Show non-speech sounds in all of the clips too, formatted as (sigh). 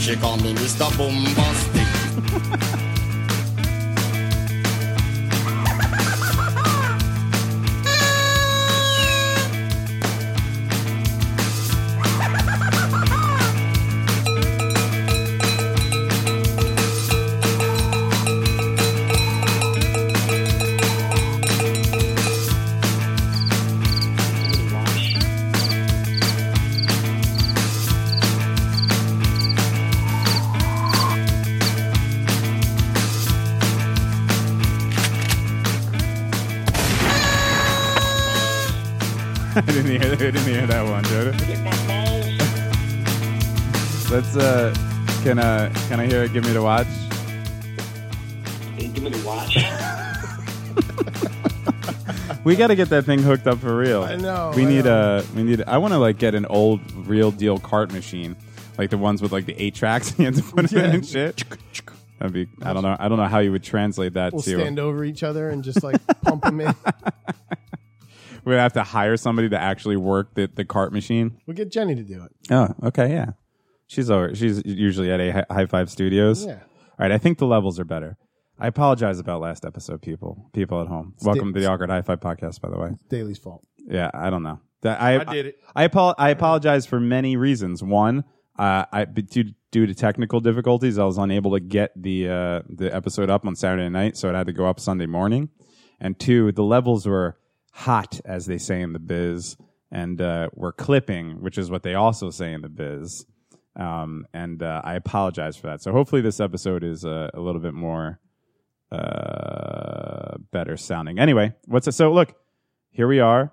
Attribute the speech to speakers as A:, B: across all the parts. A: She call me Mr. Bombastic.
B: I (laughs) didn't hear. I didn't hear that one, Jordan. Let's. Uh, can uh, can I hear it? Give me the watch.
C: Give me the watch.
B: We got to get that thing hooked up for real.
D: I know,
B: We
D: I
B: need
D: know.
B: a. We need. I want to like get an old real deal cart machine, like the ones with like the eight tracks (laughs) you have to put
D: Yeah.
B: in and shit. That'd be. I don't know. I don't know how you would translate that
D: We'll
B: to.
D: stand over each other and just like pump them in.
B: We'd have to hire somebody to actually work the, the cart machine.
D: We'll get Jenny to do it.
B: Oh, okay, yeah. She's over. She's usually at a Hi- high five studios.
D: Yeah.
B: All right. I think the levels are better. I apologize about last episode, people. People at home, welcome to the awkward high five podcast. By the way,
D: Daly's fault.
B: yeah. I don't know. That- I,
E: I did it.
B: I, apo- I apologize for many reasons. One, uh, I but due, due to technical difficulties, I was unable to get the uh, the episode up on Saturday night, so it had to go up Sunday morning. And two, the levels were hot, as they say in the biz, and uh, were clipping, which is what they also say in the biz. Um, and uh, I apologize for that. So hopefully, this episode is uh, a little bit more uh, better sounding. Anyway, what's it? So look, here we are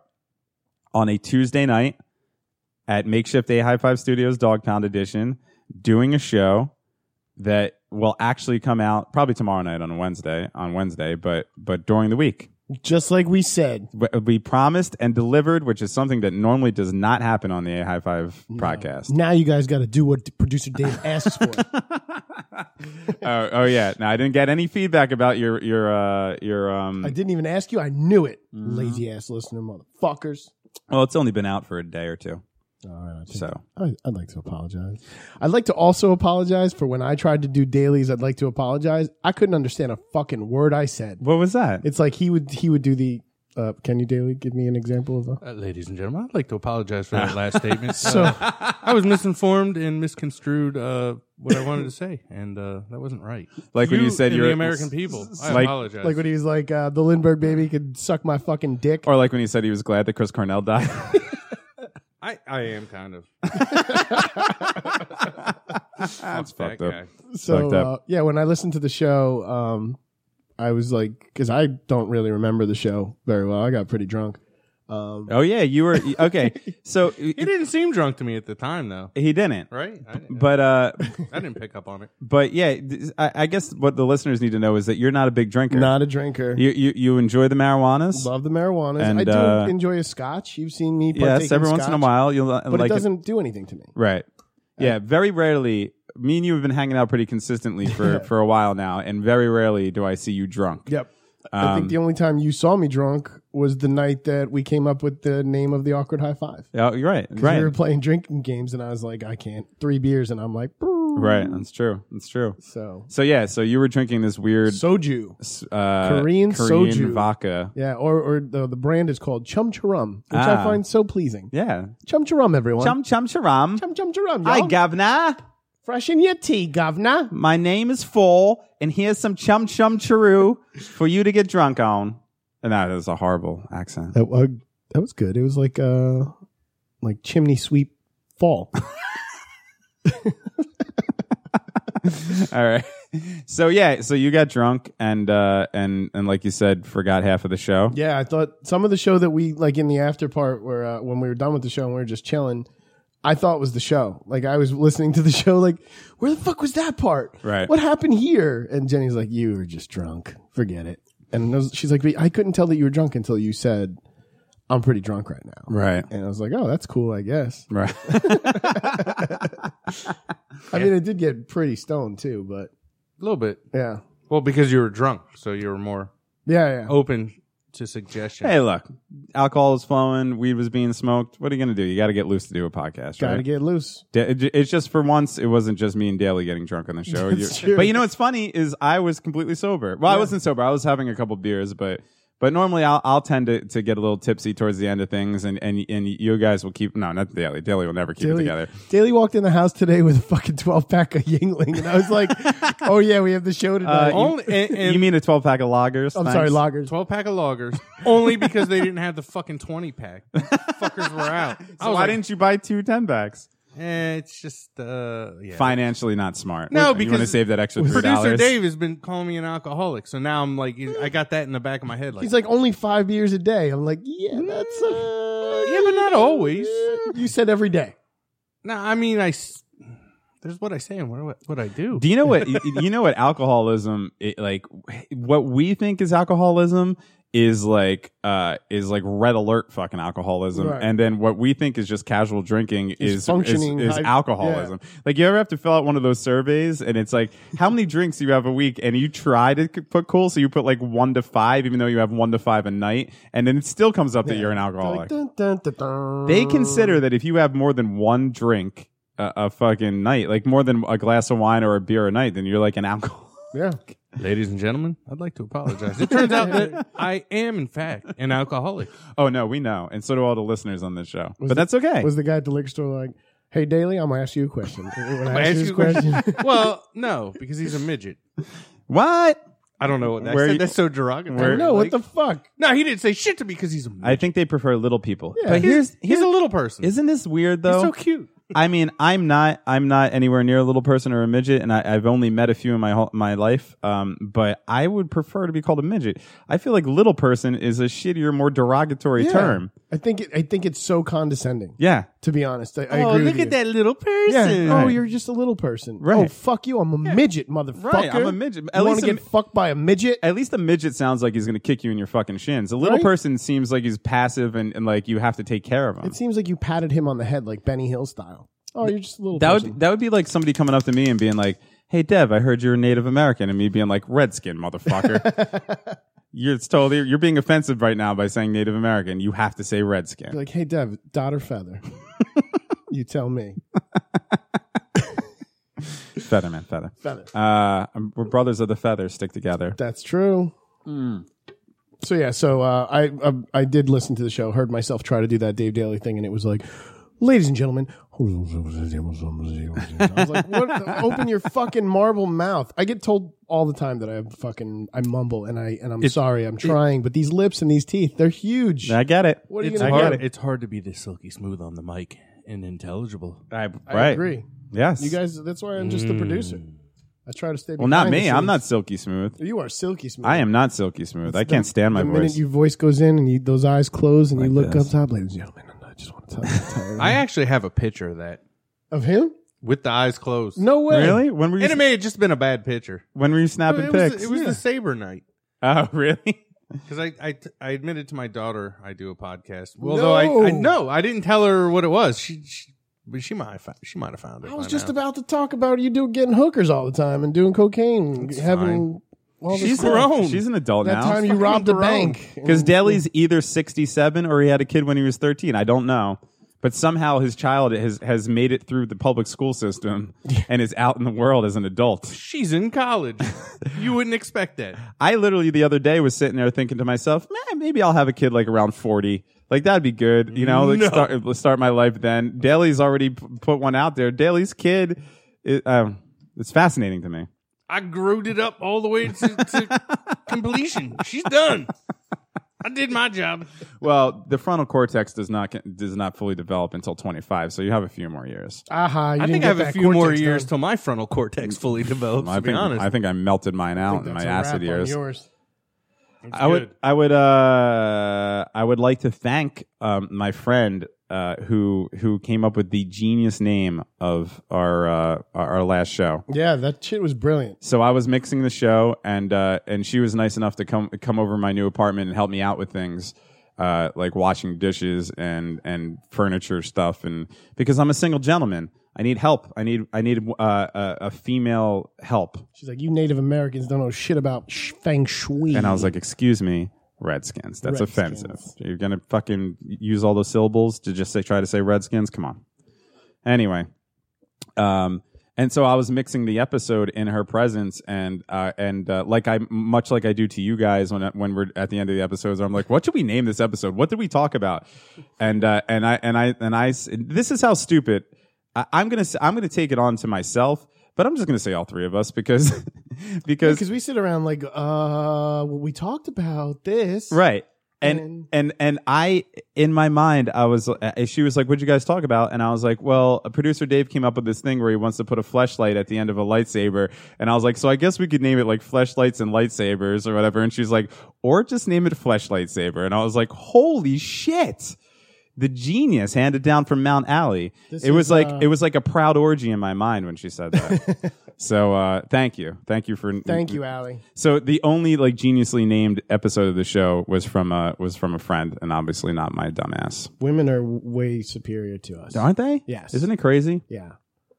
B: on a Tuesday night at makeshift A High Five Studios Dog Pound Edition, doing a show that will actually come out probably tomorrow night on Wednesday. On Wednesday, but but during the week,
D: Just like we said.
B: W- we promised and delivered, which is something that normally does not happen on the A High Five
D: (laughs)
B: podcast.
D: Now you guys got to do what producer (laughs) Dave asks for.
B: oh, oh yeah. Now I didn't get any feedback about your your uh, your um.
D: I didn't even ask you. I knew it. Lazy ass listener, motherfuckers.
B: Well, it's only been out for a day or two,
D: All right. I think
B: so
D: I, I'd like to apologize. I'd like to also apologize for when I tried to do dailies. I'd like to apologize. I couldn't understand a fucking word I said.
B: what was that?
D: It's like he would he would do the. Uh, can you daily give me an example of a?
E: Uh, ladies and gentlemen, I'd like to apologize for that
B: (laughs)
E: last statement.
D: So
E: Uh, I was misinformed and misconstrued uh, what I wanted to say, and uh, that wasn't right.
B: Like when you said
E: and
B: you're-
E: the American people. I
B: Like-
E: apologize.
D: like when he was like uh, the Lindbergh baby could suck my fucking dick.
B: or like when he said he was glad that Chris Cornell died.
E: I, I am kind of.
B: (laughs) That's
E: that
B: fucked up.
E: guy.
D: so
B: Fucked
D: uh,
B: up.
D: yeah, when I listened to the show, um, I was like, because I don't really remember the show very well. I got pretty drunk. Um,
B: Oh yeah, you were
D: (laughs)
B: okay. So
E: He didn't seem drunk to me at the time, though.
B: he didn't,
E: Right? I, didn't-
B: but uh,
E: I didn't pick up on
B: (laughs)
E: it.
B: but yeah, th- I, I guess what the listeners need to know is that you're not a big drinker.
D: not a drinker.
B: You you, you enjoy the marijuanas.
D: Love the marijuana.
B: And,
D: I do
B: uh,
D: enjoy a scotch. You've seen me. partake
B: yes, every once in a
D: scotch,
B: while you'll uh,
D: but
B: like
D: it doesn't Uh, do anything to me.
B: Right. Yeah, very rarely. Me and you have been hanging out pretty consistently
D: (laughs)
B: for, for a while now, and very rarely do I see you drunk.
D: Yep. I think the
B: Um,
D: only time you saw me drunk was the night that we came up with the name of the awkward high five.
B: Yeah, Oh, you're right. Right.
D: We were playing drinking games, and I was like, I can't. Three beers, and I'm like, "Brr."
B: Right. That's true. That's true.
D: so
B: So yeah, so you were drinking this weird
D: soju.
B: uh,
D: Korean soju.
B: vodka.
D: Yeah, or, or the, the brand is called Chum Charum, which
B: Ah.
D: I find so pleasing.
B: Yeah.
D: Chum Charum, everyone.
B: Chum chum charam.
D: Chum Chum Charum,
B: Hi,
D: y'all.
B: governor.
D: Freshen your tea, governor.
B: My name is Full, and here's some chum chum churu for you to get drunk on. And that is a horrible
D: (laughs)
B: accent.
D: That, uh, that was good. It was like uh, like chimney sweep fall.
B: All right. So yeah, so you got drunk and uh and and like you said, forgot half of the show.
D: Yeah, I thought some of the show that we like in the after part where uh, when we were done with the show and we were just chilling, I thought was the show. Like I was listening to the (laughs) show, like where the fuck was that part?
B: Right.
D: What happened here? And Jenny's like, you were just drunk. Forget it. And I was- she's like, I couldn't tell that you were drunk until you said, I'm pretty drunk right now.
B: Right.
D: And I was like, oh, that's cool, I guess. (laughs)
B: Right.
D: I mean, it did get pretty stoned too, but
E: A little bit.
D: yeah,
E: Well, because you were drunk, so you were more
B: Oh,
D: yeah, yeah.
E: open to suggestion.
B: Hey, look, alcohol was flowing, weed was being smoked. What are you going to do? You got to get loose to do a podcast,
D: Gotta
B: right?
D: get loose.
B: Da- it- It's just for once, it wasn't just me and Daly getting drunk on the show. You-
D: That's true.
B: But you know what's funny is I was completely sober. Well, I wasn't sober. I was having a couple beers, but but normally I'll, I'll tend to, to get a little tipsy towards the end of things, and and and you guys will keep no, not Daly. Daly will never keep it
D: Daly,
B: together.
D: Daly walked in the house today with a fucking 12 pack of Yingling, and I was like, oh yeah, we have the show tonight.
E: Only, and,
B: (laughs)
E: and
B: you mean a twelve pack of lagers?
D: I'm sorry,
B: Thanks.
D: loggers.
E: 12 pack of loggers only because they didn't have the fucking 20 pack.
B: (laughs)
E: Fuckers were out. I
B: So
E: was
B: why
E: like,
B: didn't you buy two 10 packs?
E: eh, it's just, uh, yeah.
B: Financially not smart.
E: No,
B: you want to
E: because
B: save that extra three
E: Producer
B: dollars.
E: Dave has been calling me an alcoholic, so now I'm like, I got that in the back of my head. Like,
D: He's like, only five beers a day. I'm like, yeah, that's a.
E: yeah, but not always.
D: You said every day.
E: No, I mean, I. s- There's what I say and what what I do.
B: Do you know
D: (laughs)
B: what you you know what alcoholism it, like what we think is alcoholism is like uh is like red alert fucking alcoholism
D: Right.
B: and then what we think is just casual drinking
D: Is
B: is is,
D: functioning
B: is
D: high-
B: alcoholism like you ever have to fill out one of those surveys and it's like how many drinks do you have a week and you try to c- put cool so you put like 1 to 5 even though you have 1 to 5 a night and then it still comes up that you're an alcoholic
D: Like, dun, dun, dun, dun.
B: they consider that if you have more than one drink a, a fucking night, like more than a glass of wine or a beer a night, then you're like an (laughs) alcohol.
D: Yeah.
E: Ladies and gentlemen, I'd like to apologize. It turns out that I am, in fact, an alcoholic.
B: Oh no, we know, and so do all the listeners on this show.
D: Was
B: but that's okay.
D: Was the guy at the liquor store like, hey, Daly, I'm going to ask you a question. When I ask you
E: ask you
D: this
E: a question?
D: question.
E: (laughs) Well, no, because he's a midget.
B: what?
E: I don't know what that
B: Where
E: said.
B: you-
E: That's so derogatory.
B: Where-
D: no,
E: Like-
D: what the fuck?
E: No, he didn't say shit to me because he's a
B: I
E: midget.
B: think they prefer little people.
D: Yeah.
B: But
D: He's-
B: here's
E: he's a little person.
B: isn't this weird though?
E: He's so cute.
B: I mean, I'm not I'm not anywhere near a little person or a midget, and I, I've only met a few in my whole, my life. Um, but I would prefer to be called a midget. I feel like little person is a shittier, more derogatory
D: Yeah.
B: term.
D: I think it, I think it's so condescending.
B: Yeah.
D: To be honest, I,
E: Oh,
D: I agree. with you.
E: that little person.
D: Yeah. Oh,
B: Right.
D: you're just a little person.
B: Right.
D: Oh, fuck you. I'm a midget, motherfucker.
B: Right, I'm a midget. At
D: you want
B: least
D: to
B: a-
D: get fucked by a midget?
B: at least the midget sounds like he's going to kick you in your fucking shins. The little
D: Right?
B: person seems like he's passive and, and like you have to take care of him.
D: It seems like you patted him on the head like Benny Hill style. Oh, you're just a little.
B: that
D: person.
B: would that would be like somebody coming up to me and being like, "Hey, Dev, I heard you're a Native American," and me being like, "Redskin, motherfucker."
D: (laughs)
B: you're it's totally you're being offensive right now by saying Native American. You have to say Redskin.
D: Be like, hey, Dev, dot
B: (laughs)
D: or feather? you tell me.
B: feather, man, feather.
D: Feather.
B: Uh, um, we're brothers of the feather. Stick together.
D: That's true.
B: Mm.
D: So yeah, so uh, I, I I did listen to the show, heard myself try to do that Dave Daly thing, and it was like, ladies and gentlemen, I was like, what the- open your fucking marble mouth. I get told all the time that I have fucking I mumble and I and I'm sorry, I'm trying, but these lips and these teeth, they're huge.
B: I get it.
D: what are you
E: It's
D: gonna
B: I get
E: hard.
B: it.
E: It's hard to be this silky smooth on the mic and intelligible.
B: I, right.
D: I agree.
B: Yes.
D: You guys, that's why I'm just the producer. I try to stay.
B: Well, not
D: behind the
B: me. I'm
D: scenes.
B: not silky smooth.
D: You are silky smooth.
B: I am not silky smooth. I can't stand my
D: the
B: voice.
D: minute your voice goes in and you, those eyes close and you
B: Like
D: look
B: this.
D: up top, ladies and gentlemen, I just want to tell you I'm tired
E: I actually have a picture of that
D: of him.
E: with the eyes closed.
D: No way.
B: Really? When were you?
E: And it may have just been a bad picture.
B: When were you snapping
E: it was,
B: pics?
E: it was the Saber night.
B: (laughs) oh, really?
E: Because I, I, I admitted to my daughter I do a podcast. Although I, I
D: No.
E: no, I didn't tell her what it was. She, she but she might have, fo- she might have found it.
D: I was
E: by
D: just
E: now.
D: about to talk about you do getting hookers all the time and doing cocaine, having all this
B: She's
D: stuff.
E: grown.
B: She's an adult
D: That
B: now.
D: time you robbed the bank.
E: Mm-hmm.
B: Because Daly's either 67 or he had a kid when he was 13. I don't know. But somehow his child has, has made it through the public school system and is out in the world as an adult.
E: She's
D: (laughs)
E: in college. you wouldn't expect that.
B: I literally the other day was sitting there thinking to myself, man, maybe I'll have a kid like around 40. Like that'd be good, you know. Like
E: No.
B: start start my life then. Daly's already p- put one out there. Daly's kid, it, um, it's fascinating to me.
E: I growed it up all the way to,
D: (laughs)
E: to completion. She's done. I did my job.
B: Well, the frontal cortex does not get- does not fully develop until 25, so you have a few more years.
D: Aha, you
E: I
D: didn't
E: think I
D: get
E: have a
D: that
E: few more
D: cortex
E: years
D: done.
E: till my frontal cortex fully develops.
B: I
E: to be
B: think
E: honest,
B: I think I melted mine out in my
D: That's a wrap
B: acid
D: on
B: years.
D: yours.
B: I would
E: good.
B: I would uh I would like to thank um my friend uh who who came up with the genius name of our uh our our last show.
D: Yeah, that shit was brilliant.
B: So I was mixing the show, and uh, and she was nice enough to come come over to my new apartment and help me out with things, uh, like washing dishes and and furniture stuff, and because I'm a single gentleman, I need help. I need I need uh, a, a female help.
D: She's like, you Native Americans don't know shit about sh- feng shui.
B: And I was like, excuse me, Redskins. That's
D: Redskins.
B: offensive. You're gonna fucking use all those syllables to just say try to say Redskins. Come on. Anyway, um, and so I was mixing the episode in her presence, and uh, and uh, like I much like I do to you guys when when we're at the end of the episodes, I'm like, what should we name this episode? What did we talk about? And uh, and I and I and I s- this is how stupid I, I'm gonna s- I'm gonna take it on to myself, but I'm just gonna say all three of us because (laughs) because
D: Because we sit around like, uh, well, we talked about this.
B: right and
D: And-
B: and and i in my mind i was uh, she was like what'd you guys talk about and i was like well producer dave came up with this thing where he wants to put a flashlight at the end of a lightsaber and i was like so i guess we could name it like flashlights and lightsabers or whatever and she's like or just name it flashlight saber and i was like holy shit the genius handed down from Mount Alley.
D: This
B: it was
D: is,
B: like
D: uh,
B: it was like a proud orgy in my mind when she said
D: (laughs)
B: that. so uh, thank you, thank you for
D: Thank you, Allie.
B: so the only like geniusly named episode of the show was from a was from a friend, and obviously not my dumbass,
D: Women are way superior to us.
B: aren't they?
D: Yes.
B: Isn't it crazy?
D: Yeah.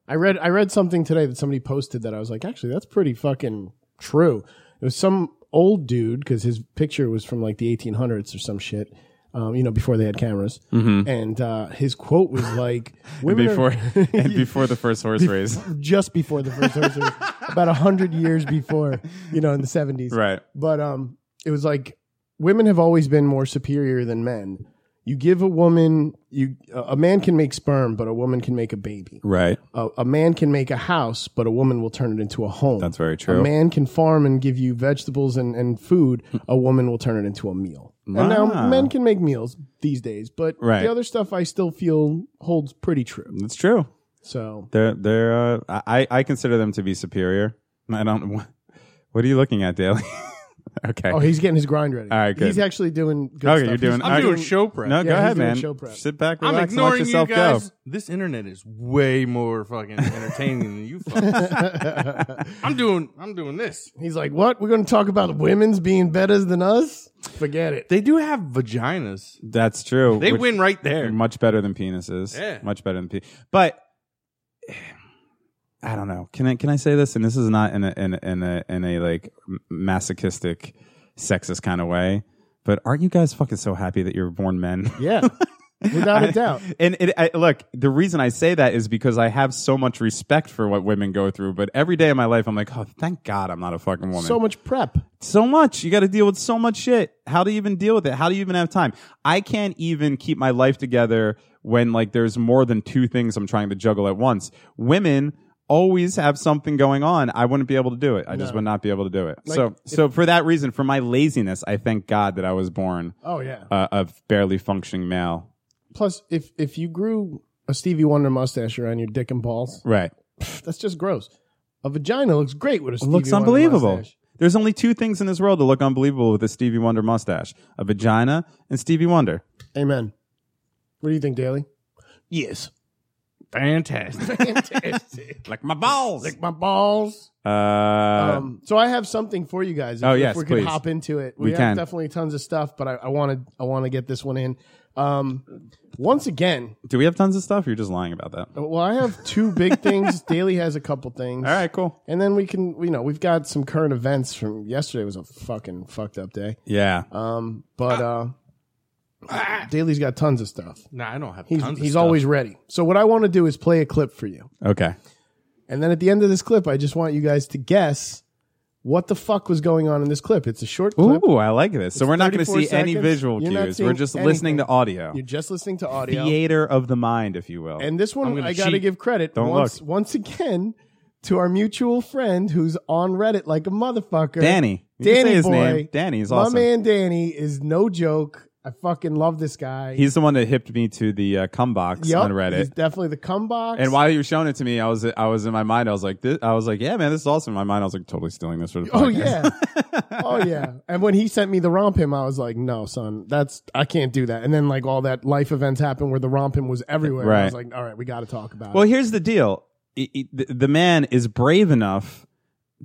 D: I read I read something today that somebody posted that I was like, actually, that's pretty fucking true. It was some old dude because his picture was from like the 1800s or some shit. Um, you know, before they had cameras, and uh, his quote was like, "Women
B: (laughs) Mm-hmm. (laughs) Before
E: (laughs)
D: are, (laughs)
B: and before the first horse race,
D: just before the first horse race, about a hundred years before, you know, in the seventies.
B: right?
D: But um, it was like women have always been more superior than men. You give a woman, you a man can make sperm, but a woman can make a baby.
B: Right.
D: A, a man can make a house, but a woman will turn it into a home.
B: That's very true.
D: A man can farm and give you vegetables and, and food. A woman will turn it into a meal. And
B: Wow.
D: now men can make meals these days, but
B: Ah. Right.
D: the other stuff I still feel holds pretty true.
B: It's true.
D: So
B: They're they're uh, I I consider them to be superior. I don't. What, what are you looking at, Daly? (laughs) okay.
D: Oh, he's getting his grind ready.
B: All right, good.
D: He's actually doing good
B: okay.
D: stuff.
B: You're doing.
E: I'm
B: I-
E: doing show prep.
B: No, go
D: he's
B: ahead,
D: doing
B: man.
D: show prep.
B: Sit back,
E: I'm
B: relax, and let
E: ignoring you
B: yourself
E: guys.
B: go.
E: This internet is way more fucking entertaining than you fucking. I'm doing. I'm doing this.
D: He's like, what? We're going to talk about women's being better than us? Forget it.
E: They do have vaginas.
B: That's true.
E: They
B: Which-
E: win right there.
B: Much better than penises.
E: Yeah.
B: Much better than pe- But I don't know. Can I can I say this? And this is not in a in a in a, in a like masochistic, sexist kind of way. But aren't you guys fucking so happy that you're born men?
D: Yeah, (laughs)
B: (laughs)
D: without
B: I-
D: a doubt.
B: And it, I, look, the reason I say that is because I have so much respect for what women go through. But every day of my life, I'm like, oh, thank God I'm not a fucking woman
D: So much prep.
B: so much. You got to deal with so much shit. How do you even deal with it? How do you even have time? I can't even keep my life together when like there's more than two things I'm trying to juggle at once. Women always have something going on. I wouldn't be able to do it. I just would not be able to do it. so, so for that reason, for my laziness, I thank God that I was born
D: Oh, yeah.
B: uh, a barely functioning male.
D: Plus, if if you grew a Stevie Wonder mustache around your dick and balls,
B: Right.
D: that's just gross. A vagina looks great with a Stevie
B: looks
D: Wonder
B: unbelievable.
D: mustache.
B: There's only two things in this world that look unbelievable with a Stevie Wonder mustache: a vagina and Stevie Wonder.
D: Amen. What do you think, Daly? Yes.
E: (laughs)
B: (laughs)
E: Fantastic.
D: Fantastic.
B: Like my balls.
D: Lick my balls.
B: Uh,
D: um, so I have something for you guys. If,
B: Oh,
D: if
B: yes,
D: we
B: please.
D: could hop into it.
B: We
D: have
B: can.
D: definitely tons of stuff, but I- I want to I want to get this one in. Um, once again,
B: Do we have tons of stuff? You're just lying about that. All
D: well, I have two
B: (laughs)
D: big things. Daly has a couple things.
B: right, cool.
D: and then we can you know we've got some current events from yesterday was a fucking fucked up day.
B: Yeah.
D: Um, but uh, Daly's got tons of stuff.
E: no, I don't have
D: He's
E: tons.
D: he's
E: of
D: always ready. So what I want to do is play a clip for you,
B: Okay.
D: and then at the end of this clip, I just want you guys to guess what the fuck was going on in this clip. It's a short clip.
B: Ooh, I like this. So we're not going to see
D: 34
B: any
D: seconds.
B: visual
D: You're not
B: cues. We're
D: seeing
B: just listening to
D: anything.
B: audio.
D: You're just listening to audio.
B: Theater of the mind, if you will.
D: And this
E: I'm
D: one,
E: gonna
D: I got to
E: cheat.
D: give credit
B: Don't
D: once, once again to our mutual friend who's on Reddit like a motherfucker.
B: Danny. You can
D: Danny
B: say his
D: boy.
B: name. Danny is
D: My
B: awesome.
D: man Danny is no joke. I fucking love this guy.
B: He's the one that hipped me to the uh, cum box
D: Yup,
B: on Reddit.
D: He's definitely the cum box.
B: and while you were showing it to me, I was I was in my mind. I was like, this, I was like, yeah, man, this is awesome. In my mind, I was like, totally stealing this for the
D: Oh
B: podcast.
D: yeah.
B: (laughs)
D: oh yeah. And when he sent me the romp him, I was like, no, son, that's I can't do that. And then like all that life events happened where the romp him was everywhere. And I was
B: Right.
D: like, all right, we got to talk about
B: Well,
D: it.
B: here's the deal: I- I- the, the man is brave enough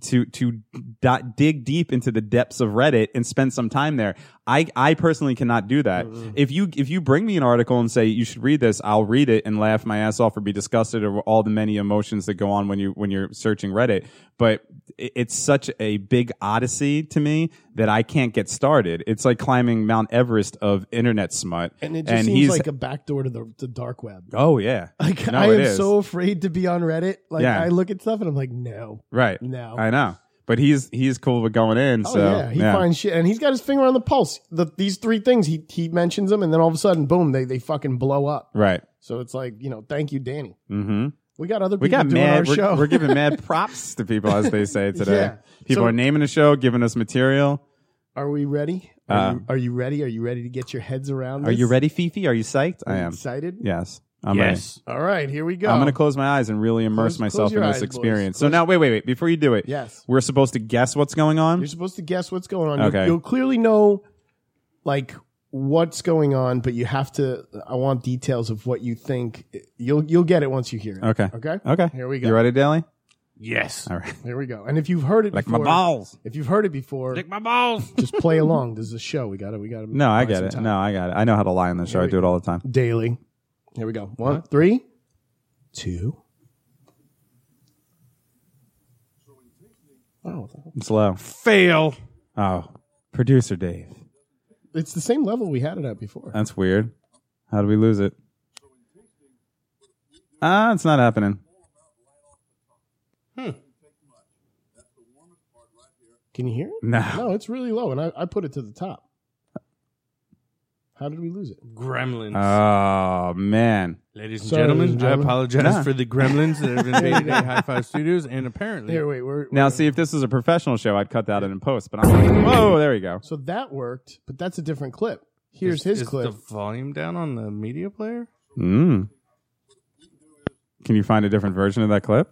B: to to di- dig deep into the depths of Reddit and spend some time there. I, I personally cannot do that. If you if you bring me an article and say you should read this, I'll read it and laugh my ass off or be disgusted over all the many emotions that go on when you when you're searching Reddit. But it, it's such a big odyssey to me that I can't get started. It's like climbing Mount Everest of internet smut.
D: And it just seems like a backdoor to the, the dark web.
B: oh yeah,
D: Like
B: No,
D: I
B: it
D: am
B: is.
D: so afraid to be on Reddit. Like
B: Yeah.
D: I look at stuff and I'm like, no,
B: right.
D: no.
B: I know, but he's he's cool with going in.
D: oh
B: so
D: yeah, he finds shit, and he's got his finger on the pulse. The, these three things he he mentions them, and then all of a sudden, boom, they they fucking blow up.
B: right.
D: So it's like you know, thank you, Danny.
B: Mm-hmm.
D: We got other people
B: We got
D: doing
B: mad.
D: our
B: We're,
D: show.
B: we're giving
D: (laughs)
B: mad props to people, as they say today.
D: Yeah.
B: People
D: So-
B: are naming the show, giving us material.
D: Are we ready? Are, you, are you ready? Are you ready to get your heads around?
B: Uh, Are you
D: this?
B: ready, Fifi? Are you psyched? I
D: You
B: am.
D: excited.
B: Yes. I'm
E: yes.
D: All right, here we go.
B: ready. I'm going to close my eyes and really immerse
D: Close-
B: myself
D: close your
B: in this
D: eyes, boys.
B: experience. So
D: Close-
B: now, wait, wait, wait. Before you do it,
D: Yes.
B: we're supposed to guess what's going on.
D: You're supposed to guess what's going on.
B: Okay.
D: You'll, you'll clearly know, like what's going on, but you have to. I want details of what you think. You'll you'll get it once you hear it.
B: Okay.
D: Okay.
B: Okay.
D: Here we go.
B: You ready, Daly?
E: Yes.
B: All right.
D: Here we go. And if you've heard it
B: Like my
D: before,
B: balls.
D: if you've heard it before,
E: Lick my balls.
D: just play along. This is a show. We got to. We got to.
B: No, I get it. No, I got it. I know how to lie on the show. I
D: we
B: do it all the time.
D: Daily. Here we go. One, three, two. Oh,
B: It's low.
E: Fail.
B: Oh, producer Dave.
D: it's the same level we had it at before.
B: That's weird. How do we lose it? Ah, it's not happening.
D: Can you hear it?
B: No.
D: No, it's really low, and I, I put it to the top. How did we lose it?
E: Gremlins.
B: Oh man.
E: Ladies and
D: Sorry,
E: gentlemen,
D: ladies and gentlemen.
E: I apologize
B: Nah.
E: for the gremlins that have invaded a High Five Studios, and apparently
D: Here, wait, we're,
B: Now, see if this was a professional show, I'd cut that in post. But I'm like, whoa, there you go.
D: so that worked, but that's a different clip. Here's
E: is-
D: his
E: is
D: clip.
E: The volume down on the media player.
B: Mm. Can you find a different version of that clip?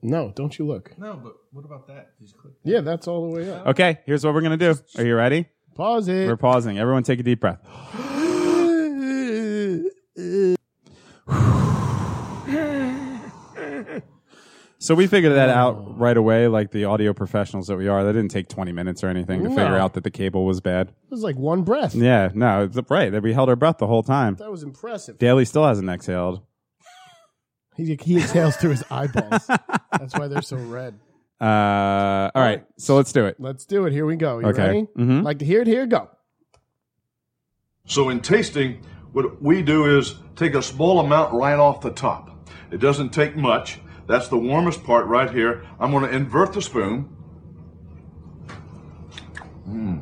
D: no, don't you look.
E: No, but what about that? Just click.
D: Yeah, that's all the way up.
B: Okay, here's what we're gonna do. Are you ready?
D: Pause it.
B: We're pausing. Everyone, take a deep breath. So we figured that out right away, like the audio professionals that we are. That didn't take 20 minutes or anything to
D: No.
B: figure out that the cable was bad.
D: It was like one breath.
B: Yeah, no, it's right. That we held our breath the whole time.
D: That was impressive.
B: Daly still hasn't exhaled.
D: He, he exhales through his
B: (laughs)
D: eyeballs. That's why they're so red.
B: Uh, all right, so let's do it.
D: Let's do it. Here we go. You
B: Okay.
D: ready?
B: Mhm.
D: Like to hear it? Here, go.
F: So in tasting, what we do is take a small amount right off the top. It doesn't take much. That's the warmest part right here. I'm going to invert the spoon,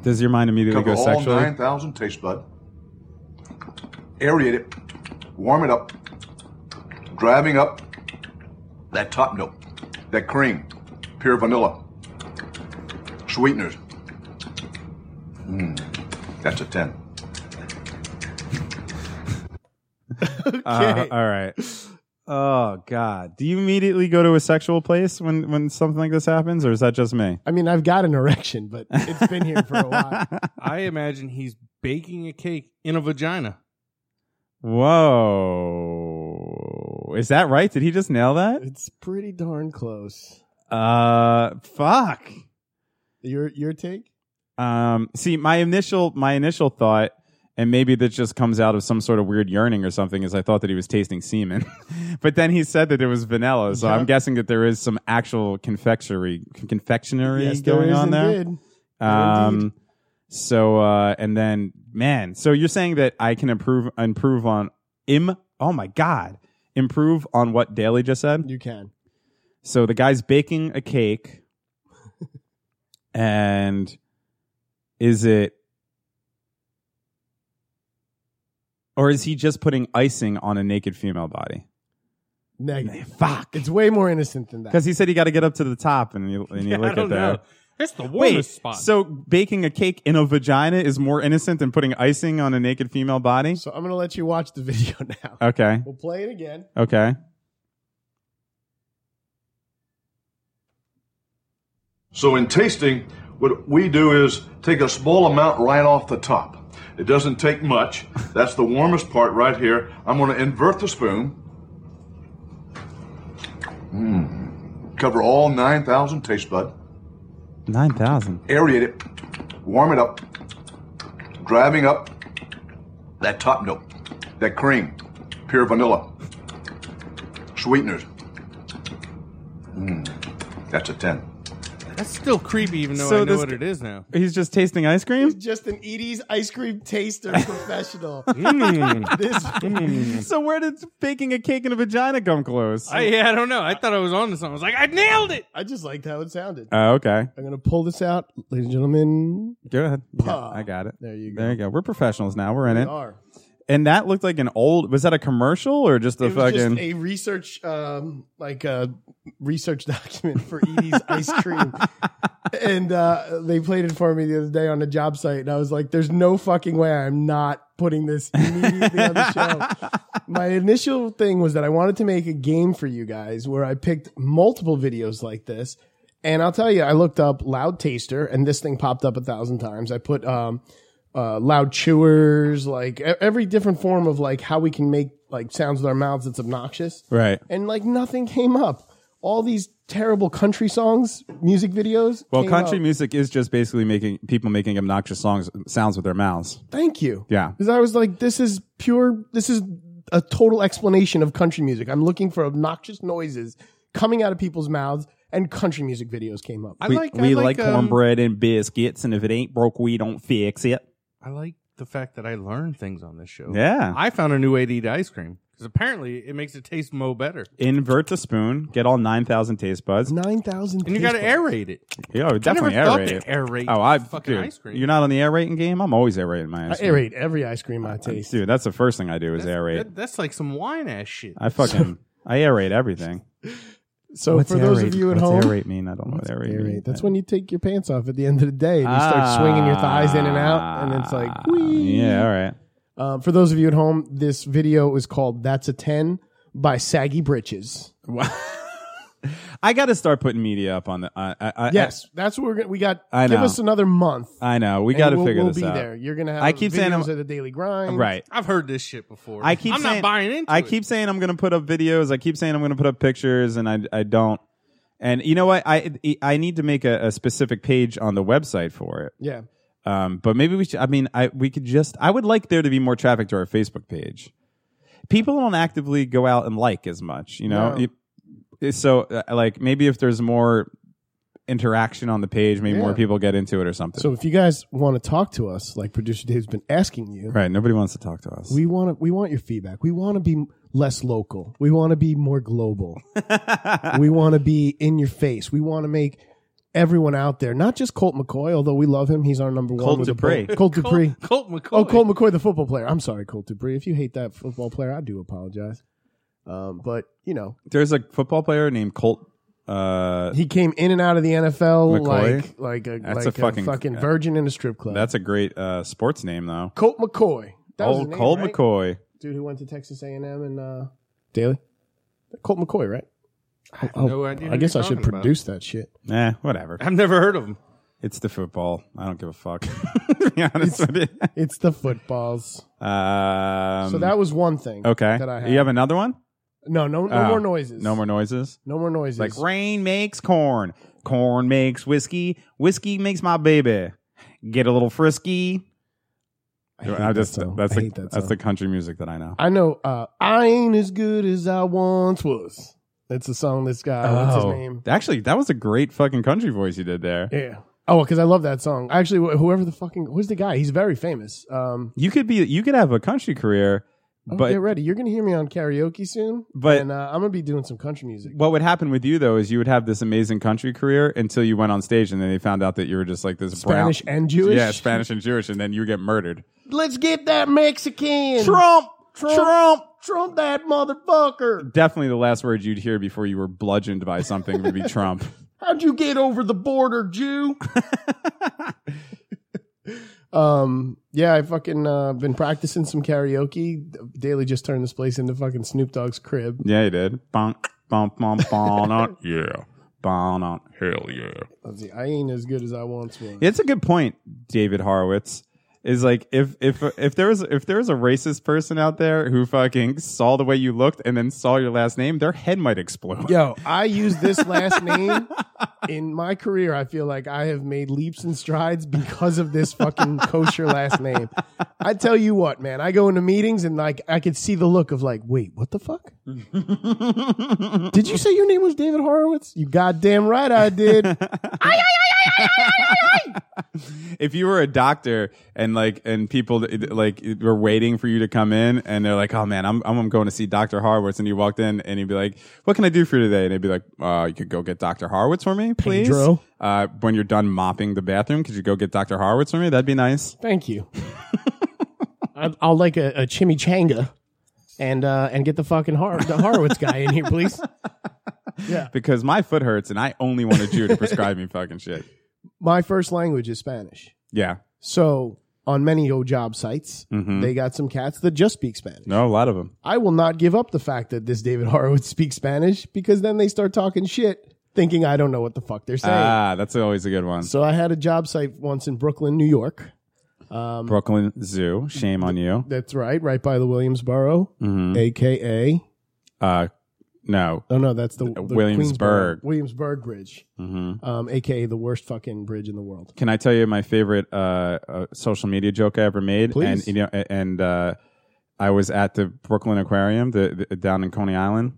B: Does your mind immediately
F: cover
B: go
F: all
B: sexually?
F: 9,000 taste bud, aerate it, warm it up, driving up that top note, that cream, pure vanilla, sweeteners. Mm, that's a 10.
B: Uh, all right. Oh God! Do you immediately go to a sexual place when when something like this happens, or is that just me?
D: I mean, I've got an
B: (laughs)
D: erection, but it's been here for a while.
E: I imagine he's baking a cake in a vagina.
B: Whoa! Is that right? Did he just nail that?
D: It's pretty darn close.
B: Uh, fuck.
D: Your your take?
B: Um, see, my initial my initial thought, and maybe this just comes out of some sort of weird yearning or something, is I thought that he was tasting semen, (laughs) but then he said that it was vanilla, so
D: Yeah.
B: I'm guessing that there is some actual confectionery confectionery
D: there
B: going
D: is
B: on there.
D: indeed.
B: Um, so uh, and then man, so you're saying that I can improve improve on im? Oh my god, improve on what Daly just said.
D: You can.
B: So the guy's baking a cake, and is it? Or is he just putting icing on a naked female body?
D: Negative.
B: Fuck.
D: It's way more innocent than that.
B: Because he said he got to get up to the top and you, and you look
E: I don't
B: at that.
E: know. It's the warmest
B: Wait,
E: spot.
B: so baking a cake in a vagina is more innocent than putting icing on a naked female body?
D: So I'm going to let you watch the (laughs) video now.
B: Okay,
D: We'll play it again.
B: okay.
F: So in tasting, what we do is take a small amount right off the top. It doesn't take much. That's the warmest part right here. I'm going to invert the spoon. Mm. Cover all 9,000 taste bud,
B: 9,000.
F: aerate it, warm it up, driving up that top note, that cream, pure vanilla, sweeteners. Mm, that's a 10.
E: That's still creepy, even though
B: So
E: I know
B: this-
E: what it is now.
B: He's just tasting ice cream.
D: Just an Edie's ice cream taster professional.
B: (laughs)
D: this
B: so where did baking a cake in a vagina come close?
E: Mm. I, yeah, I don't know. I thought I was on to something. I was like, I nailed it.
D: (laughs) I just liked how it sounded.
B: Oh, okay.
D: I'm gonna pull this out, ladies and gentlemen.
B: Go ahead. You got-
D: Puh.
B: I got it.
D: There you go.
B: There you go. We're professionals now. We're in
D: We
B: it.
D: are.
B: And that looked like an old. Was that a commercial or just a
D: It was
B: fucking?
D: just a research, um, like a research (laughs) document for Edie's ice cream, and uh, they played it for me the other day on a job site, and I was like, "There's no fucking way I'm not putting this immediately on the show." My initial thing was that I wanted to make a game for you guys where I picked multiple videos like this, and I'll tell you, I looked up loud taster, and this thing popped up a thousand times. I put um, uh, loud chewers, like e- every different form of like how we can make like sounds with our mouths that's obnoxious.
B: right.
D: And like nothing came up. All these terrible country songs, music videos.
B: Well,
D: came
B: country
D: up.
B: music is just basically making people making obnoxious songs sounds with their mouths.
D: Thank you.
B: Yeah.
D: Because I was like, this is pure, this is a total explanation of country music. I'm looking for obnoxious noises coming out of people's mouths, and country music videos came up.
E: I
B: we
E: like.
B: we
E: I
B: like,
E: like, um,
B: cornbread and biscuits, and if it ain't broke, we don't fix it.
E: I like the fact that I learned things on this show.
B: Yeah.
E: I found a new way to eat ice cream because apparently it makes it taste mo better,
B: Invert the spoon. Get all nine thousand taste buds.
D: 9,000
E: and you got to aerate it.
B: Yeah, I would definitely
E: never thought
B: aerate.
E: to
B: it.
E: aerate
B: oh, I
E: fucking
B: dude,
E: ice cream.
B: You're not on the aerating game. I'm always aerating my
D: I
B: ice cream.
D: aerate every ice cream I taste.
B: Dude, that's the first thing I do is
E: That's,
B: aerate.
E: that- that's like some wine ass shit.
B: I fucking I aerate everything.
D: So for those of you at home,
B: what's aerate mean? I don't know what aerate.
D: Yeah,
B: means.
D: right. That's when you take your pants off at the end of the day and you start swinging your thighs in and out, and it's like,
B: Ah,
D: whee.
B: yeah, all right.
D: Uh, for those of you at home, this video is called "That's a 10 by Saggy Britches.
B: (laughs) I got to start putting media up on the. I, I, I,
D: Yes, that's what we're gonna. We got.
B: I
D: give
B: know.
D: us another month.
B: I know. We
D: and
B: got to
D: we'll-
B: figure
D: we'll
B: this
D: be
B: out.
D: there. You're gonna have.
B: I keep saying
D: videos
B: I'm-
D: at the Daily Grind.
B: Right.
E: I've heard this shit before.
B: I keep.
E: I'm
B: saying,
E: not buying into
B: I
E: it.
B: keep saying I'm going to put up videos. I keep saying I'm going to put up pictures, and I I don't. And you know what? I I need to make a, a specific page on the website for it.
D: Yeah.
B: Um, but maybe we should. I mean, I we could just. I would like there to be more traffic to our Facebook page. People don't actively go out and like as much, you know.
D: No.
B: You- so, uh, like, maybe if there's more interaction on the page, maybe more
D: Yeah.
B: people get into it or something.
D: So if you guys want to talk to us, like producer Dave's been asking you,
B: right? Nobody wants to talk to us.
D: we want to. We want your feedback. We want to be less local. We want to be more global.
B: (laughs)
D: we want to be in your face. We want to make everyone out there, not just Colt McCoy, although we love him. He's our number one.
B: Colt
D: with the
B: Dupree.
D: Bull- (laughs) Colt Dupree.
E: Colt McCoy.
D: Oh, Colt McCoy, the football player. I'm sorry, Colt Dupree. If you hate that football player, I do apologize. Um, but you know,
B: There's a football player named Colt. Uh,
D: he came in and out of the NFL
B: McCoy?
D: like like a
B: That's
D: like
B: a
D: a,
B: fucking-
D: fucking,
B: uh,
D: virgin in a strip club.
B: that's a great uh, sports name, though.
D: Colt McCoy. That was his
B: Old
D: name,
B: Colt
D: right?
B: McCoy.
D: dude who went to Texas A&M and uh, Daly. Colt McCoy, right? I,
E: no idea who
D: I guess
E: you're
D: I should
E: talking about.
D: produce that shit.
B: Eh, whatever.
E: I've never heard of him.
B: It's the football. I don't give a fuck. (laughs) to be honest with
D: (laughs)
B: you.
D: It's the footballs.
B: Um,
D: so that was one thing.
B: okay.
D: That I had.
B: You have another one?
D: No, no, no
B: Oh.
D: more noises.
B: No more noises.
D: No more noises.
B: Like rain makes corn, corn makes whiskey, whiskey makes my baby. Get a little frisky.
D: I, hate
B: I just
D: that song.
B: that's
D: I
B: the
D: hate that
B: that's
D: song.
B: the country music that I know.
D: I know. Uh, I ain't as good as I once was. That's a song. This guy. What's
B: Oh.
D: his name?
B: actually, that was a great fucking country voice you did there.
D: Yeah. Oh, because I love that song. Actually, wh- whoever the fucking who's the guy? He's very famous. Um,
B: You could be you could have a country career,
D: oh,
B: but
D: get ready. You're gonna hear me on karaoke soon.
B: But-
D: and, uh, I'm gonna be doing some country music.
B: what would happen with you though is you would have this amazing country career until you went on stage and then they found out that you were just like this brown
D: Spanish and Jewish.
B: Yeah, Spanish and Jewish, and then you get murdered.
D: Let's get that Mexican.
B: Trump,
D: Trump. Trump that motherfucker.
B: Definitely the last word you'd hear before you were bludgeoned by something
D: (laughs)
B: would be Trump.
D: How'd you get over the border,
B: (laughs)
D: Jew? um, yeah, I fucking uh, been practicing some karaoke. Daily just turned this place into fucking Snoop Dogg's crib.
B: Yeah, he did. Bonk, bonk, bonk, bonk, (laughs) yeah, bonk, hell yeah.
D: Let's see, I ain't as good as I once was.
B: It's a good point, David Horowitz. is like if if if there was if there was a racist person out there who fucking saw the way you looked and then saw your last name, their head might explode.
D: Yo, I use this last name in my career. I feel like I have made leaps and strides because of this fucking kosher last name. I tell you what, man, I go into meetings and like I could see the look of like, wait, what the fuck? did you say your name was David Horowitz? You goddamn right, I did.
B: If you were a doctor and like and people like were waiting for you to come in and they're like, "Oh man, I'm I'm going to see Dr. Harwitz." And you walked in and he'd be like, "What can I do for you today?" And they'd be like, "Uh, you could go get Dr. Harwitz for me, please."
D: Pedro.
B: Uh, when you're done mopping the bathroom, could you go get Dr. Harwitz for me? That'd be nice.
D: Thank you. I, I'll like a, a chimichanga, and uh, and get the fucking Har- the Horowitz guy in here, please.
B: Because my foot hurts and I only wanted you to prescribe me fucking shit.
D: My first language is Spanish.
B: Yeah.
D: So on many old job sites,
B: Mm-hmm.
D: they got some cats that just speak Spanish.
B: No, a lot of them.
D: I will not give up the fact that this David (laughs) Horowitz speaks Spanish because then they start talking shit, thinking I don't know what the fuck they're saying.
B: Ah, that's always a good one.
D: so I had a job site once in Brooklyn, New York.
B: Brooklyn Zoo. Shame on you.
D: That's right, right by the Williamsboro,
B: Mm-hmm.
D: aka
B: Uh, no.
D: oh no, that's the, the
B: Williamsburg. Mm-hmm.
D: Queensboro- Williamsburg Bridge, um, aka the worst fucking bridge in the world.
B: Can I tell you my favorite uh, uh, social media joke I ever made? And
D: Please.
B: you know, a- and uh, I was at the Brooklyn Aquarium, the, the down in Coney Island.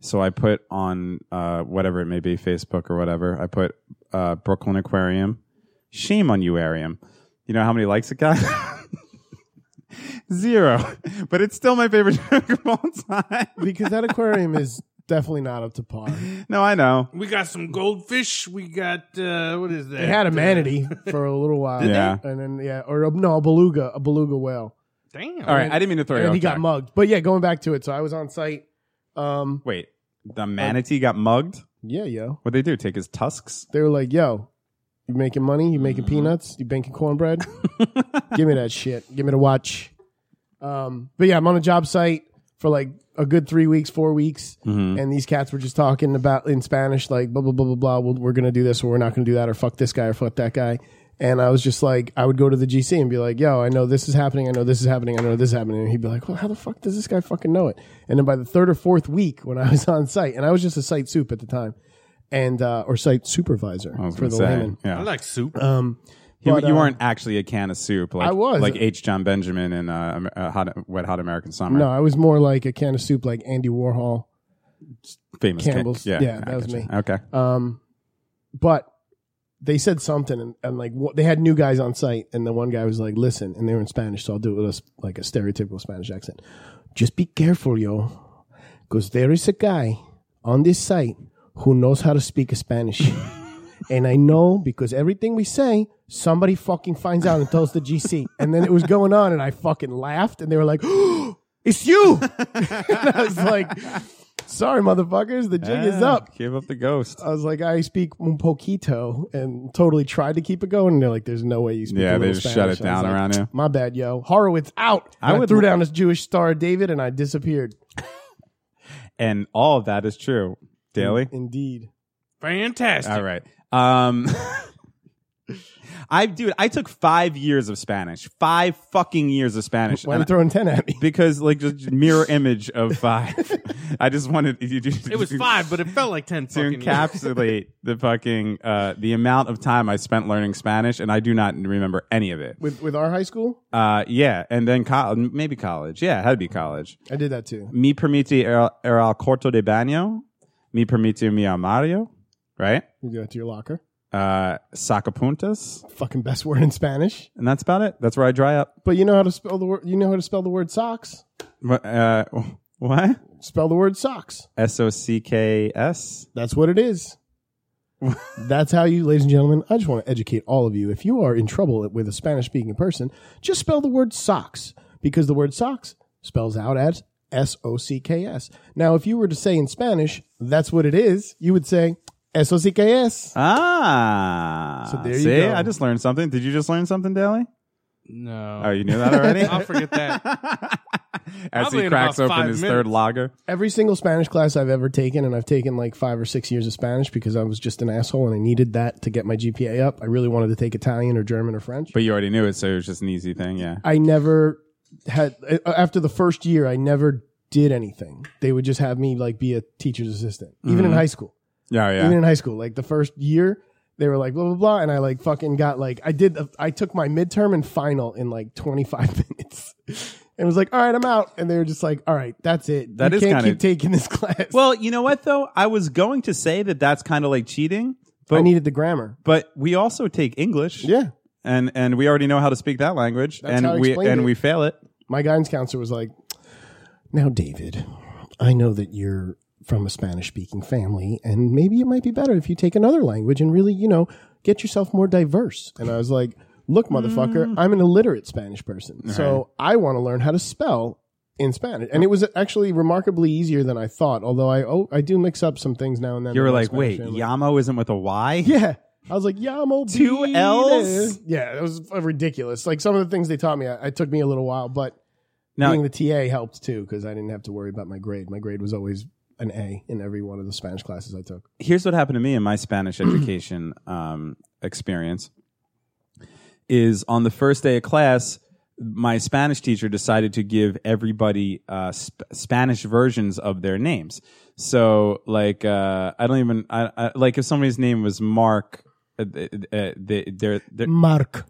B: So I put on uh, whatever it may be, Facebook or whatever. I put uh, Brooklyn Aquarium. Shame on you, Arium. You know how many likes it got? (laughs) Zero. But it's still my favorite (laughs) joke of all time.
D: Because that aquarium is (laughs) definitely not up to par.
B: No, I know.
E: We got some goldfish. We got uh, what is that?
D: It had a manatee for a little while.
B: Yeah.
D: And then yeah, or a, no, a beluga, a beluga whale.
E: Damn.
B: All right, I didn't mean to throw
D: And
B: you
D: then
B: off
D: he got
B: track.
D: mugged. But yeah, going back to it. So I was on site. Um,
B: Wait, the manatee got mugged.
D: yeah, yo.
B: What would they do? Take his tusks?
D: They were like, yo, you making money? You making
B: Mm-hmm.
D: peanuts? You
B: (laughs)
D: banking cornbread? Give me that shit. Give me the watch. Um, but yeah, I'm on a job site for like a good three weeks, four weeks.
B: Mm-hmm.
D: And these cats were just talking about in Spanish, like blah, blah, blah, blah, blah. We'll, we're going to do this or we're not going to do that or fuck this guy or fuck that guy. And I was just like, I would go to the GC and be like, yo, I know this is happening. I know this is happening. I know this is happening. And he'd be like, well, how the fuck does this guy fucking know it? And then by the third or fourth week when I was (laughs) on site, and I was just a site soup at the time and, uh, or site supervisor
B: I was
D: for
B: gonna
D: the
B: say,
D: layman.
E: I
B: yeah.
E: like soup.
B: You-
D: but,
B: you
D: uh,
B: weren't actually a can of soup. Like,
D: I was.
B: like H. John Benjamin in uh, Am- uh, Hot, Wet Hot American Summer.
D: No, I was more like a can of soup, like Andy Warhol.
B: famous can-
D: Campbell's.
B: Yeah,
D: Yeah,
B: I
D: that was
B: gotcha.
D: me.
B: Okay,
D: Um, but they said something, and, and like wh- they had new guys on site, and the one guy was like, "Listen," and they were in Spanish, so I'll do it with a, s- like a stereotypical Spanish accent. Just be careful, yo, because there is a guy on this site who knows how to speak Spanish, and I know because everything we say. Somebody fucking finds out and tells the GC. And then it was going on, and I fucking laughed, and they were like, It's you! (laughs) and I was like, Sorry, motherfuckers, the jig is
B: Ah,
D: up.
B: Give up the ghost.
D: I was like, I speak un poquito, and totally tried to keep it going. And they're like, "There's no way you speak."
B: Yeah,
D: a
B: they
D: little
B: just
D: Spanish.
B: shut it
D: I was
B: down
D: like,
B: around you.
D: My bad, yo. Horowitz out. I,
B: would-
D: threw down this Jewish star, David, and I disappeared.
B: and all of that is true.
D: (laughs)
B: Daily.
D: Indeed,
E: Fantastic.
B: All right. Um, (laughs) I dude, I took five years of Spanish. Five fucking years of Spanish.
D: why are
B: And
D: you throwing ten at me? (laughs)
B: because like just mirror image of five. (laughs) I just wanted you to,
E: It was five, but it felt like ten.
B: to
E: Fucking years.
B: encapsulate the fucking uh, the amount of time I spent learning Spanish, and I do not remember any of it.
D: With with our high school,
B: Uh, yeah, and then co- maybe college. Yeah, it had to be college.
D: I did that too.
B: Me permite el, el al corto de baño. Me permite mi armario. Right.
D: You do that to your locker.
B: Uh, sacapuntas,
D: Fucking best (laughs) word in Spanish.
B: and that's about it. That's where I dry up.
D: But you know how to spell the word. You know how to spell the word socks.
B: What- Uh, (laughs) what?
D: Spell the word socks.
B: S o c k s.
D: That's what it is. That's how you, ladies and gentlemen, I just want to educate all of you. If you are in trouble with a Spanish speaking person, just spell the word socks because the word socks spells out as S O C K S. Now, if you were to say in Spanish, that's what it is, you would say S O C K S.
B: Ah.
D: So there you
B: See,
D: go.
B: I just learned something. Did you just learn something, Daly?
E: (laughs) No.
B: Oh, you knew that already?
E: I'll forget that.
B: as
E: Probably
B: he
E: in
B: cracks
E: about
B: open
E: five
B: his
E: minutes.
B: third lager.
D: Every single Spanish class I've ever taken, and I've taken like five or six years of Spanish because I was just an asshole and I needed that to get my GPA up. I really wanted to take Italian or German or French.
B: But you already knew it, so it was just an easy thing. Yeah.
D: I never had a- after the first year. I never did anything. They would just have me like be a teacher's assistant, even in high school.
B: Yeah. Mm-hmm. Yeah.
D: Even in high school, like the first year, they were like blah blah blah, and I like fucking got like I did. uh, I took my midterm and final in like twenty five (laughs) minutes, and was like, all right, I'm out. And they were just like, all right, that's it.
B: That
D: you
B: is
D: can't
B: kinda-
D: keep taking this class.
B: Well, you know what though? I was going to say that that's kind of like cheating,
D: I
B: but
D: needed the grammar.
B: but we also take English.
D: Yeah.
B: And and we already know how to speak that language,
D: That's
B: and
D: how I
B: we
D: explained
B: and
D: it.
B: we fail it.
D: my guidance counselor was like, "Now, David, I know that you're from a Spanish-speaking family, and maybe it might be better if you take another language and really, you know, get yourself more diverse." And I was like, "Look,
B: Mm.
D: motherfucker, I'm an illiterate Spanish person, so I want to learn how to spell." In Spanish, and it was actually remarkably easier than I thought. Although I oh I do mix up some things now and then.
B: You
D: in
B: were
D: my
B: like,
D: Spanish
B: wait,
D: family."
B: Yamo isn't with a Y.
D: Yeah. I was like, Yamo
B: Two
D: beat
B: L's?
D: it. Yeah, it was uh, ridiculous. Like some of the things they taught me, I, it took me a little while, but
B: Now-
D: being the TA helped too because I didn't have to worry about my grade. My grade was always an A in every one of the Spanish classes I took.
B: here's what happened to me in my Spanish education um, experience is on the first day of class, my Spanish teacher decided to give everybody uh, sp- Spanish versions of their names. So, like, uh, I don't even I, I, like if somebody's name was Mark, uh, th- uh, they, they're, they're
D: Mark.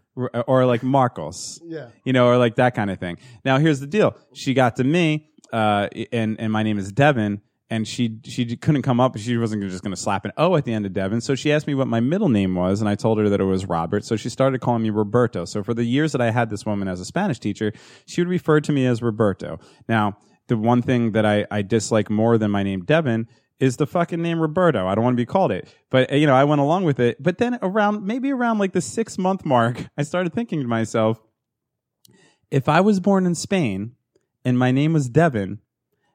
B: or like Marcos
D: Yeah.
B: you know, or like that kind of thing. Now, here's the deal: she got to me, uh, and and my name is Devin, and she she couldn't come up. She wasn't just going to slap an O at the end of Devin, so she asked me what my middle name was, and I told her that it was Robert. So she started calling me Roberto. So for the years that I had this woman as a Spanish teacher, she would refer to me as Roberto. Now, the one thing that I I dislike more than my name Devin. Is the fucking name Roberto? I don't want to be called it, but uh, you know I went along with it. But then around maybe around like the six month mark, I started thinking to myself, if I was born in Spain and my name was Devin,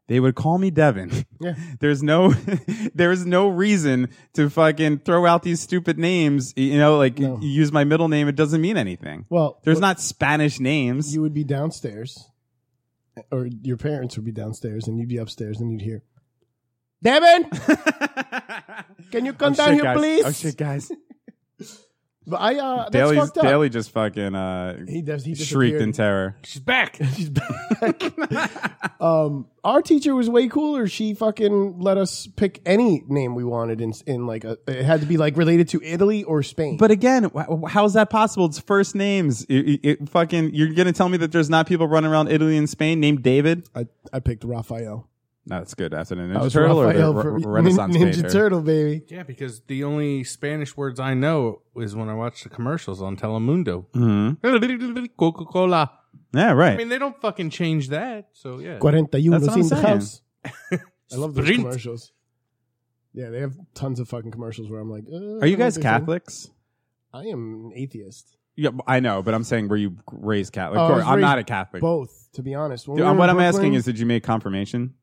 B: they would call me
D: (laughs)
B: Devin.
D: Yeah.
B: There's no (laughs) there's no reason to fucking throw out these stupid names, y- you know, like
D: No.
B: you use my middle name it doesn't mean anything.
D: Well,
B: There's
D: wh-
B: not Spanish names.
D: You would be downstairs, or your parents would be downstairs, and you'd be upstairs, and you'd hear, (laughs) Devin, can you come
B: Oh,
D: down
B: shit,
D: here,
B: guys.
D: please?
B: Oh shit, (laughs) guys.
D: But I uh, that's
B: Daly's,
D: fucked up.
B: Daly just fucking uh,
D: He does. He
B: shrieked
D: disappeared.
B: in terror.
E: She's back.
D: (laughs) She's back. um, our teacher was way cooler. She fucking let us pick any name we wanted in, in like a, it had to be like related to Italy or Spain.
B: But again, wh- wh- how is that possible? It's first names. It- it- it fucking, you're gonna tell me that there's not people running around Italy and Spain named David?
D: I, I picked Raphael.
B: No, that's good. After the
D: I
B: Ninja
D: Uh, was
B: Turtle or the
D: Raphael
B: Re-
D: for-
B: Re- Renaissance
D: (laughs) Ninja
B: painter?
D: Turtle, baby.
E: Yeah, because the only Spanish words I know is when I watch the commercials on Telemundo.
B: Mhm.
D: Mm-hmm.
E: Coca Cola.
B: Yeah,
E: I
B: right.
E: mean, they don't fucking change that. So yeah,
D: Cuarenta
B: That's what I'm
D: in the
B: saying.
D: house. I love those
E: Sprint.
D: commercials. Yeah, they have tons of fucking commercials where I'm like, uh,
B: Are you
D: I
B: guys
D: don't think so.
B: Catholics?
D: I am an atheist.
B: Yeah, I know, but I'm saying were you raised Catholic?
D: Oh, I
B: Of course,
D: was
B: I'm
D: raised
B: not a Catholic.
D: Both, to be honest. When
B: Dude,
D: we were
B: what
D: in
B: I'm asking
D: Brooklyn,
B: is, did you make confirmation?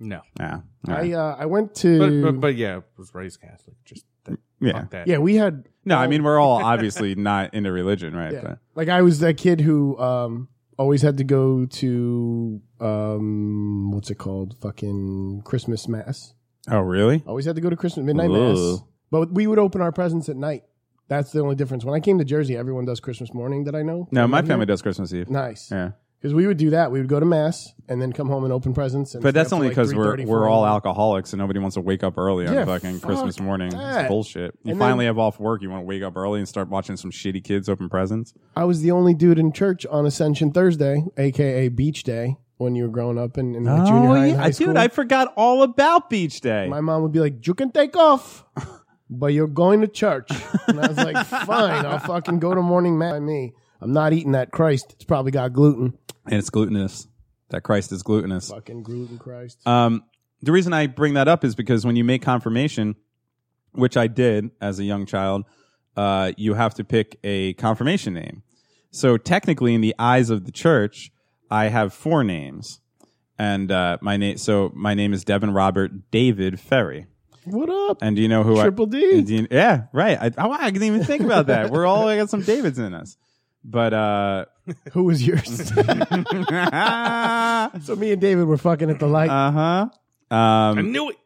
E: no.
B: Yeah.
D: I
B: Alright.
D: uh, I went to
E: But, but but yeah, I was raised Catholic. Just that,
B: yeah.
E: fuck that.
D: yeah, we had
B: No, I
D: all-
B: mean we're
D: (laughs)
B: all obviously not into religion, right?
D: Yeah.
B: But-
D: Like I was that kid who um always had to go to um what's it called? Fucking Christmas mass.
B: Oh, really?
D: Always had to go to Christmas midnight
B: Ugh.
D: mass. But we would open our presents at night. That's the only difference. When I came to Jersey, everyone does Christmas morning that I know.
B: No,
D: Everyone
B: my
D: here.
B: family does Christmas Eve.
D: Nice.
B: Yeah,
D: Because we would do that. We would go to mass and then come home and open presents. And
B: but
D: stay
B: that's
D: up till,
B: only
D: like,
B: because
D: 3:30,
B: we're we're all
D: 4:00.
B: alcoholics and nobody wants to wake up early on
D: Yeah,
B: fucking
D: fuck
B: Christmas morning. It's
D: that.
B: bullshit. You
D: And then-
B: finally have off work. You want to wake up early and start watching some shitty kids open presents.
D: I was the only dude in church on Ascension Thursday, aka Beach Day, when you were growing up in, in like junior high and high school.
B: Oh, dude, I forgot all about Beach Day.
D: my mom would be like, "You can take
B: (laughs)
D: off, but you're going to church." And I was like, "Fine, I'll fucking go to morning mass." By me, I'm not eating that Christ. It's probably got gluten.
B: and it's glutinous. That Christ is glutinous.
D: Fucking gluten Christ.
B: Um, the reason I bring that up is because when you make confirmation, which I did as a young child, uh, you have to pick a confirmation name. So technically, in the eyes of the church, I have four names, and uh, my name. So my name is Devin Robert David Ferry.
D: what up?
B: And do you know who I-
D: Triple D.
B: and do you- yeah, right. I, oh, wow, I didn't even think about that. We're all I got some Davids in us. But uh, (laughs)
D: Who was yours? (laughs)
B: uh
D: so me and David were fucking at the light.
B: huh.
E: I
B: uh-huh. Um,
E: knew it.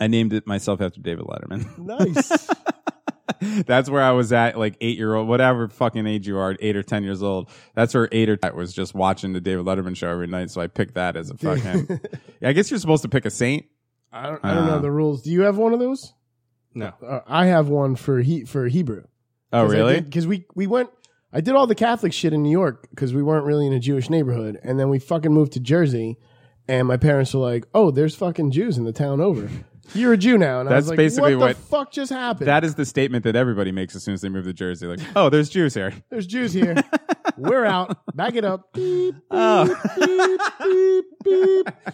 B: I named it myself after David Letterman. (laughs)
D: nice.
B: That's where I was at, like eight year old, whatever fucking age you are, eight or ten years old. That's where eight or I was just watching the David Letterman show every night. So I picked that as a fucking. Yeah, I guess you're supposed to pick a saint.
D: (laughs) I don't, I don't
B: Uh.
D: know the rules. Do you have one of those?
E: No.
D: Uh, I have one for he for Hebrew.
B: Oh, really?
D: Because we we went. I did all the Catholic shit in New York because we weren't really in a Jewish neighborhood, and then we fucking moved to Jersey, and my parents were like, "Oh, there's fucking Jews in the town over. You're a Jew now." And I was
B: That's
D: like,
B: basically
D: what,
B: what-
D: the fuck just happened?
B: That is the statement that everybody makes as soon as they move to Jersey. Like, oh, there's Jews here.
D: there's Jews here. we're out. Back it up. Beep,
B: Oh.
D: beep, beep, beep.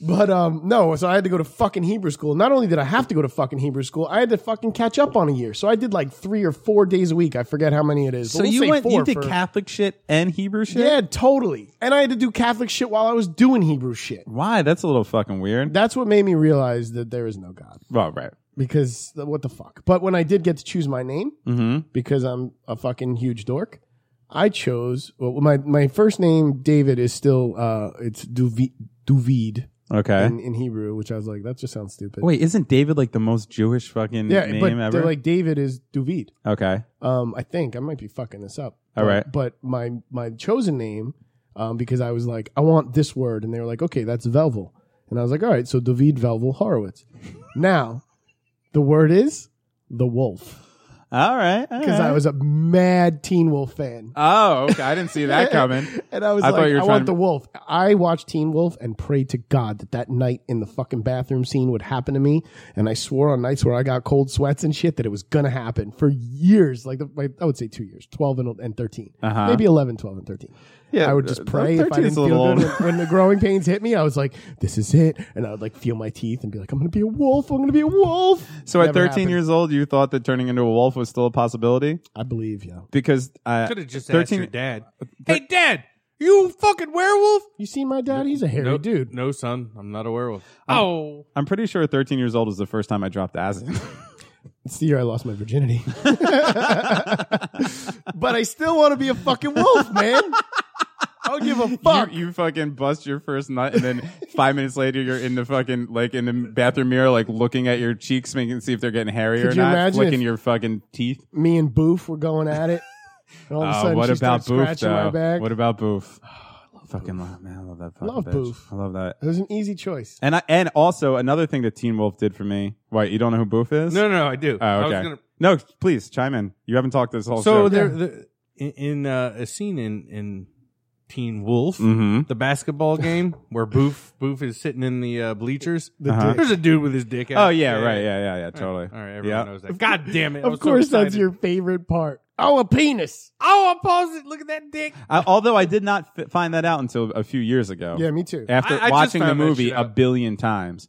D: But um no, so I had to go to fucking Hebrew school. Not only did I have to go to fucking Hebrew school, I had to fucking catch up on a year. So I did like three or four days a week. I forget how many it is. but
B: So
D: we'll
B: you
D: say
B: went,
D: four
B: you did
D: for-
B: Catholic shit and Hebrew shit.
D: Yeah, totally. And I had to do Catholic shit while I was doing Hebrew shit.
B: Why? That's a little fucking weird.
D: That's what made me realize that there is no God
B: well, right.
D: because th- what the fuck. But when I did get to choose my name
B: Mm-hmm.
D: because I'm a fucking huge dork, I chose well, my my first name David is still uh it's Duvi, Duvid
B: Okay.
D: in, in Hebrew, which I was like that just sounds stupid.
B: Eh? Wait, isn't David like the most Jewish fucking
D: yeah,
B: name
D: but
B: ever?
D: they're like David is Duvid.
B: okay.
D: Um, I think I might be fucking this up.
B: All
D: But-
B: right.
D: But my my chosen name, um, because I was like, I want this word, and they were like, okay, that's Velvel, and I was like, all right, so David Velvel
B: (laughs)
D: Horowitz. now, the word is the wolf
B: All right. all
D: because I
B: right.
D: was a mad Teen Wolf fan.
B: Oh, okay. I didn't see
D: (laughs)
B: that coming.
D: And I was
B: I thought
D: like,
B: you were
D: I
B: trying
D: want
B: to-
D: the wolf. I watched Teen Wolf and prayed to God that that night in the fucking bathroom scene would happen to me. And I swore on nights where I got cold sweats and shit that it was gonna happen for years. Like, the, like I would say two years, 12 and, and 13.
B: Uh-huh.
D: Maybe 11, 12, and 13.
B: Yeah,
D: I would just pray if I
B: 13
D: didn't
B: is a
D: feel
B: little
D: good.
B: old.
D: When, when the growing pains hit me, I was like, this is it. And I would like feel my teeth and be like, I'm gonna be a wolf. I'm gonna be a wolf.
B: So at
D: Never
B: 13
D: happened.
B: years old, you thought that turning into a wolf was still a possibility
D: I believe, yeah.
B: because uh,
E: Could have just 13, asked
B: 13
E: your dad.
D: Uh,
E: Hey, dad, you a fucking werewolf?
D: You see my dad? He's a hairy
E: No,
D: dude.
E: No, son, I'm not a werewolf. Oh,
B: I'm pretty sure 13 years old was the first time I dropped acid. (laughs)
D: It's the year I lost my virginity. but I still want to be a fucking wolf, man. I don't
E: (laughs)
D: give a fuck.
B: You, you fucking bust your first nut, and then five minutes later, you're in the fucking like in the bathroom mirror, like looking at your cheeks, making see if they're getting hairy
D: Could
B: or
D: you
B: not,
D: imagine if-
B: flicking your fucking teeth.
D: Me and Boof were going at it. And all of a
B: Oh,
D: sudden,
B: what
D: she
B: about
D: starts
B: Boof
D: scratching my
B: though?
D: back.
B: What about Boof? (sighs) fucking love, man, I love that. Fucking
D: Love
B: bitch.
D: Boof.
B: I love that.
D: it was an easy choice.
B: And I, and also another thing that Teen Wolf did for me. Wait, you don't know who Boof is?
E: no, no, no, I do.
B: Oh,
E: I
B: okay.
E: was gonna-
B: No, please chime in. You haven't talked this whole
E: so
B: show.
E: there, there- in, in uh, a scene in in Teen Wolf,
D: Mm. Mm-hmm.
B: Mhm.
E: the basketball game where Boof Boof is sitting in the uh, bleachers.
D: The
B: Uh-huh.
D: dick.
E: There's a dude with his dick out.
B: Oh yeah, right, yeah, yeah, yeah, totally.
E: All right, everyone
B: yeah.
E: knows that. God damn it! I was
D: Of
E: so
D: course, that's
E: excited.
D: your favorite part. Oh, a penis.
E: Oh, I paused it. Look at that dick.
B: I, although I did not fi- find that out until a few years ago.
D: Yeah, me too.
B: after
E: I- I just
B: watching the
E: found that
B: movie
E: shit
B: a
E: out.
B: billion times.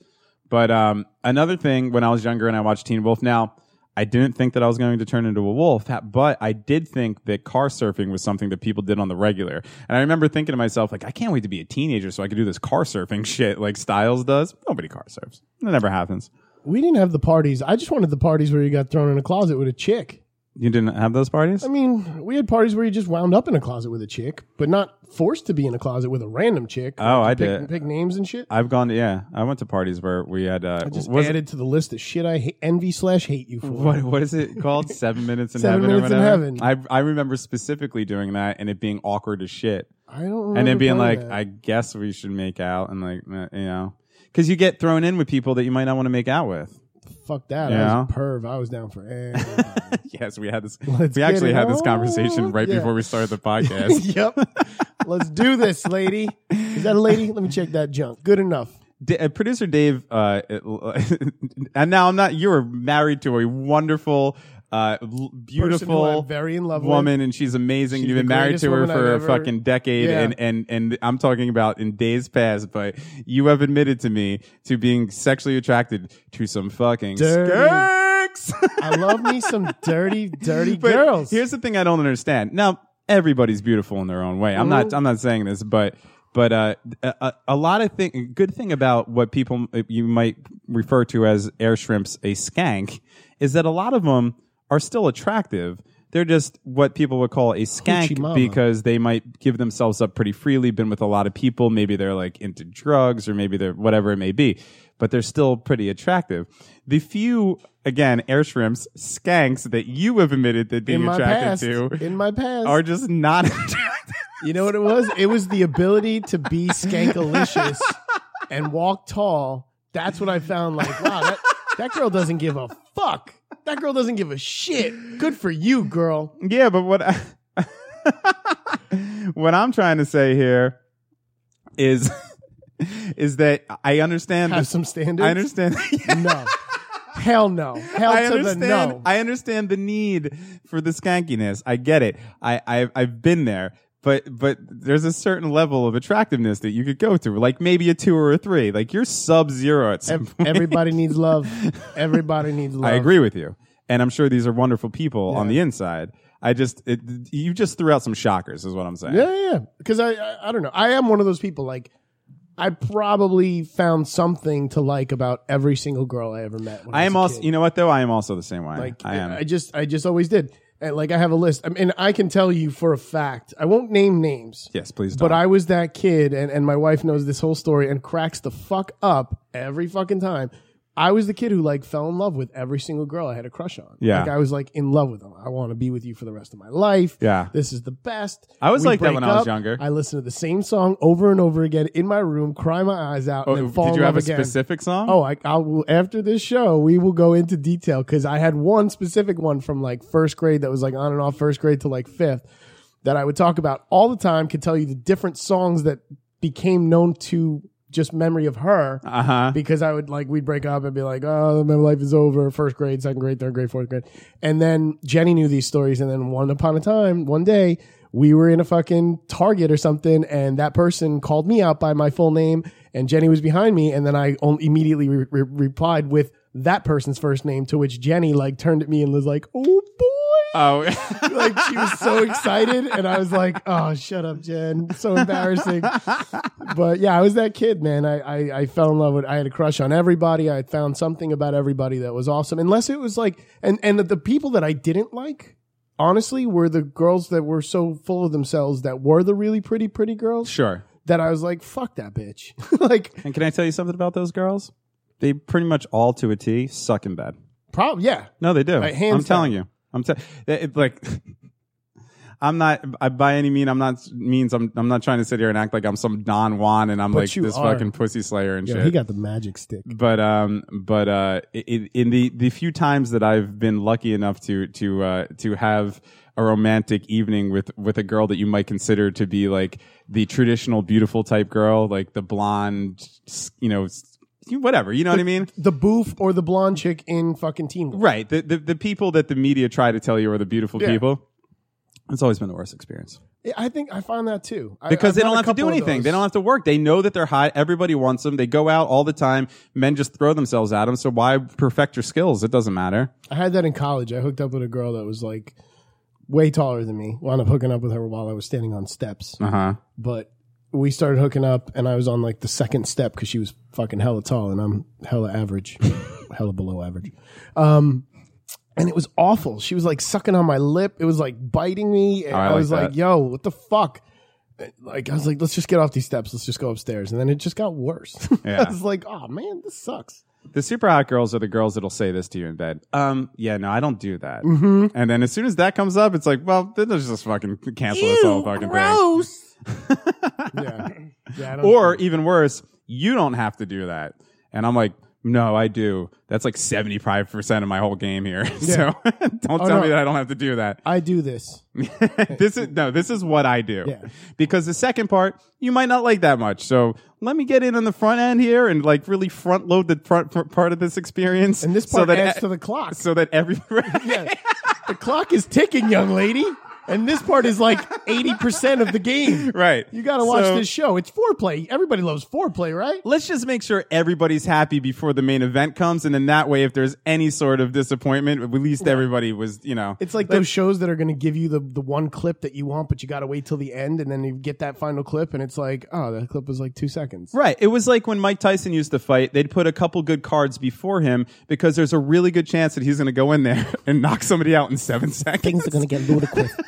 B: But um, another thing, when I was younger and I watched Teen Wolf, now I didn't think that I was going to turn into a wolf, ha- but I did think that car surfing was something that people did on the regular. And I remember thinking to myself, like, I can't wait to be a teenager so I could do this car surfing (laughs) shit like Styles does. Nobody car surfs. It never happens.
D: We didn't have the parties. I just wanted the parties where you got thrown in a closet with a chick.
B: You didn't have those parties?
D: I mean, we had parties where you just wound up in a closet with a chick, but not forced to be in a closet with a random chick.
B: Oh, I
D: Like, to pick,
B: did.
D: Pick names and shit.
B: I've gone to yeah. I went to parties where we had uh,
D: I just
B: was it-
D: added to the list of shit I hate, envy slash hate you for.
B: what what is it
D: (laughs)
B: called? Seven minutes in
D: Seven
B: heaven.
D: Minutes in
B: or whatever?
D: Heaven.
B: I I remember specifically doing that and it being awkward as shit.
D: I don't. Remember
B: and then being like,
D: playing that.
B: I guess we should make out, and like, eh, you know, because you get thrown in with people that you might not want to make out with. (laughs)
D: fuck that. I
B: Yeah.
D: was a perv. I was down for everything.
B: Yes, we had this.
D: Let's
B: we
D: get
B: actually
D: it
B: had this
D: on.
B: conversation right
D: Yeah.
B: before we
D: (laughs)
B: started the podcast.
D: yep. Let's do this, lady. Is that a lady? Let me check that junk. Good enough.
B: D- uh, Producer Dave, uh, (laughs) it- and now I'm not. You were married to a wonderful. Uh, l-
D: Person who
B: beautiful,
D: I'm very in love with.
B: woman, and she's amazing.
D: She's
B: You've been
D: the
B: married
D: greatest
B: to her
D: woman
B: for a
D: I've ever-
B: fucking decade,
D: Yeah.
B: and and and I'm talking about in days past. But you have admitted to me to being sexually attracted to some fucking (laughs)
D: Dirty.
B: skanks.
D: I love me some dirty, dirty
B: But
D: girls.
B: Here's the thing I don't understand. Now everybody's beautiful in their own way. I'm not. I'm not saying this, but but uh, a, a- a lot of thing. a Good thing about what people uh, you might refer to as air shrimps, a skank, is that a lot of them are still attractive. They're just what people would call a
D: Hoochie
B: skank
D: mama.
B: because they might give themselves up pretty freely, been with a lot of people. Maybe they're like into drugs or maybe they're whatever it may be, but they're still pretty attractive. The few, again, air shrimps, skanks that you have admitted that being
D: in my past,
B: attracted to
D: in my past,
B: are just not (laughs) attractive.
D: you know what it was? It was the ability to
B: (laughs)
D: be skankalicious and walk tall. That's what I found. Like, wow, that, that girl doesn't give a fuck. That girl doesn't give a shit. Good for you, girl.
B: Yeah, but what (laughs) I, what I'm trying to say here is (laughs) is that I understand.
D: Have
B: the-
D: some standards.
B: I understand. (laughs)
D: No. Hell no. Hell
B: I
D: to
B: understand.
D: the no.
B: I understand the need for the skankiness. I get it. I, I I've been there. But but there's a certain level of attractiveness that you could go to, like maybe a two or a three. Like you're sub zero at some
D: Ev-
B: point.
D: Everybody needs love. Everybody needs love.
B: I agree with you, and I'm sure these are wonderful people on the inside. I just it, you just threw out some shockers, is what I'm saying.
D: Yeah, yeah. Because I, I, I don't know. I am one of those people. Like, I probably found something to like about every single girl I ever met. when
B: I
D: was
B: am
D: a
B: also,
D: kid.
B: you know what though? I am also the same way.
D: Like
B: I am.
D: just I just always did. And like I have a list. I mean I can tell you for a fact. I won't name names.
B: yes, please. Don't.
D: But I was that kid and, and my wife knows this whole story and cracks the fuck up every fucking time. I was the kid who like fell in love with every single girl I had a crush on.
B: Yeah.
D: Like I was like in love with them. I want to be with you for the rest of my life.
B: Yeah.
D: This is the best.
B: I was
D: We
B: like that
D: break
B: when I was
D: up.
B: younger.
D: I listened to the same song over and over again in my room, cry my eyes out,
B: Oh,
D: and then fall
B: did
D: in
B: you
D: love
B: have a
D: again.
B: specific song?
D: Oh, I, I will. After this show, we will go into detail because I had one specific one from like first grade that was like on and off first grade to like fifth that I would talk about all the time. Could tell you the different songs that became known to just memory of her
B: uh
D: (laughs)
B: huh.
D: because I would like we'd break up and be like, oh, my life is over. First grade, second grade, third grade, fourth grade, and then Jenny knew these stories. And then one upon a time, one day we were in a fucking Target or something, and that person called me out by my full name, and Jenny was behind me, and then I on- immediately re- re- replied with that person's first name, to which Jenny like turned at me and was like, oh boy.
B: Oh,
D: Like she was so excited, and I was like, "Oh, shut up, Jen! So embarrassing." but yeah, I was that kid, man. I, I, I fell in love with. I had a crush on everybody. I had found something about everybody that was awesome. Unless it was like, and and the, the people that I didn't like, honestly, were the girls that were so full of themselves that were the really pretty, pretty girls
B: sure.
D: that I was like, fuck that bitch. (laughs) like,
B: And can I tell you something about those girls? They pretty much all to a T suck in bed.
D: prob yeah,
B: No, they do.
D: Right, hands
B: I'm telling you. I'm te- it- it- like. (laughs) I'm not I, by any mean. I'm not means. I'm. I'm not trying to sit here and act like I'm some Don Juan and I'm
D: But
B: like
D: you
B: this
D: are.
B: fucking pussy slayer and
D: yeah.
B: shit.
D: He got the magic stick.
B: but um but uh i- i in the the few times that i've been lucky enough to to uh to have a romantic evening with with a girl that you might consider to be like the traditional beautiful type girl like the blonde s- you know s- whatever you know what i mean
D: The boof or the blonde chick in fucking Teen Wolf.
B: right the, the the people that the media try to tell you are the beautiful
D: Yeah.
B: people it's always been the worst experience
D: I think I found that too I-
B: because
D: I've
B: they
D: done
B: don't
D: a
B: have to do
D: couple of
B: anything. They
D: those.
B: don't have to work. They know that they're hot. Everybody wants them. They go out all the time. Men just throw themselves at them. So why perfect your skills? It doesn't matter.
D: I had that in college. I hooked up with a girl that was like way taller than me. Wound up hooking up with her while I was standing on steps.
B: Uh huh.
D: But we started hooking up, and I was on like the second step because she was fucking hella tall, and I'm hella
B: (laughs)
D: average, hella below average. Um, and it was awful. She was like sucking on my lip. It was like biting me. And
B: Oh, I
D: I,
B: like
D: was like,
B: that.
D: "Yo, what the fuck." Like I was like, let's just get off these steps. Let's just go upstairs, and then it just got worse. (laughs)
B: Yeah.
D: I was like, oh man, this sucks.
B: The super hot girls are the girls that'll say this to you in bed. Um, yeah, no, I don't do that.
D: Mm-hmm.
B: And then as soon as that comes up, it's like, well, then let's just fucking cancel this whole fucking
E: gross.
D: Yeah, (laughs) yeah. I
B: thing.
D: don't-
B: Or even worse, you don't have to do that. And I'm like, no, I do. That's like 75% of my whole game here. (laughs) So don't tell
D: Oh, no.
B: me that I don't have to do that. (laughs)
D: I do this.
B: this is no, this is what I do.
D: Yeah.
B: Because the second part, you might not like that much. So let me get in on the front end here and like really front load the front, front part of this experience.
D: And this
B: so
D: part
B: that
D: adds
B: e- (laughs)
D: to the clock.
B: so that every
D: Yeah. the clock is ticking, young lady. and this part
G: (laughs)
D: is like 80% of the game.
B: Right.
D: You got to watch
B: So-
D: this show. It's foreplay. Everybody loves foreplay, right?
B: Let's just make sure everybody's happy before the main event comes, and then that way, if there's any sort of disappointment, at least everybody was, you know,
D: It's like those shows that are going to give you the, the one clip that you want, but you got to wait till the end, and then you get that final clip, and it's like, oh, that clip was like two seconds.
B: Right. It was like when Mike Tyson used to fight, they'd put a couple good cards before him because there's a really good chance that he's going to go in there (laughs) and knock somebody out in seven seconds.
G: Things are going to get ludicrous.
D: (laughs)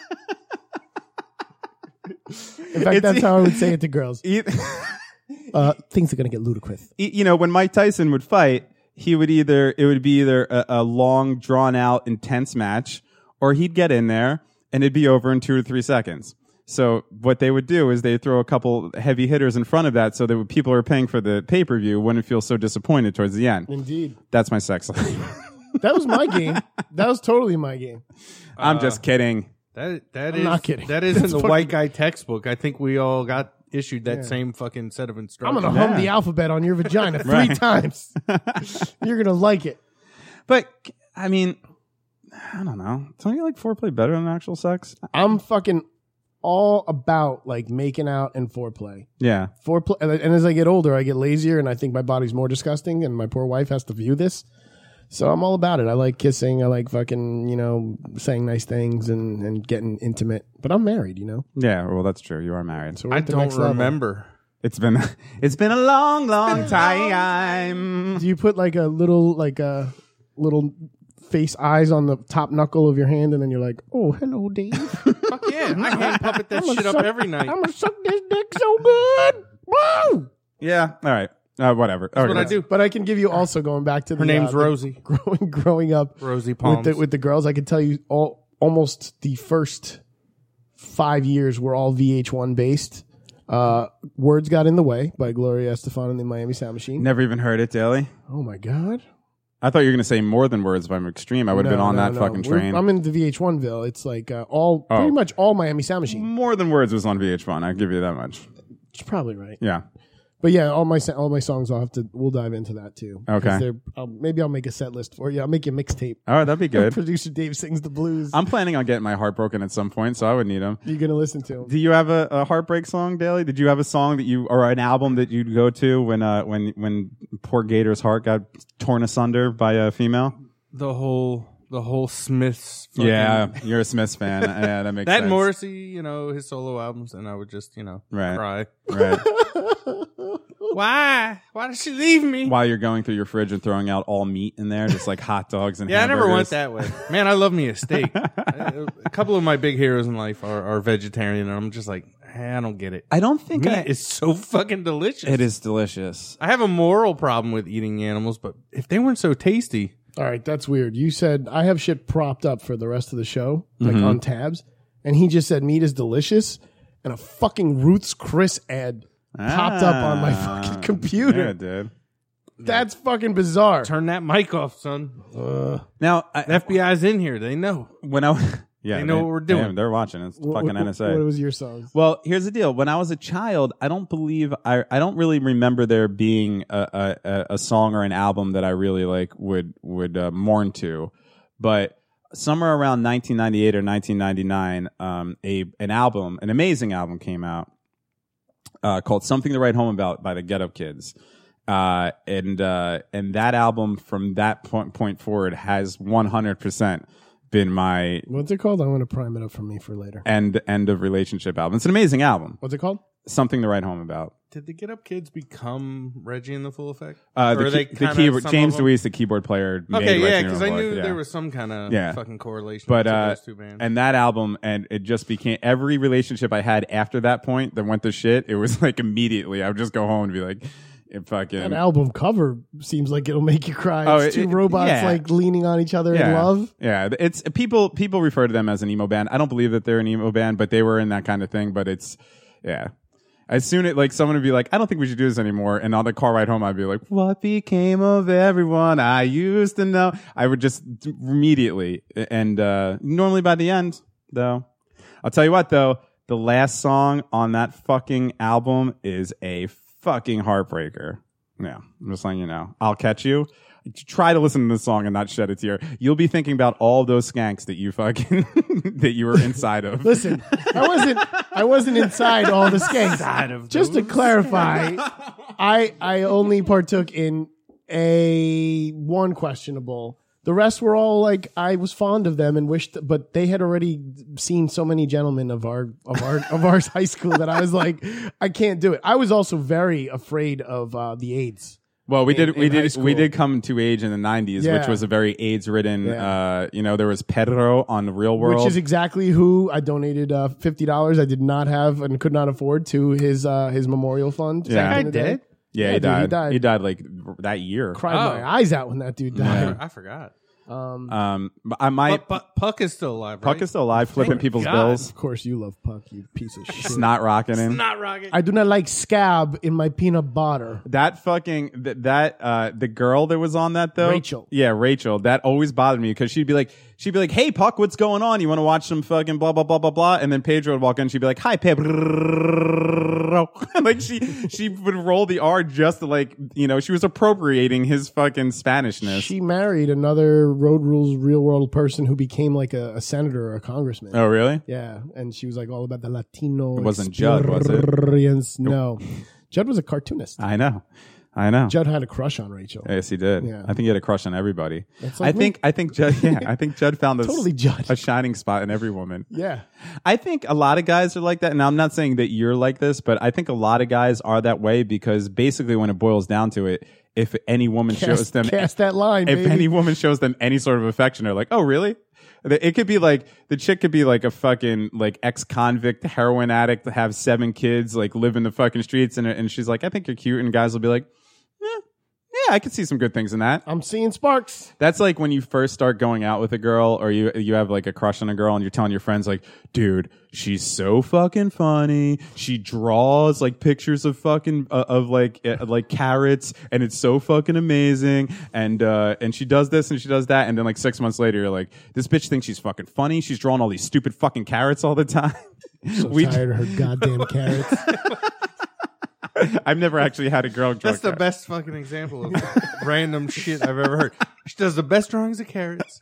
D: In fact, that's how I would say it to girls.
B: E-
G: Uh, things are going to get ludicrous.
B: e- you know, when Mike Tyson would fight, he would either, it would be either a, a long, drawn out, intense match, or he'd get in there and it'd be over in two or three seconds. So what they would do is they throw a couple heavy hitters in front of that so that when people who are paying for the pay per view wouldn't feel so disappointed towards the end.
D: Indeed.
B: That's my sex life. (laughs)
D: That was my game. That was totally my game.
B: I'm just kidding.
E: That that
D: I'm
E: is-
D: not kidding. (laughs)
E: That is in
D: That's
E: the
D: fucking-
E: white guy textbook. I think we all got issued that same fucking set of
D: I'm
E: instructions.
D: going to hum the alphabet on your
E: (laughs)
D: vagina three
B: Right.
D: times. (laughs) You're going to like it.
B: But I mean, I don't know. Don't you like foreplay better than actual sex?
D: I'm fucking all about like making out and foreplay.
B: Yeah.
D: Foreplay, and and as I get older, I get lazier, and I think my body's more disgusting, and my poor wife has to view this. So I'm all about it. I like kissing. I like fucking, you know, saying nice things and, and getting intimate. But I'm married, you know.
B: Yeah. Well, that's true. You are married.
D: So
E: I
D: at the
E: don't
D: next level.
E: remember.
B: It's been (laughs) it's been a long, long time.
D: Do you put like a little like a little face eyes on the top knuckle of your hand, and then you're like, "Oh, hello, Dave.
E: Fuck yeah, I hand puppet that
D: I'm
E: shit up
D: suck-
E: every night.
D: I'm gonna suck this dick so good." Woo!
B: Yeah. All right. Uh, whatever. That's
E: what I do.
D: But I can give you also going back to the
E: Her name's
D: uh, the
E: Rosie.
D: (laughs) growing growing up
E: Rosie
D: with
E: Palms.
D: the, with the girls, I could tell you all almost the first five years were all VH1 based. Uh, Words got in the way by Gloria Estefan and the Miami Sound Machine.
B: Never even heard it, Daily.
D: Oh my God!
B: I thought you were going to say more than words by Extreme. I would have
D: No,
B: been on
D: no,
B: that
D: no.
B: fucking
D: We're-
B: train.
D: I'm in the VH1ville. It's like uh, all
B: Oh.
D: pretty much all Miami Sound Machine.
B: more than words was on VH1. I'll give you that much.
D: She's probably right.
B: Yeah.
D: But yeah, all my sa- all my songs. I'll have to. We'll dive into that too. 'Cause
B: Okay.
D: they're- I'll, maybe I'll make a set list for you. I'll make you a mixtape.
B: All right. That'd
E: (laughs)
B: be good.
D: Producer Dave sings the blues.
B: I'm planning on getting my heart broken at some point, so I would need them.
D: You're gonna listen to 'em.
B: Do you have a, a heartbreak song, Daly? Did you have a song that you or an album that you'd go to when uh, when when poor Gator's heart got torn asunder by a female?
E: the whole the whole Smiths. fucking-
B: Yeah,
E: (laughs)
B: you're a Smiths fan. yeah, that makes
E: That
B: sense.
E: and Morrissey, you know, his solo albums, and I would just, you know,
B: Right.
E: cry.
D: (laughs)
B: Right.
E: Why? Why did she leave me?
B: While you're going through your fridge and throwing out all meat in there, just like hot dogs and
E: Yeah, I never went
B: hamburgers.
E: that way. Man, I love me a steak.
B: (laughs)
E: a a couple of my big heroes in life are, are vegetarian, and I'm just like, "Eh, I don't get it.
B: I don't think I,
E: Meat is so fucking delicious.
B: it is delicious.
E: I have a moral problem with eating animals, but if they weren't so tasty,
D: All right, that's weird. You said I have shit propped up for the rest of the show, like
B: Mm-hmm.
D: on tabs, and he just said meat is delicious, and a fucking Roots Chris ad popped up on my
B: Ah,
D: fucking
B: Yeah,
D: computer.
B: dude.
D: that's fucking bizarre.
E: turn that mic off, son.
B: Now, I,
E: FBI's in here. They know.
B: when I yeah,
E: They know what we're doing.
B: damn, they're watching. It's
D: What-
B: fucking
D: what-
B: NSA.
D: What was your song?
B: Well, here's the deal. When I was a child, I don't believe I I don't really remember there being a a, a- a song or an album that I really like would would uh, mourn to, but somewhere around 1998 or 1999, um, a an album, an amazing album came out uh, called "Something to Write Home About" by the Get Up Kids, uh, and uh, and that album from that point point forward has 100 percent been my
D: What's it called? I want to prime it up for me for later.
B: end end of relationship album. It's an amazing album
D: What's it called?
B: something to write home about.
E: Did the Get Up Kids become Reggie in the Full Effect?
B: Uh, the,
E: Or are
B: key,
E: they
B: the
E: kinda
B: keyboard,
E: some of
B: James
E: them?
B: Deweese, the keyboard player. made
E: Okay, yeah,
B: Lightning
E: because
B: Roulette,
E: I knew
B: yeah.
E: there was some kind of
B: Yeah.
E: fucking correlation
B: But
E: between
B: uh,
E: those two bands.
B: and that album, and it just became every relationship I had after that point that went to shit. It was like immediately, I would just go home and be like, it
D: An
B: fucking.
D: album cover seems like it'll make you cry.
B: Oh,
D: it's
B: it-
D: two
B: it-
D: robots
B: yeah.
D: like leaning on each other in
B: yeah,
D: love.
B: yeah. It's people. People refer to them as an emo band. I don't believe that they're an emo band, but they were in that kind of thing. But it's, yeah. As soon as like someone would be like, I don't think we should do this anymore, and on the car ride home, I'd be like, What became of everyone I used to know? I would just immediately, and uh, normally by the end, though, I'll tell you what though, the last song on that fucking album is a fucking heartbreaker. Yeah, I'm just letting you know. I'll catch you. try to listen to this song and not shed a tear. You'll be thinking about all those skanks that you fucking (laughs) that you were inside of.
D: (laughs) Listen, I wasn't I wasn't inside all
B: (laughs)
D: the skanks.
E: Side of
D: Just to
E: those.
D: clarify, I I only partook in a one questionable. The rest were all like I was fond of them and wished, but they had already seen so many gentlemen of our of our of our (laughs) high school that I was like, I can't do it. I was also very afraid of uh, the AIDS.
B: Well, we did
D: in
B: we
D: high
B: did
D: school.
B: we did come to age in the '90s,
D: Yeah.
B: which was a very AIDS-ridden.
D: Yeah.
B: Uh, you know, there was Pedro on the Real World.
D: Which is exactly who I donated uh, fifty dollars. I did not have and could not afford to his uh, his memorial fund.
B: Yeah.
D: back in
E: That
D: the
E: guy
D: day.
E: dead?
B: yeah, he,
D: dude,
B: died.
D: He died.
B: He died like that year.
D: Cried
E: Oh.
D: my eyes out when that dude died.
E: I forgot.
D: Um,
B: Um, but I might.
E: But, but Puck is still alive, right?
B: Puck is still alive, flipping
E: Thank
B: people's
E: God.
B: bills,
D: of course, you love Puck, you piece of shit.
B: snot rocking him.
E: not Rocket.
D: I do not like scab in my peanut butter.
B: That fucking th- that uh the girl that was on that though
D: Rachel.
B: yeah Rachel that always bothered me because she'd be like she'd be like hey Puck what's going on you want to watch some fucking blah blah blah blah blah and then Pedro would walk in she'd be like hi Pedro (laughs) like she she would roll the R just to like you know she was appropriating his fucking Spanishness
D: She married another Road Rules real world person who became like a, a senator or a congressman.
B: oh really
D: Yeah, and she was like all about the Latino.
B: It wasn't Judd, was it?
D: experience. No, Judd was a cartoonist.
B: I know I know
D: Judd had a crush on Rachel.
B: yes he did
D: Yeah.
B: I think he had a crush on everybody
D: That's like
B: I think I think Judd (laughs) yeah I think Judd found a,
D: Totally Judd.
B: a shining spot in every woman
D: Yeah,
B: I think a lot of guys are like that. And I'm not saying that you're like this, but I think a lot of guys are that way because basically when it boils down to it, if any woman shows
D: cast,
B: them
D: cast that
B: (laughs)
D: line,
B: if
D: baby.
B: any woman shows them any sort of affection, they're like, "Oh, really?" The- It could be like the chick could be like a fucking like ex convict heroin addict, have seven kids, like live in the fucking streets, and and she's like, "I think you're cute," and guys will be like, "Yeah, yeah, I could see some good things in that."
D: I'm seeing sparks.
B: That's like when you first start going out with a girl or you you have like a crush on a girl and you're telling your friends like, "Dude, she's so fucking funny. She draws like pictures of fucking uh, of like uh, like carrots and it's so fucking amazing and uh and she does this and she does that and then like 6 months later you're like, "This bitch thinks she's fucking funny. She's drawing all these stupid fucking carrots all the time." (laughs)
D: So tired of her goddamn carrots.
B: I've never actually had a girl draw
E: That's the
B: carrots.
E: best fucking example of random shit I've ever heard. She does the best drawings of carrots.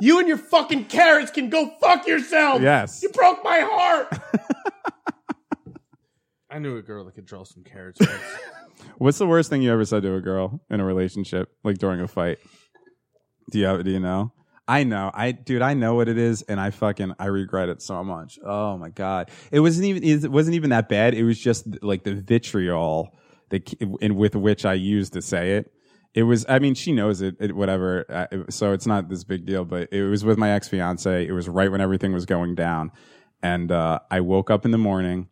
D: you and your fucking carrots can go fuck yourself.
B: Yes.
D: broke my heart.
E: I knew a girl that could draw some carrots. (laughs) once.
B: What's the worst thing you ever said to a girl in a relationship, like during a fight? Do you have, do you know? I know, I dude, I know what it is, and I fucking I regret it so much. Oh my god, it wasn't even it wasn't even that bad. It was just like the vitriol that and with which I used to say it. It was, I mean, she knows it, it whatever. Uh, it- so it's not this big deal, but it was with my ex fiance. It was right when everything was going down, and uh, I woke up in the morning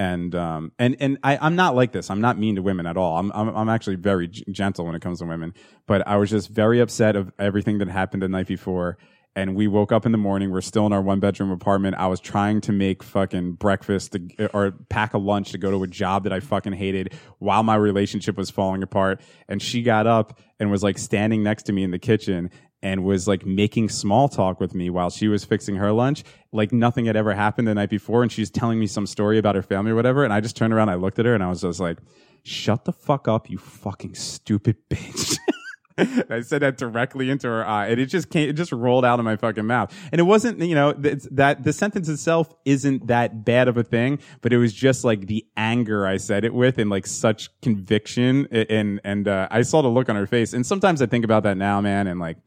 B: and um and and I I'm not like this. I'm not mean to women at all. I'm I'm, I'm actually very g- gentle when it comes to women. But I was just very upset of everything that happened the night before. And we woke up in the morning. We're still in our one bedroom apartment. I was trying to make fucking breakfast to, or pack a lunch to go to a job that I fucking hated while my relationship was falling apart. And she got up and was like standing next to me in the kitchen and was like making small talk with me while she was fixing her lunch like nothing had ever happened the night before and she's telling me some story about her family or whatever and i just turned around i looked at her and i was just like shut the fuck up you fucking stupid bitch (laughs) I said that directly into her eye, and it just came, it just rolled out of my fucking mouth. And it wasn't, you know, th- it's that the sentence itself isn't that bad of a thing, but it was just like the anger I said it with, and like such conviction, a- and and uh, I saw the look on her face. And sometimes I think about that now, man, and like,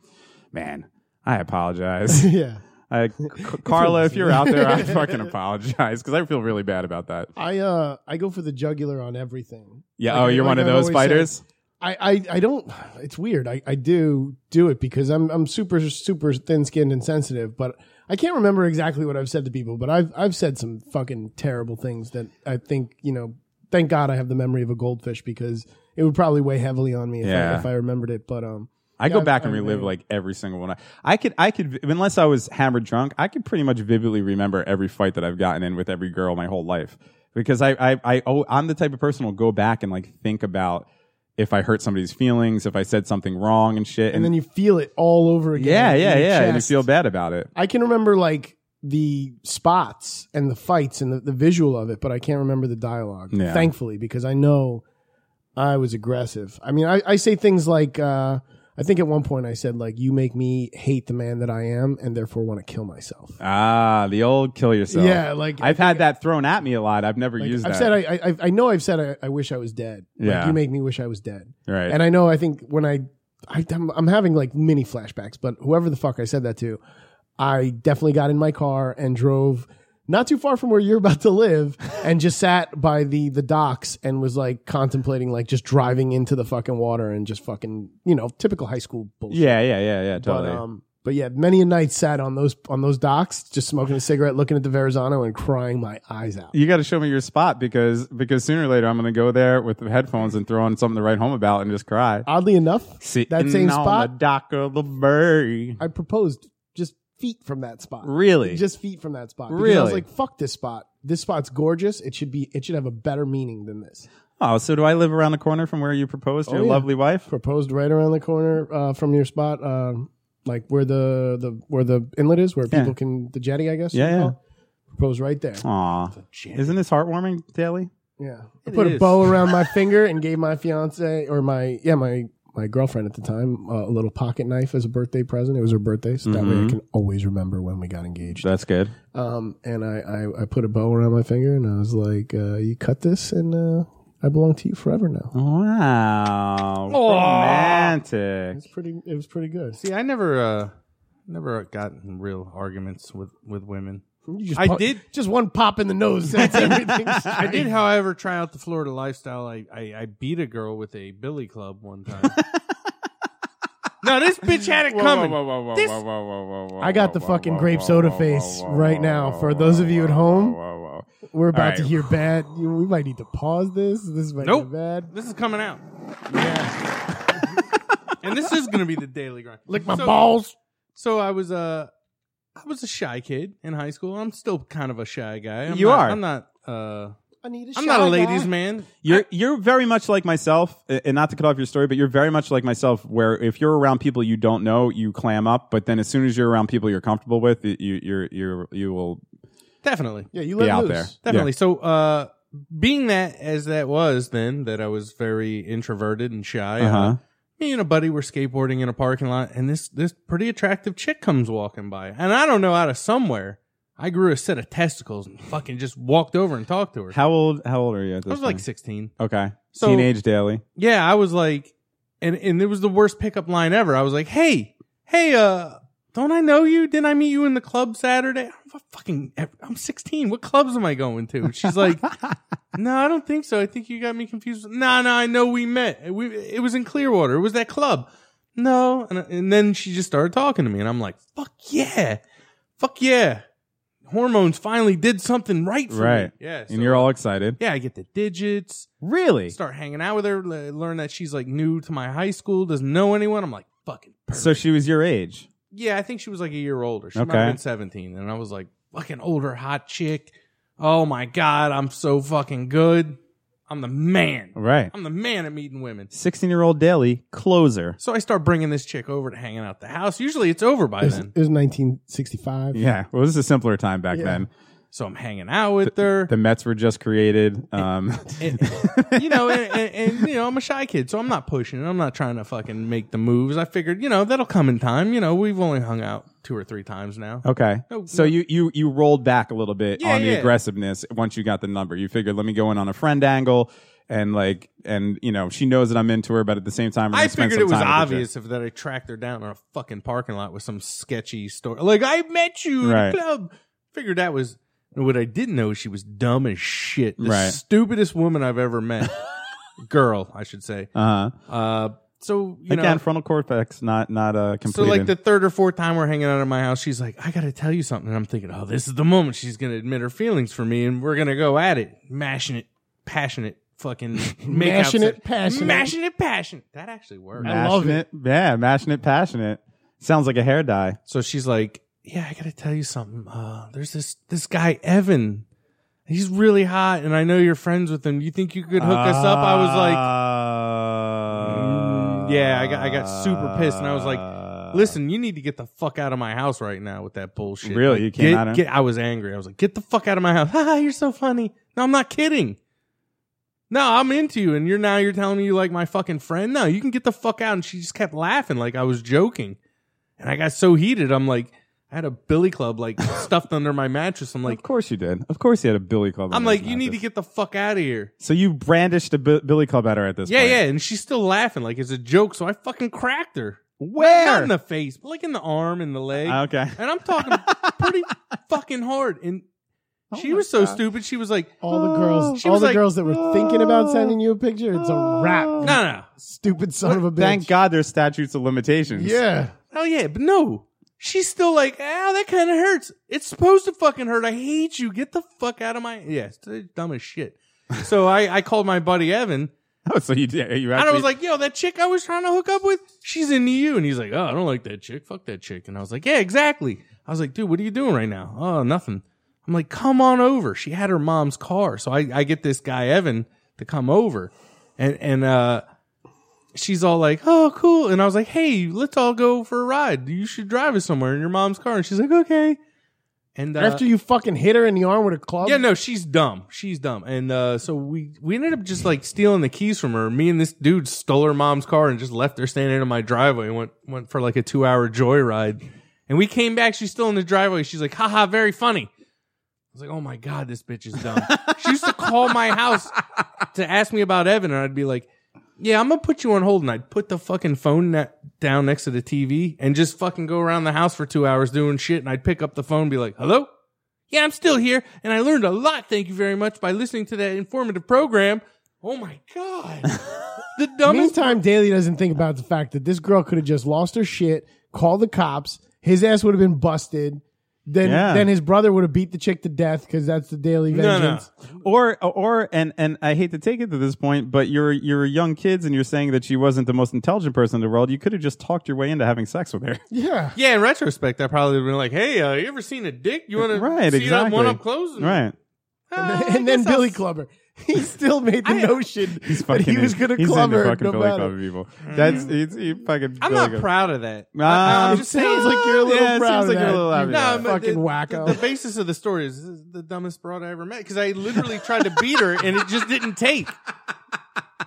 B: man, I
D: (laughs)
B: apologize.
D: Yeah.
B: I, C- Carla, if you're out there,
D: (laughs)
B: I fucking apologize because I feel really bad about that.
D: I uh I go for the jugular on everything.
B: Yeah.
D: Like
B: oh,
D: I-
B: you're
D: like
B: one of
D: I've
B: those
D: always
B: fighters.
D: said, I, I I don't. It's weird. I, I do do it because I'm I'm super super thin skinned and sensitive, but I can't remember exactly what I've said to people. But I've I've said some fucking terrible things that I think you know. Thank God I have the memory of a goldfish because it would probably weigh heavily on me if,
B: Yeah.
D: I, if I remembered it. But um,
B: I go
D: Yeah,
B: back
D: I-
B: and
D: I
B: relive
D: mean-
B: like every single one. I, I could, I could, unless I was hammered drunk, I could pretty much vividly remember every fight that I've gotten in with every girl my whole life. Because I, I, I oh, I'm the type of person who'll go back and like think about if I hurt somebody's feelings, if I said something wrong and shit.
D: and then you feel it all over again.
B: yeah, yeah,
D: in your
B: yeah, and you
D: chest.
B: feel bad about it.
D: I can remember like the spots and the fights and the, the visual of it, but I can't remember the dialogue.
B: Yeah.
D: Thankfully, because I know I was aggressive. I mean, I, I say things like, uh, I think at one point I said, like, you make me hate the man that I am and therefore want to kill myself.
B: Ah, the old kill yourself.
D: Yeah, like-
B: I've had that thrown at me a lot. I've never
D: Like,
B: used
D: I've
B: that.
D: said, I, I, I've- I know I've said, I, I wish I was dead. Like,
B: Yeah.
D: you make me wish I was dead.
B: Right.
D: And I know, I think when I, I I'm, I'm having like mini flashbacks, but whoever the fuck I said that to, I definitely got in my car and drove not too far from where you're about to live and just sat by the the docks and was like contemplating like just driving into the fucking water and just fucking, you know, typical high school bullshit.
B: yeah, yeah, yeah, yeah. Totally.
D: But, um, but yeah, many a night sat on those on those docks, just smoking a cigarette, looking at the Verrazano, and crying my eyes out.
B: you got to show me your spot because because sooner or later I'm going to go there with the headphones and throw on something to write home about and just cry.
D: Oddly enough, that
B: Sitting
D: same
B: on
D: spot,
B: the dock of the bay.
D: I proposed just feet from that spot.
B: Really?
D: Just feet from that spot. Because I
B: Really?
D: was like, fuck this spot. This spot's gorgeous. It should be it should have a better meaning than this.
B: Oh, so do I live around the corner from where you proposed to
D: Oh,
B: your
D: yeah.
B: lovely wife?
D: Proposed right around the corner uh, from your spot, um, like where the, the where the inlet is, where
B: Yeah.
D: people can the jetty, I guess. you
B: Yeah,
D: call
B: yeah.
D: it. Proposed right there.
B: Aw, isn't this heartwarming, Daly?
D: Yeah. I put a bow around my finger and gave my fiance or my yeah, my my girlfriend at the time uh, a little pocket knife as a birthday present. It was her birthday, so that
B: Mm-hmm.
D: way I can always remember when we got engaged.
B: That's good.
D: Um, and I, I, I put a bow around my finger and I was like, uh, you cut this and uh, I belong to you forever now.
B: Wow, romantic.
D: It's pretty. It was pretty good.
E: See, I never, uh, never gotten real arguments with with women.
D: You just
E: I
D: pop-
E: did-
D: just one pop in the
E: (laughs)
D: nose. That's everything.
E: I did, however, try out the Florida lifestyle. I, I, I beat a girl with a billy club one time. no, this bitch had it coming. This-
D: I got the fucking grape soda face right now. For those of you at home, we're about to
B: right.
D: hear bad. you- We might need to pause this. This might
E: Nope.
D: be bad.
E: This is coming out. (laughs) and this is going to be the daily grind.
D: Lick my
E: So-
D: balls.
E: So I was uh, I was a shy kid in high school. I'm still kind of a shy guy. I'm
B: You
E: not-
B: are.
E: I'm not. Uh,
D: I need a
E: I'm not a ladies' man.
B: You're you're very much like myself, a- and not to cut off your story, but you're very much like myself. Where if you're around people you don't know, you clam up, but then as soon as you're around people you're comfortable with, you you you you will.
E: Definitely.
D: Yeah, you let
B: out
D: loose.
B: there.
E: Definitely. So, uh, being that as that was then, that I was very introverted and shy.
B: Uh-huh.
E: uh, me and a buddy were skateboarding in a parking lot, and this this pretty attractive chick comes walking by, and I don't know out of somewhere, I grew a set of testicles and fucking just walked over and talked to her.
B: How old How old are you? At this
E: I was like
B: point?
E: sixteen.
B: okay,
E: So-
B: teenage daily.
E: Yeah, I was like, and and it was the worst pickup line ever. I was like, hey, hey, uh. Don't I know you? Didn't I meet you in the club Saturday? I'm a fucking, I'm 16. What clubs am I going to? She's like,
B: (laughs)
E: no, I don't think so. I think you got me confused. No, no, I know we met. We, it was in Clearwater. It was that club. No. And, and then she just started talking to me and I'm like, fuck yeah. Fuck yeah. Hormones finally did something right for
B: Right.
E: me. Yeah. so-
B: and you're all excited.
E: yeah, I get the digits
B: Really?
E: start hanging out with her, le- learn that she's like new to my high school, doesn't know anyone. I'm like, fucking. Perfect.
B: So she was your age.
E: yeah, I think she was like a year older. She might
B: Okay.
E: have been 17. And I was like, fucking older hot chick. Oh my God, I'm so fucking good. I'm the man.
B: Right.
E: I'm the man at meeting women.
B: 16 year old daily closer.
E: So I start bringing this chick over to hanging out at the house. Usually it's over by
D: It was,
E: then.
D: it was 1965.
B: Yeah. Well, this is a simpler time back
D: Yeah.
B: then.
E: So I'm hanging out with her.
B: The Mets were just created. Um,
E: you know, and, and, and you know, I'm a shy kid, so I'm not pushing. I'm not trying to fucking make the moves. I figured, you know, that'll come in time. You know, we've only hung out two or three times now.
B: (laughs) okay.
E: No,
B: so
E: no.
B: you you you rolled back a little bit
E: Yeah,
B: on the
E: yeah.
B: aggressiveness once you got the number. You figured, let me go in on a friend angle, and like, and you know, she knows that I'm into her, but at the same time, we're
E: I
B: gonna spend
E: figured
B: some
E: it was
B: time with each
E: obvious if that I tracked her down in a fucking parking lot with some sketchy story. Like I met you in
B: Right.
E: the club. Figured that was what I didn't know. is She was dumb as shit. The
B: Right.
E: stupidest woman I've ever met.
B: (laughs)
E: Girl, I should say.
B: other. Uh-huh.
E: Uh, so you
B: Again,
E: know,
B: frontal cortex not not uh,
E: So
B: completed.
E: like the third or fourth time we're hanging out at my house, she's like, "I got to tell you something," and I'm thinking, "Oh, this is the moment she's gonna admit her feelings for me, and we're gonna go at it, mashing it, passionate,
B: (laughs)
E: fucking make out
D: Mashing it
E: se-
D: passionate.
E: mashing it, passionate." That actually worked.
B: Mashing it. Yeah, mashing it, passionate. Sounds like a hair dye.
E: So she's like, "Yeah, I got to tell you something. Uh, there's this this guy Evan, he's really hot, and I know you're friends with him. You think you could hook us up?" I was like,
B: was
E: Mm, yeah, I got- I got super pissed, and I was
B: Uh,
E: like, Listen, you need to get the fuck out of my house right now with that bullshit.
B: Really?
E: Like,
B: You came
E: get-
B: at her?
E: (laughs) get- I was angry. I was like, get the fuck out of my house. Ha, ha, you're so funny. No, I'm not kidding. no, I'm into you, and you're now you're telling me you like my fucking friend. No, you can get the fuck out. And she just kept laughing like I was joking, and I got so heated. I'm like, I had a billy
B: (laughs)
E: club like stuffed under my mattress. I'm
B: of
E: like,
B: course you did. Of course you had a billy club.
E: I'm
B: under
E: like,
B: his
E: you need to
B: mattress.
E: get the fuck out of here.
B: So you brandished a bi- billy club at her at this
E: Yeah,
B: point.
E: yeah, and she's still laughing like it's a joke. So I fucking cracked her.
B: Where?
E: Not in the face, but like in the arm and the leg.
B: Okay.
E: And I'm talking pretty fucking hard. And she was so stupid. She was like,
D: All the girls,
E: Oh. She
D: all
E: was
D: the
E: like, "Oh."
D: girls that were thinking about sending you a picture, it's a wrap.
E: no,
D: you
E: no, no.
D: Stupid son of a bitch.
B: Thank God there's statutes of limitations.
D: Yeah.
E: Oh, yeah, but no. She's still like, ow, that kind of hurts. It's supposed to fucking hurt. I hate you. Get the fuck out of my. Yeah, it's dumb as shit. So I, I called my buddy Evan.
B: (laughs) Oh, so you did. You
E: And I
B: actually-
E: was like, yo, that chick I was trying to hook up with, she's into you. And he's like, oh, I don't like that chick. Fuck that chick. And I was like, yeah, exactly. I was like, dude, what are you doing right now? Oh, nothing. I'm like, come on over. She had her mom's car. So I, I get this guy, Evan, to come over. And, and, uh, she's all like, oh, cool. And I was like, hey, let's all go for a ride. You should drive us somewhere in your mom's car. And she's like, okay. And, uh,
D: After you fucking hit her in the arm with a club.
E: yeah, no, she's dumb. She's dumb. And uh, so we we ended up just like stealing the keys from her. Me and this dude stole her mom's car and just left her standing in my driveway and went went for like a two hour joyride. And we came back. She's still in the driveway. She's like, haha, very funny. I was like, oh my god, this bitch is dumb. she used to call my house to ask me about Evan, and I'd be like. Yeah, I'm gonna put you on hold, and I'd put the fucking phone na- down next to the TV and just fucking go around the house for two hours doing shit. And I'd pick up the phone, and be like, "Hello, yeah, I'm still here, and I learned a lot. Thank you very much by listening to that informative program. Oh my
D: (laughs)
E: god, the dumbest.
D: Meantime, Daly doesn't think about the fact that this girl could have just lost her shit, called the cops. His ass would have been busted. Then,
B: Yeah.
D: then his brother would have beat the chick to death because that's the daily
E: no,
D: vengeance.
E: no.
B: or or and and I hate to take it to this point, but you're you're young kids and you're saying that she wasn't the most intelligent person in the world. You could have just talked your way into having sex with her.
D: Yeah.
E: Yeah, in retrospect, I probably would have been like, "Hey, uh, you ever seen a dick? You want
B: right,
E: to see
B: exactly.
E: that one up close?" And-
B: Right.
E: Ah,
D: (laughs)
E: I
D: and then
E: guess I'll
D: Billy
B: (laughs)
E: s-
D: Clubber. He still made the
E: I-
D: notion
B: He's
D: (laughs) that
B: fucking.
D: he was
B: in-
D: going to
B: he's
D: club
B: into
D: her.
B: fucking
D: No
B: Billy
D: matter.
B: Club people. That's he's, he fucking.
E: I'm
B: Billy
E: not
B: Club.
E: proud of that.
B: Um,
E: I'm
D: It
E: just
D: sounds
E: saying,
D: like you're a little
B: yeah, it
D: proud
B: seems
D: of
B: like you're a
D: that.
B: little happy
D: You
B: about
E: No, but
D: fucking
E: the,
D: wacko.
E: The, the basis of the story is this is the dumbest broad I ever met because I literally tried to beat her and it just didn't take.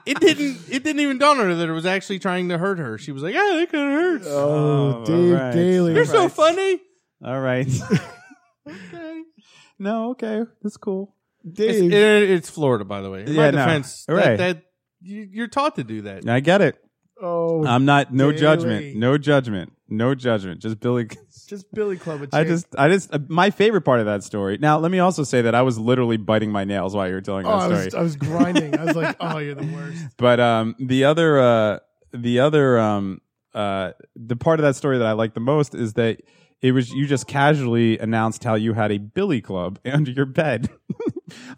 E: It didn't. It didn't even dawn on her that it was actually trying to hurt her. She was like, "Yeah, that kind of hurts.
D: oh,
B: Oh,
D: Dave
B: right.
D: Daly.
E: You're so funny."
B: All (laughs) right. okay. No. Okay. That's cool.
E: It's,
D: Dave.
E: it- it's Florida, by the way. In
B: Yeah,
E: my
B: no.
E: defense,
B: Right.
E: that, that you, you're taught to do that.
B: I get it.
D: oh,
B: I'm not. No
D: Daily.
B: judgment. No judgment. No judgment. Just Billy.
D: just Billy Club. A chick.
B: I just, I just, uh, my favorite part of that story. Now, let me also say that I was literally biting my nails while you were telling
D: Oh,
B: that
D: I
B: story.
D: was, I was grinding. I
B: (laughs)
D: was like, oh, you're the worst.
B: but um, the other, uh, the other, um, uh, the part of that story that I like the most is that it was you just casually announced how you had a billy club (laughs) under your bed.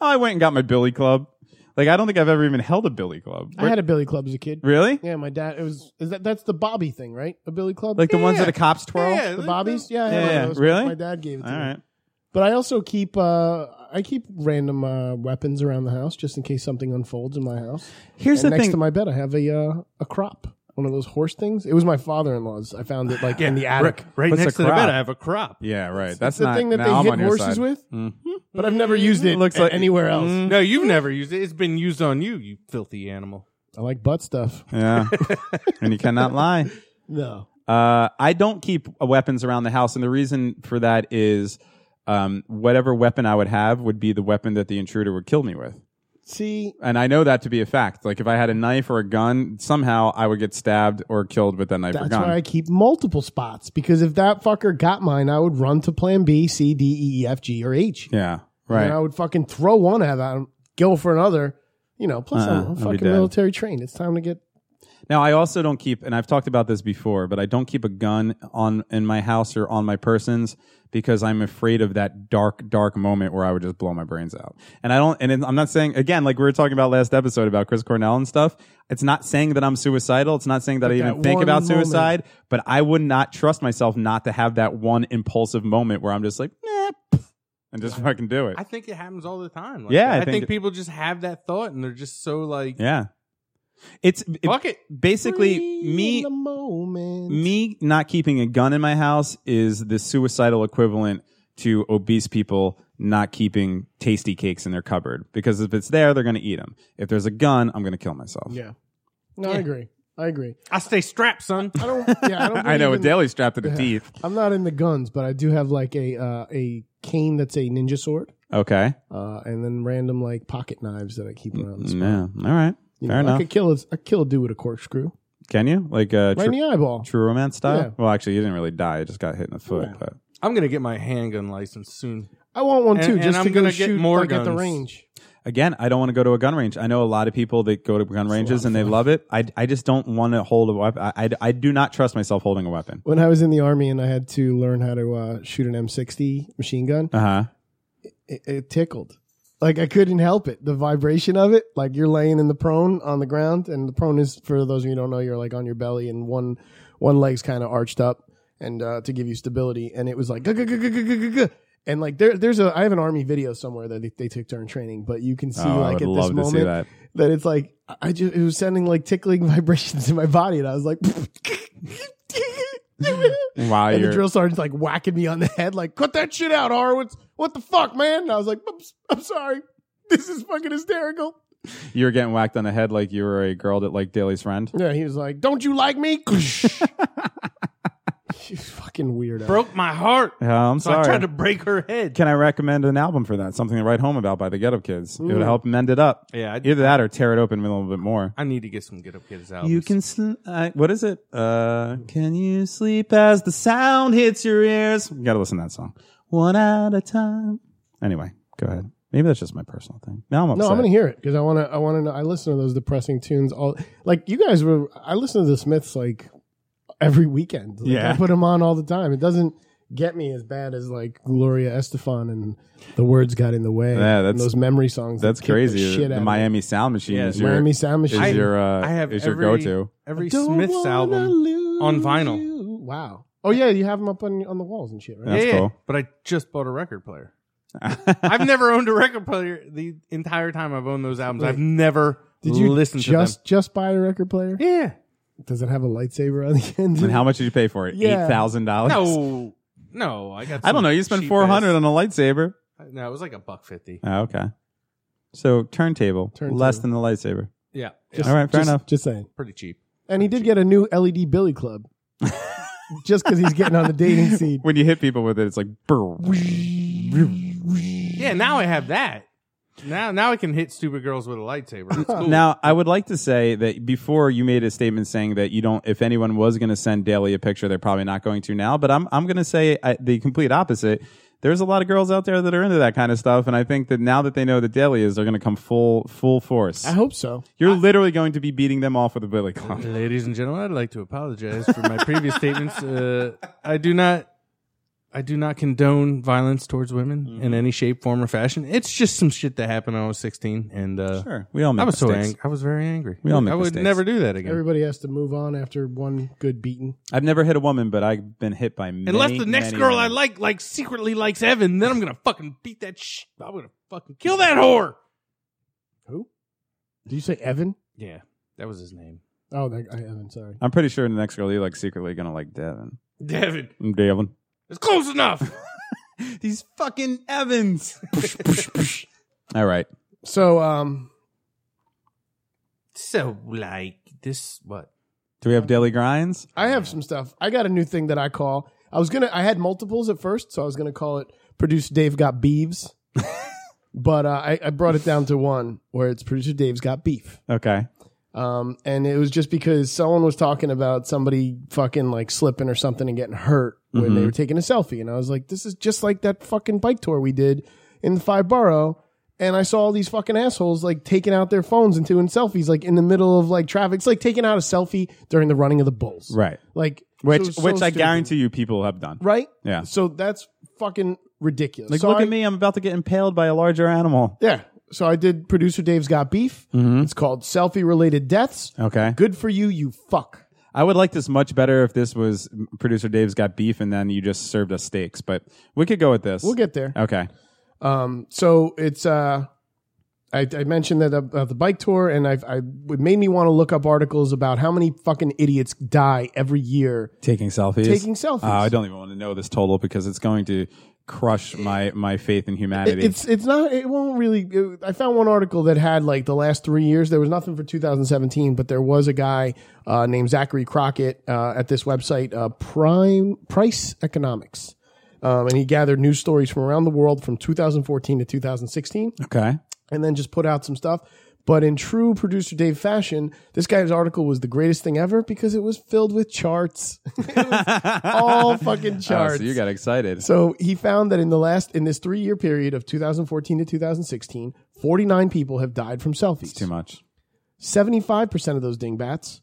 B: I went and got my billy club. Like I don't think I've ever even held a billy club.
D: I had a Billy Club as a kid.
B: really?
D: Yeah, my dad. It was is that that's the Bobby thing, right? A Billy Club,
B: Like the ones that the cops twirl.
E: Yeah,
D: the Bobbies. Yeah, I had
B: Yeah,
D: one of
B: yeah.
D: those.
B: Really?
D: My dad gave it to
B: All
D: me.
B: right.
D: But I also keep uh, I keep random uh, weapons around the house just in case something unfolds in my house.
B: Here's
D: and
B: the
D: next
B: thing.
D: to my bed, I have a uh, a crop, one of those horse things. It was my father-in-law's. I found it
B: (sighs)
D: like in the attic.
E: right
B: What's
E: next
B: a
E: to the
B: crop?
E: bed. I have a crop.
B: yeah, right. That's,
D: It's the
B: not,
D: thing that
B: now
D: they
B: I'm on
D: hit
B: your side.
D: horses
B: Mm.
D: with. Hmm. But I've never used it
B: (laughs) Looks
D: looks
B: like- Mm.
D: like anywhere else.
E: No, you've never used it. It's been used on you, you filthy animal.
D: I like butt stuff. (laughs)
B: Yeah, and you cannot lie.
D: No.
B: Uh, I don't keep uh, weapons around the house, and the reason for that is um, whatever weapon I would have would be the weapon that the intruder would kill me with.
D: See,
B: And I know that to be a fact. Like if I had a knife or a gun, somehow I would get stabbed or killed with that knife or
D: that's
B: gun.
D: why I keep multiple spots because if that fucker got mine, I would run to plan B, C, D, E, E, F, G, or H.
B: yeah, right.
D: And I would fucking throw one at him, go for another. You know, plus
B: Uh-uh,
D: I'm,
B: I'll
D: I'm
B: be
D: fucking
B: dead.
D: military trained. It's time to get.
B: Now I also don't keep, and I've talked about this before, but I don't keep a gun on in my house or on my persons because I'm afraid of that dark, dark moment where I would just blow my brains out. And I don't, and it- I'm not saying again, like we were talking about last episode about Chris Cornell and stuff. It's not saying that I'm suicidal. It's not saying that I
D: that
B: even think
D: one
B: about
D: moment.
B: suicide. But I would not trust myself not to have that one impulsive moment where I'm just like, nah, pff," and just fucking do it.
E: I think it happens all the time. Like
B: Yeah,
E: that.
B: I
E: I, think,
B: think-
E: people just have that thought and they're just so like,
B: yeah, it's it-
E: fuck it.
B: basically
D: Free
B: me.
D: in the moment.
B: me not keeping a gun in my house is the suicidal equivalent to obese people not keeping tasty cakes in their cupboard because if it's there, they're going to eat them. If there's a gun, I'm going to kill myself.
D: Yeah. No, I agree. I agree.
E: I stay strapped, son.
D: I don't. (laughs) Yeah, I,
B: (laughs)
D: don't
B: I know
D: believe
B: with
D: in-
B: daily strapped to the teeth.
D: I'm not in the guns, but I do have like a uh, a cane that's a ninja sword,
B: Okay.
D: uh, and then random like pocket knives that I keep around. the spot.
B: Yeah. All right.
D: You
B: Mm, Fair
D: know, I
B: enough.
D: could kill a, I could kill a dude with a corkscrew
B: Can you like uh,
D: right
B: tru-
D: in the eyeball.
B: True Romance style?
D: Yeah.
B: Well, actually, you didn't really die. You just got hit in the foot. But
E: I'm gonna get my handgun license soon.
D: I want one
E: And-
D: too,
E: and
D: just to
E: I'm
D: go
E: gonna get
D: shoot
E: more
D: like, at the
E: guns.
D: range.
B: again, I don't want to go to a gun range. I know a lot of people that go to gun ranges and they love it. I, I just don't want to hold a weapon. I, I, I do not trust myself holding a weapon.
D: When I was in the army and I had to learn how to uh, shoot an M60 machine gun,
B: Uh huh.
D: it, it tickled. Like I couldn't help it. The vibration of it, like you're laying in the prone on the ground, and the prone is for those of you who don't know, you're like on your belly and one one leg's kind of arched up, and uh, to give you stability. And it was like "Gah, gah, gah, gah, gah, gah, gah, gah." and like there there's a I have an army video somewhere that they, they took during training, but you can see
B: Oh, I
D: like
B: would
D: at
B: love
D: this
B: to
D: moment
B: see that.
D: that it's like I- I just it was sending like tickling (laughs) vibrations in my body, and I
B: (laughs)
D: was like. (laughs)
B: While
D: And the
B: you're
D: drill sergeant's like whacking me on the head, like, cut that shit out, Horowitz. What the fuck, man? And I was like, I'm, I'm sorry. This is fucking hysterical.
B: you're getting whacked on the head like you were a girl that liked Daly's friend.
D: Yeah, he was like, don't you like me? (laughs) She's fucking weirdo.
E: Broke my heart.
B: Oh, I'm
E: So
B: sorry.
E: I tried to break her head.
B: Can I recommend an album for that? Something to write home about by the Get Up Kids. It would help mend it up.
E: Yeah, I-
B: Either that or tear it open a little bit more.
E: I need to get some Get Up Kids out.
B: You can. Sl- I, what is it? Uh, can you sleep as the sound hits your ears? You gotta listen to that song. One at a time. Anyway, go ahead. Maybe that's just my personal thing. Now I'm upset.
D: No, I'm gonna hear it because I wanna I wanna know I listen to those depressing tunes all like you guys were I listen to the Smiths like every weekend. Like,
B: Yeah.
D: I put them on all the time. It doesn't get me as bad as like Gloria Estefan and the words got in the way.
B: Yeah, that's-
D: and those memory songs. that
B: That's
D: kick the
B: crazy.
D: shit
B: The,
D: out of me.
B: Miami Sound Machine
E: Yeah,
B: is your
D: Miami Sound Machine.
B: is your uh,
E: I have
B: is
E: every,
B: your go-to. (laughs)
E: Every
D: Don't
E: Smiths
D: wanna
E: album.
D: lose
E: on vinyl.
D: you. Wow. Oh yeah, you have them up on on the walls and shit, right?
B: That's
E: yeah, yeah,
B: cool.
E: but I just bought a record player. I've never owned a record player the entire time I've owned those albums.
D: Wait.
E: I've never
D: Did you
E: listened
D: just just buy a record player?
E: to them.
D: Does it have a lightsaber on the end? (laughs)
B: And how much did you pay for it?
D: Yeah.
B: Eight thousand
E: Yeah.
B: dollars.
E: No. No, I got.
B: I don't
E: some
B: know. You spent
E: cheap
B: four hundred
E: ass-
B: on a lightsaber.
E: No, it was like a buck fifty.
B: Oh, okay. So turntable,
D: Turntable.
B: less than the lightsaber.
E: Yeah,
D: Just-
B: All right, fair
D: just-
B: enough.
D: Just saying.
E: pretty cheap.
D: And he did get a new LED Billy Club,
B: (laughs)
D: just because he's getting on the dating scene.
B: When you hit people with it, it's like.
E: Yeah, now I have that. Now, now I can hit stupid girls with a
D: (laughs)
E: lightsaber. It's cool.
B: Now, I would like to say that before you made a statement saying that you don't, if anyone was going to send Daly a picture, they're probably not going to now. But I'm, I'm going to say I, the complete opposite. There's a lot of girls out there that are into that kind of stuff, and I think that now that they know that Daly is, they're going to come full, full force.
D: I hope so.
B: You're literally going to be beating them off with a billy club.
D: (laughs)
E: Ladies and gentlemen, I'd like to apologize for my previous statements. Uh, I do not, I do not condone violence towards women
B: Mm-hmm.
E: in any shape, form, or fashion. It's just some shit that happened when I was sixteen, and uh,
B: Sure, we all make
E: I was so
B: mistakes.
E: angry. I was very angry.
B: We all make
E: I would
B: mistakes.
E: never do that again,
D: Everybody has to move on after one good beating.
B: I've never hit a woman, but I've been hit by many,
E: unless the next
B: many
E: girl I
B: women.
E: like, like secretly likes Evan. Then I'm gonna fucking beat that. Sh- I'm gonna fucking kill that whore.
D: Who? Did you say Evan?
E: Yeah, that was his name,
D: Oh, that guy, Evan. Sorry.
B: I'm pretty sure the next girl you like secretly going to like Devin.
E: Devin.
B: Devin.
E: It's close enough.
B: (laughs) These fucking Evans. all right.
D: So, um,
E: so like this, what?
B: Do we have daily grinds?
D: I have some stuff. I got a new thing that I call. I was gonna. I had multiples at first, so I was gonna call it. Producer Dave got beeves, but uh, I, I brought it down to one where it's producer Dave's got beef.
B: Okay.
D: Um, and it was just because someone was talking about somebody fucking like slipping or something and getting hurt when they were taking a selfie. And I was like, this is just like that fucking bike tour we did in the five borough. And I saw all these fucking assholes like taking out their phones and doing selfies like in the middle of like traffic. It's like taking out a selfie during the running of the bulls.
B: Right.
D: Like,
B: Which
D: so- so
B: which I
D: stupid.
B: guarantee you people have done.
D: Right?
B: Yeah.
D: So that's fucking ridiculous.
B: Like
D: So
B: look
D: I-
B: at me, I'm about to get impaled by a larger animal.
D: Yeah. So I did producer Dave's Got Beef.
B: Mm-hmm.
D: It's called Selfie Related Deaths.
B: Okay.
D: Good for you, you fuck.
B: I would like this much better if this was producer Dave's got beef and then you just served us steaks, but we could go with this.
D: We'll get there.
B: Okay.
D: Um, so it's uh, I, I mentioned that about the bike tour, and I've I, it made me want to look up articles about how many fucking idiots die every year.
B: Taking selfies.
D: Taking selfies.
B: Uh, I don't even want to know this total because it's going to crush my my faith in humanity.
D: It's it's not it won't really. it- I found one article that had like the last three years. There was nothing for 2017, but there was a guy uh, named Zachary Crockett uh, at this website, uh, Prime Price Economics, um, and he gathered news stories from around the world from 2014 to 2016.
B: okay.
D: and then just put out some stuff. But in true producer Dave fashion, this guy's article was the greatest thing ever because it was filled with charts. (laughs) It was all fucking
B: (laughs)
D: charts.
B: Oh, so you got excited.
D: So he found that in the last in this 3-year period of 2014 to 2016, 49 people have died from selfies.
B: Too much.
D: 75% of those dingbats.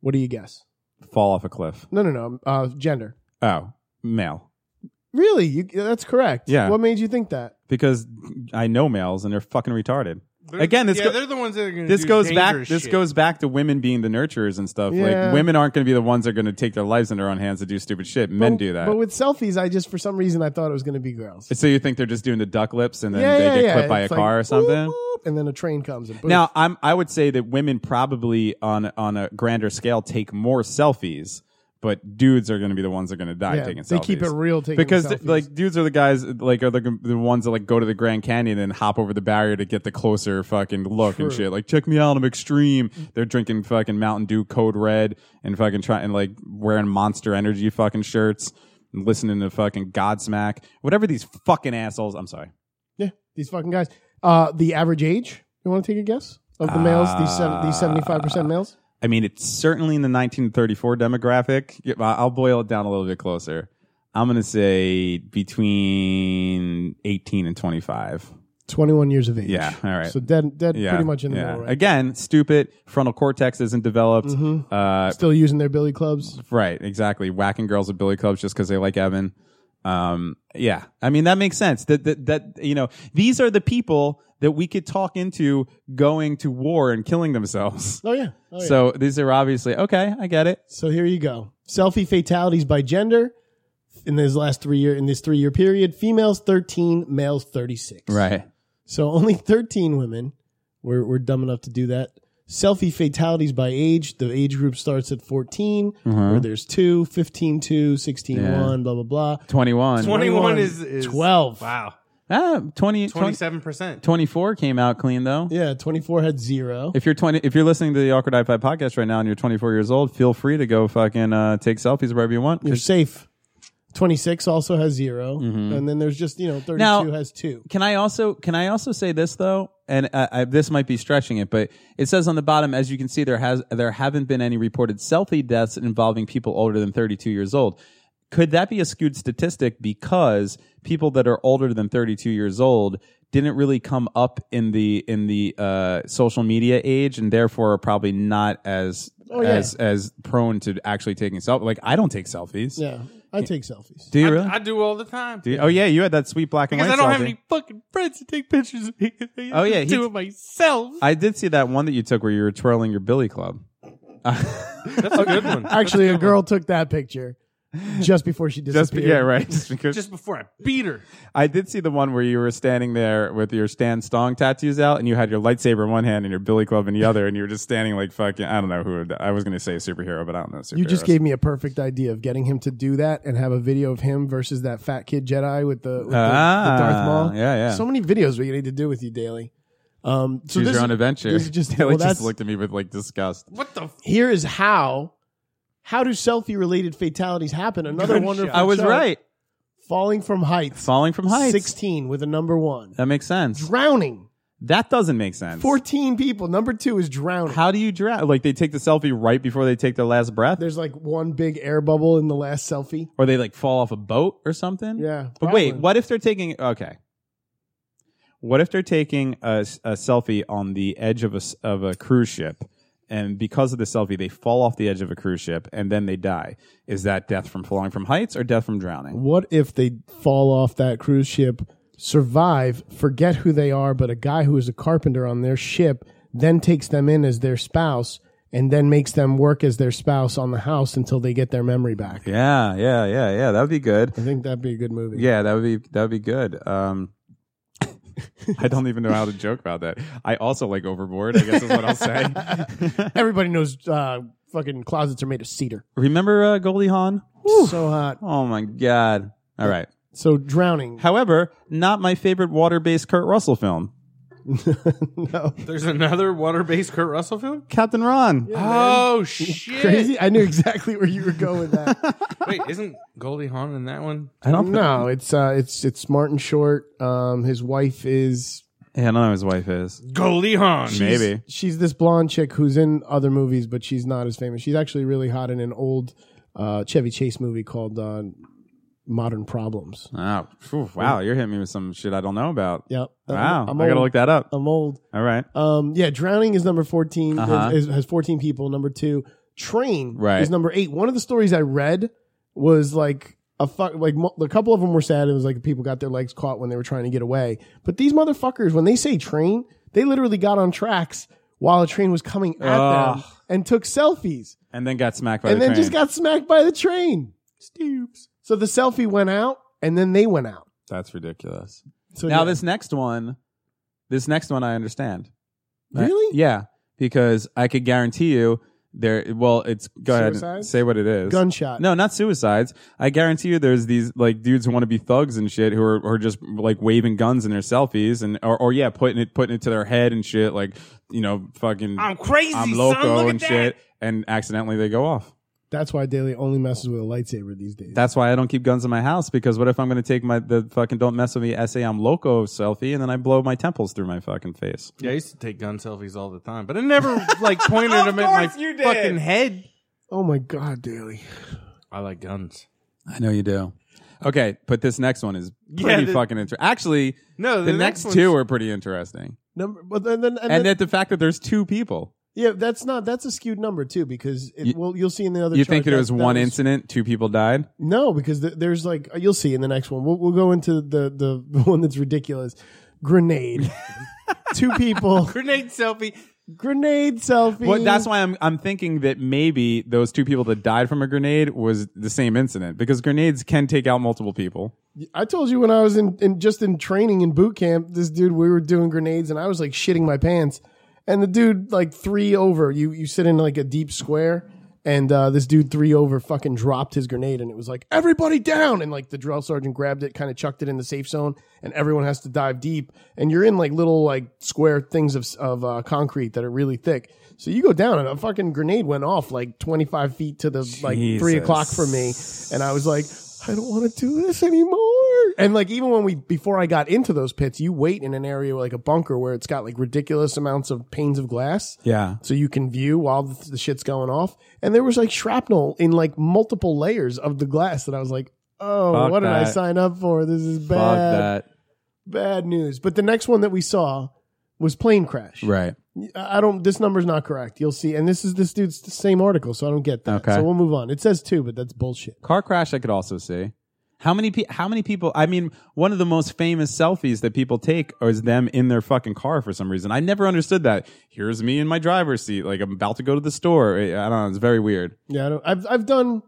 D: What do you guess?
B: Fall off a cliff.
D: No, no, no. Uh, gender.
B: Oh, male.
D: Really? You, that's correct.
B: Yeah.
D: What made you think that?
B: Because I know males and they're fucking retarded. Again, this
E: yeah,
B: go-
E: they're the ones that are going
B: this goes back. This goes back to women being the nurturers and stuff.
D: Yeah.
B: Like women aren't going to be the ones that are going to take their lives in their own hands to do stupid shit. Men do that.
D: But with selfies, I just for some reason I thought it was going to be girls.
B: so you think they're just doing the duck lips and then they get clipped by a
D: It's
B: car
D: like,
B: or something?
D: whoop, whoop, and then a train comes and boom.
B: Now, I'm I would say that women probably on on a grander scale take more selfies, but dudes are going to be the ones that are going to die
D: Yeah,
B: taking
D: they
B: selfies.
D: keep it real taking
B: because
D: selfies.
B: like dudes are the guys like are the, the ones that like go to the Grand Canyon and hop over the barrier to get the closer fucking look and shit. Like check me out, I'm extreme. They're drinking fucking Mountain Dew Code Red and fucking trying and like wearing Monster Energy fucking shirts. and Listening to fucking Godsmack, whatever these fucking assholes. I'm sorry.
D: yeah, these fucking guys. Uh, the average age. You want to take a guess of the males? These seven, these seventy five percent
B: Uh,
D: males.
B: I mean, it's certainly in the 1934 demographic. Yeah, I- I'll boil it down a little bit closer. I'm going to say between 18 and 25.
D: Twenty one years of age.
B: Yeah, all right.
D: So dead, dead,
B: yeah,
D: pretty much in the
B: yeah.
D: middle. Right?
B: Again, stupid. Frontal cortex isn't developed.
D: Mm-hmm.
B: Uh,
D: Still using their billy clubs.
B: right, exactly. Whacking girls with billy clubs just because they like Evan. Um, yeah, I mean that makes sense. That, that that you know these are the people that we could talk into going to war and killing themselves.
D: Oh yeah. Oh, yeah.
B: So these are obviously okay. I get it.
D: So here you go. Selfie fatalities by gender in this last three year in this three year period. Females thirteen, males thirty six.
B: Right.
D: So only 13 women were, were dumb enough to do that. Selfie fatalities by age. The age group starts at 14, where there's two, 15, two, 16,
B: Yeah.
D: one, blah, blah, blah.
B: 21.
E: 21 is, is
D: 12.
E: Wow.
B: Ah, 20, 20
E: 27%.
B: 24 came out clean though.
D: Yeah, 24 had zero.
B: If you're 20 if you're listening to the Awkward iPad podcast right now and you're 24 years old, feel free to go fucking uh, take selfies wherever you want.
D: You're safe. 26 also has 0 And then there's just, you know, 32
B: Now-
D: has two.
B: Can I also can I also say this though? And uh, I, this might be stretching it, but it says on the bottom, as you can see, there has there haven't been any reported selfie deaths involving people older than 32 years old. Could that be a skewed statistic because people that are older than 32 years old didn't really come up in the in the uh, social media age, and therefore are probably not as
E: Oh,
D: yeah.
B: as as prone to actually taking selfies? Like I don't take selfies.
D: Yeah, I take selfies.
B: Do you really?
E: I, I do all the time.
B: Do you- oh yeah, you had that sweet black and
E: because I
B: white selfie.
E: don't have any fucking friends to take pictures of me. (laughs) I
B: Oh,
E: just
B: yeah,
E: do
B: he-
E: it myself.
B: I did see that one that you took where you were twirling your billy club.
E: That's a good one.
D: Actually, a girl took that picture just before she disappeared.
B: (laughs) Just be- yeah, right. Just (laughs) because
E: Just before I beat her.
B: I did see the one where you were standing there with your Stan Stong tattoos out, and you had your lightsaber in one hand and your billy club in the other, and you were just standing like fucking. I don't know who I was going to say a superhero, but I don't know. Superheroes.
D: You just gave me a perfect idea of getting him to do that and have a video of him versus that fat kid Jedi with the, with the- the
B: Ah,
D: Darth Maul.
B: yeah, yeah.
D: So many videos we need to do with you daily. Um, so
B: choose
D: this
B: your own
D: is-
B: adventure.
D: this
B: (laughs)
D: is just-
B: Taylor
D: well,
B: just
D: that's-
B: looked at me with like disgust.
E: What the? F-
D: Here is how how do selfie related fatalities happen? Another
E: Good
D: wonderful.
E: shot. I
D: chart. Falling from heights.
B: falling from heights.
D: Sixteen with a number one.
B: That makes sense.
D: Drowning.
B: That doesn't make sense.
D: Fourteen people. Number two is drowning.
B: How do you drown? Like they take the selfie right before they take their last breath,
D: There's like one big air bubble in the last selfie.
B: or they like fall off a boat or something.
D: Yeah,
B: But wait,
D: probably.
B: what if they're taking? Okay. What if they're taking a, s- a selfie on the edge of a s- of a cruise ship, and because of the selfie, they fall off the edge of a cruise ship and then they die? Is that death from falling from heights or death from drowning?
D: What if they fall off that cruise ship, survive, forget who they are, but a guy who is a carpenter on their ship then takes them in as their spouse and then makes them work as their spouse on the house until they get their memory back?
B: Yeah, yeah, (laughs) yeah, yeah. That would be good.
D: I think that'd be a good movie.
B: Yeah, that would be that would be good. Um, (laughs) I don't even know how to joke about that. I also like overboard. I guess is what I'll (laughs) say.
D: Everybody knows uh, fucking closets are made of cedar.
B: Remember uh, Goldie Hawn?
D: So hot.
B: Oh my god! All right.
D: So drowning.
B: However, not my favorite water-based Kurt Russell film,
D: no.
E: There's another water-based Kurt Russell film.
B: Captain Ron.
E: Oh
D: (laughs)
E: shit!
D: Crazy. I knew exactly where you were going with that.
E: Wait, isn't Goldie Hawn in that one?
B: (laughs) I don't know.
D: no, it's uh, it's it's Martin Short. Um, his wife is
B: Yeah, I don't know who his wife is.
E: Goldie Hawn.
D: she's-
B: Maybe.
D: she's this blonde chick who's in other movies, but she's not as famous. She's actually really hot in an old uh, Chevy Chase movie called uh, Modern Problems.
B: Oh, phew, wow! You're hitting me with some shit I don't know about.
D: Yep.
B: Wow,
D: I'm Oh.
B: I gotta
D: old.
B: look that up.
D: I'm old.
B: All right.
D: Um, yeah, drowning is number 14
B: Uh-huh.
D: is, is- has fourteen people. Number two, train
B: Right.
D: is number eight. One of the stories I read was like a fuck, like mo- a couple of them were sad. It was like people got their legs caught when they were trying to get away. But these motherfuckers, when they say train, they literally got on tracks while a train was coming at
B: Ugh.
D: them and took selfies
B: And then got smacked by
D: and
B: the
D: then
B: train.
D: just got smacked by the train. Stoops. So the selfie went out and then they went out.
B: That's ridiculous.
D: So
B: now
D: yeah.
B: this next one, this next one I understand. I-
D: Really?
B: yeah, because I could guarantee you there. Well, it's go ahead and
D: Suicides?
B: say what it is.
D: gunshot.
B: No, not suicides. I guarantee you, there's these like dudes who want to be thugs and shit who are, are just like waving guns in their selfies and or, or yeah, putting it putting it to their head and shit. Like you know, fucking
E: I'm crazy.
B: I'm
E: son. Look
B: loco
E: at
B: and
E: that.
B: shit, and accidentally they go off.
D: That's why Daly only messes with a lightsaber these days.
B: That's why I don't keep guns in my house because what if I'm going to take my the fucking don't mess with me essay I'm loco selfie and then I blow my temples through my fucking face.
E: Yeah, I used to take gun selfies all the time, but
B: (laughs)
E: I never like pointed them at my fucking head.
D: oh my god, Daly.
E: I like guns.
B: I know you do. Okay, but this next one is pretty
E: Yeah, the-
B: fucking interesting. Actually,
E: No,
B: the,
E: the
B: next,
E: next
B: two
E: one's-
B: are pretty interesting,
D: Number, but then, then, and
B: and
D: then,
B: that the fact that there's two people.
D: yeah, that's not that's a skewed number too because it,
B: You-
D: well you'll see in the other.
B: You
D: chart
B: think it
D: that-
B: was
D: that
B: one incident, two people died?
D: No, because th- there's like you'll see in the next one. We'll, we'll go into the, the the (laughs) one that's ridiculous.
B: (laughs)
D: Grenade, two people,
E: Grenade selfie.
D: grenade selfie.
B: Well, that's why I'm I'm thinking that maybe those two people that died from a grenade was the same incident because grenades can take out multiple people.
D: I told you when I was in, in just in training in boot camp. This dude, we were doing grenades, and I was like shitting my pants. And the dude, like three over, you you sit in like a deep square, and uh, this dude three over fucking dropped his grenade, and it was like everybody down, and like the drill sergeant grabbed it, kind of chucked it in the safe zone, and everyone has to dive deep, and you're in like little like square things of of uh, concrete that are really thick. So you go down, and a fucking grenade went off like 25 feet to the like three
B: Jesus.
D: o'clock from me, and I was like, I don't want to do this anymore. And like even when we before I got into those pits, you wait in an area like a bunker where it's got like ridiculous amounts of panes of glass.
B: Yeah.
D: So you can view while the, the shit's going off. And there was like shrapnel in like multiple layers of the glass that I was like, "Oh,
B: Fuck
D: what did I
B: that.
D: sign up for? This is
B: Fuck
D: bad.
B: that.
D: Bad news." But the next one that we saw was plane crash.
B: Right.
D: I I don't. This number's not correct. You'll see. And this is this dude's same article, so I don't get that.
B: Okay.
D: So we'll move on. It says two, but that's bullshit.
B: Car crash, I could also see. How many pe- how many people I mean one of the most famous selfies that people take is them in their fucking car for some reason. I never understood that. Here's me in my driver's seat like I'm about to go to the store. I I don't know, it's very weird.
D: Yeah, I don't, I've I've done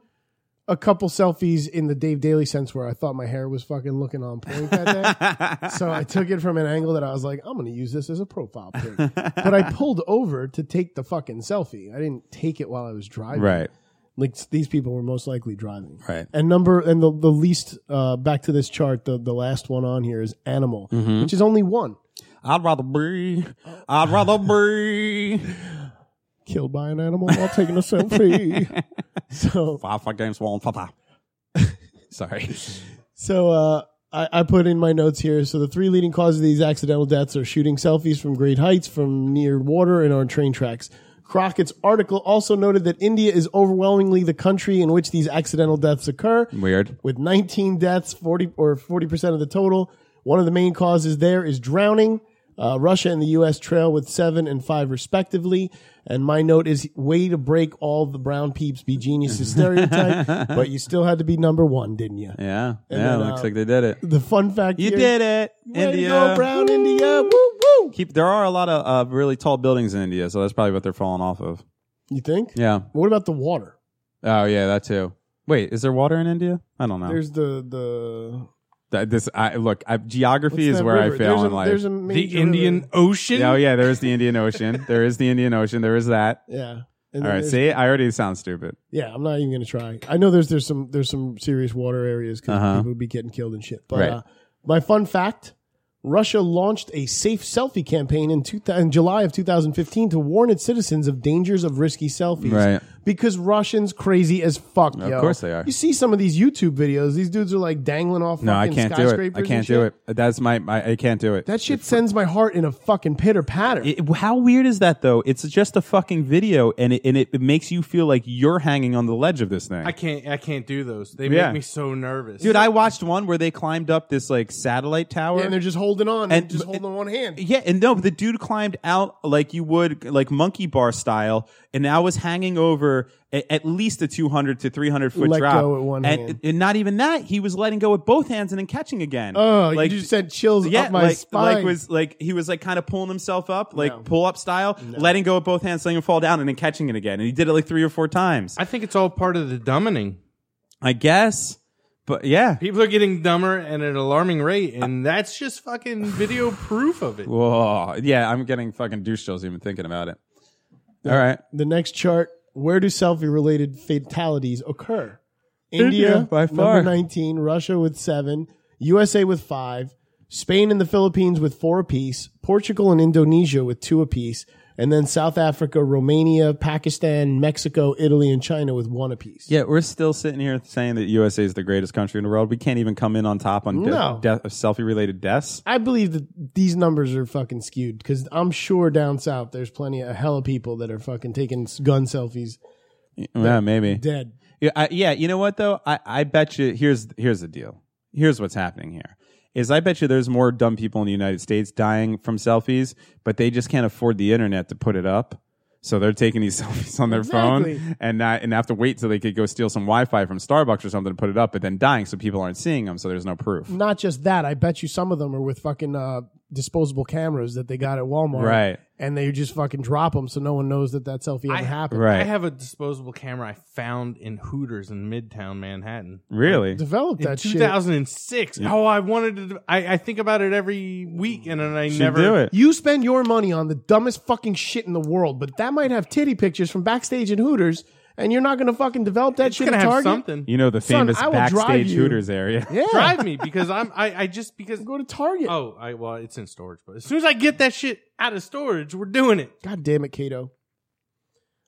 D: a couple selfies in the Dave Daily sense where I thought my hair was fucking looking on point that
B: (laughs)
D: day. so I took it from an angle that I was like, I'm gonna use this as a profile pic. but I pulled over to take the fucking selfie. I didn't take it while I was driving.
B: Right.
D: Like s- these people were most likely driving.
B: Right.
D: And number and the the least uh, back to this chart, the the last one on here is animal,
B: Mm-hmm.
D: which is only one
B: I'd rather be I'd rather be
D: killed by an animal while taking
B: (laughs)
D: a selfie. So
B: five fuck games one papa. (laughs) Sorry.
D: So uh, I, I put in my notes here. So the three leading causes of these accidental deaths are shooting selfies from great heights, from near water, and on train tracks. Crockett's article also noted that India is overwhelmingly the country in which these accidental deaths occur,
B: Weird.
D: with 19 deaths, 40 or 40 percent of the total. One of the main causes there is drowning. Uh, Russia and the U.S. trail with seven and five respectively. And my note is way to break all the brown peeps be geniuses stereotype, but you still had to be number one, didn't you?
B: Yeah.
D: And
B: yeah,
D: then,
B: looks
D: uh,
B: like they did it.
D: The fun fact
B: You
D: here-
B: did it.
D: Way
B: India.
D: To go, Brown India. Woo woo.
B: Keep there are a lot of uh, really tall buildings in India, so that's probably what they're falling off of.
D: You think?
B: Yeah.
D: What about the water?
B: Oh yeah, that too. Wait, is there water in India? I don't know.
D: There's the the
B: Th- This I look. I, geography is
D: That
B: where
D: river.
B: I fail
D: There's a-
B: in life.
D: There's a
E: The
D: major
E: Indian
D: river.
E: Ocean.
B: oh yeah, there is the Indian
D: (laughs)
B: Ocean. there is the Indian Ocean. There is that.
D: Yeah. And then
B: All right.
D: there's-
B: See, I already sound stupid.
D: Yeah, I'm not even gonna try. I know there's there's some there's some serious water areas because
B: Uh-huh.
D: people would be getting killed and shit. But
B: Right.
D: uh, my fun fact: Russia launched a safe selfie campaign in, two, in July of 2015 to warn its citizens of dangers of risky selfies.
B: Right.
D: Because Russians crazy as fuck.
B: Of
D: yo.
B: course they are.
D: You see some of these YouTube videos; these dudes are like dangling off.
B: No, I
D: fucking
B: can't do it.
D: skyscrapers
B: I
D: and
B: can't do
D: shit.
B: it. That's my, my. I can't do it.
D: That shit sends my heart in a fucking pitter patter.
B: It- how weird is that though? It's just a fucking video, and it and it, it makes you feel like you're hanging on the ledge of this thing.
E: I can't. I can't do those. They
B: Yeah.
E: make me so nervous,
B: Dude, I watched one where they climbed up this like satellite tower.
D: and they're just holding on and,
B: And-
D: just holding one hand.
B: yeah, and no, the dude climbed out like you would, like monkey bar style, and I was hanging over a, at least a 200 to 300 foot
D: Let
B: drop.
D: go at one
B: and,
D: hand.
B: and not even that, he was letting go with both hands and then catching again.
D: Oh, you just said chills
B: yeah,
D: up my
B: like,
D: spine.
B: like was like he was like kind of pulling himself up, like
D: No.
B: pull up style, letting go with both hands, letting him fall down, and then catching it again. And he did it like three or four times, I,
E: I think it's all part of the dumbing.
B: guess. But yeah,
E: People are getting dumber at an alarming rate, and that's just fucking (laughs) video proof of it.
B: whoa, yeah, I'm getting fucking douche chills even thinking about it. All right,
D: the next chart where do selfie related fatalities occur india,
B: India, by far.
D: number 19 russia with 7 usa with 5 spain and the philippines with 4 apiece portugal and indonesia with 2 apiece and then south africa romania pakistan mexico italy and china with 1 apiece
B: yeah, we're still sitting here saying that USA is the greatest country in the world. We can't even come in on top on de-
D: No.
B: death of selfie related deaths.
D: I believe that these numbers are fucking skewed because I'm sure down south there's plenty of hell of people that are fucking taking s- gun selfies
B: Yeah, maybe.
D: dead.
B: Yeah, I, yeah, you know what though? I, I bet you here's here's the deal. Here's what's happening here. Is I bet you there's more dumb people in the United States dying from selfies, but they just can't afford the internet to put it up. So they're taking these (laughs) selfies on their phone
D: Exactly.
B: and not, and have to wait till they could go steal some Wi-Fi from Starbucks or something to put it up, but then dying so people aren't seeing them, so there's no proof.
D: not just that, I bet you some of them are with fucking uh, disposable cameras that they got at Walmart.
B: Right.
D: And they just fucking drop them so no one knows that that selfie ever happened.
B: Right.
E: I have a disposable camera I found in Hooters in Midtown Manhattan.
B: Really?
D: Develop
E: In
D: that shit.
E: 2006. Oh, I wanted to. I, I think about it every week, and then I
B: Should
E: never
B: do it.
D: You spend your money on the dumbest fucking shit in the world, but that might have titty pictures from backstage at Hooters, and you're not gonna fucking develop that
E: It's
D: shit
E: gonna
D: at
E: have
D: Target.
E: something.
B: You know the
D: Son,
B: famous
D: I will drive
B: backstage
D: you.
B: Hooters area.
D: Yeah.
E: Drive me because I'm. I, I just (laughs) because.
D: Go to Target.
E: Oh, I well, it's in storage, but as soon as I get that shit out of storage, we're doing it.
D: God damn it, Kato.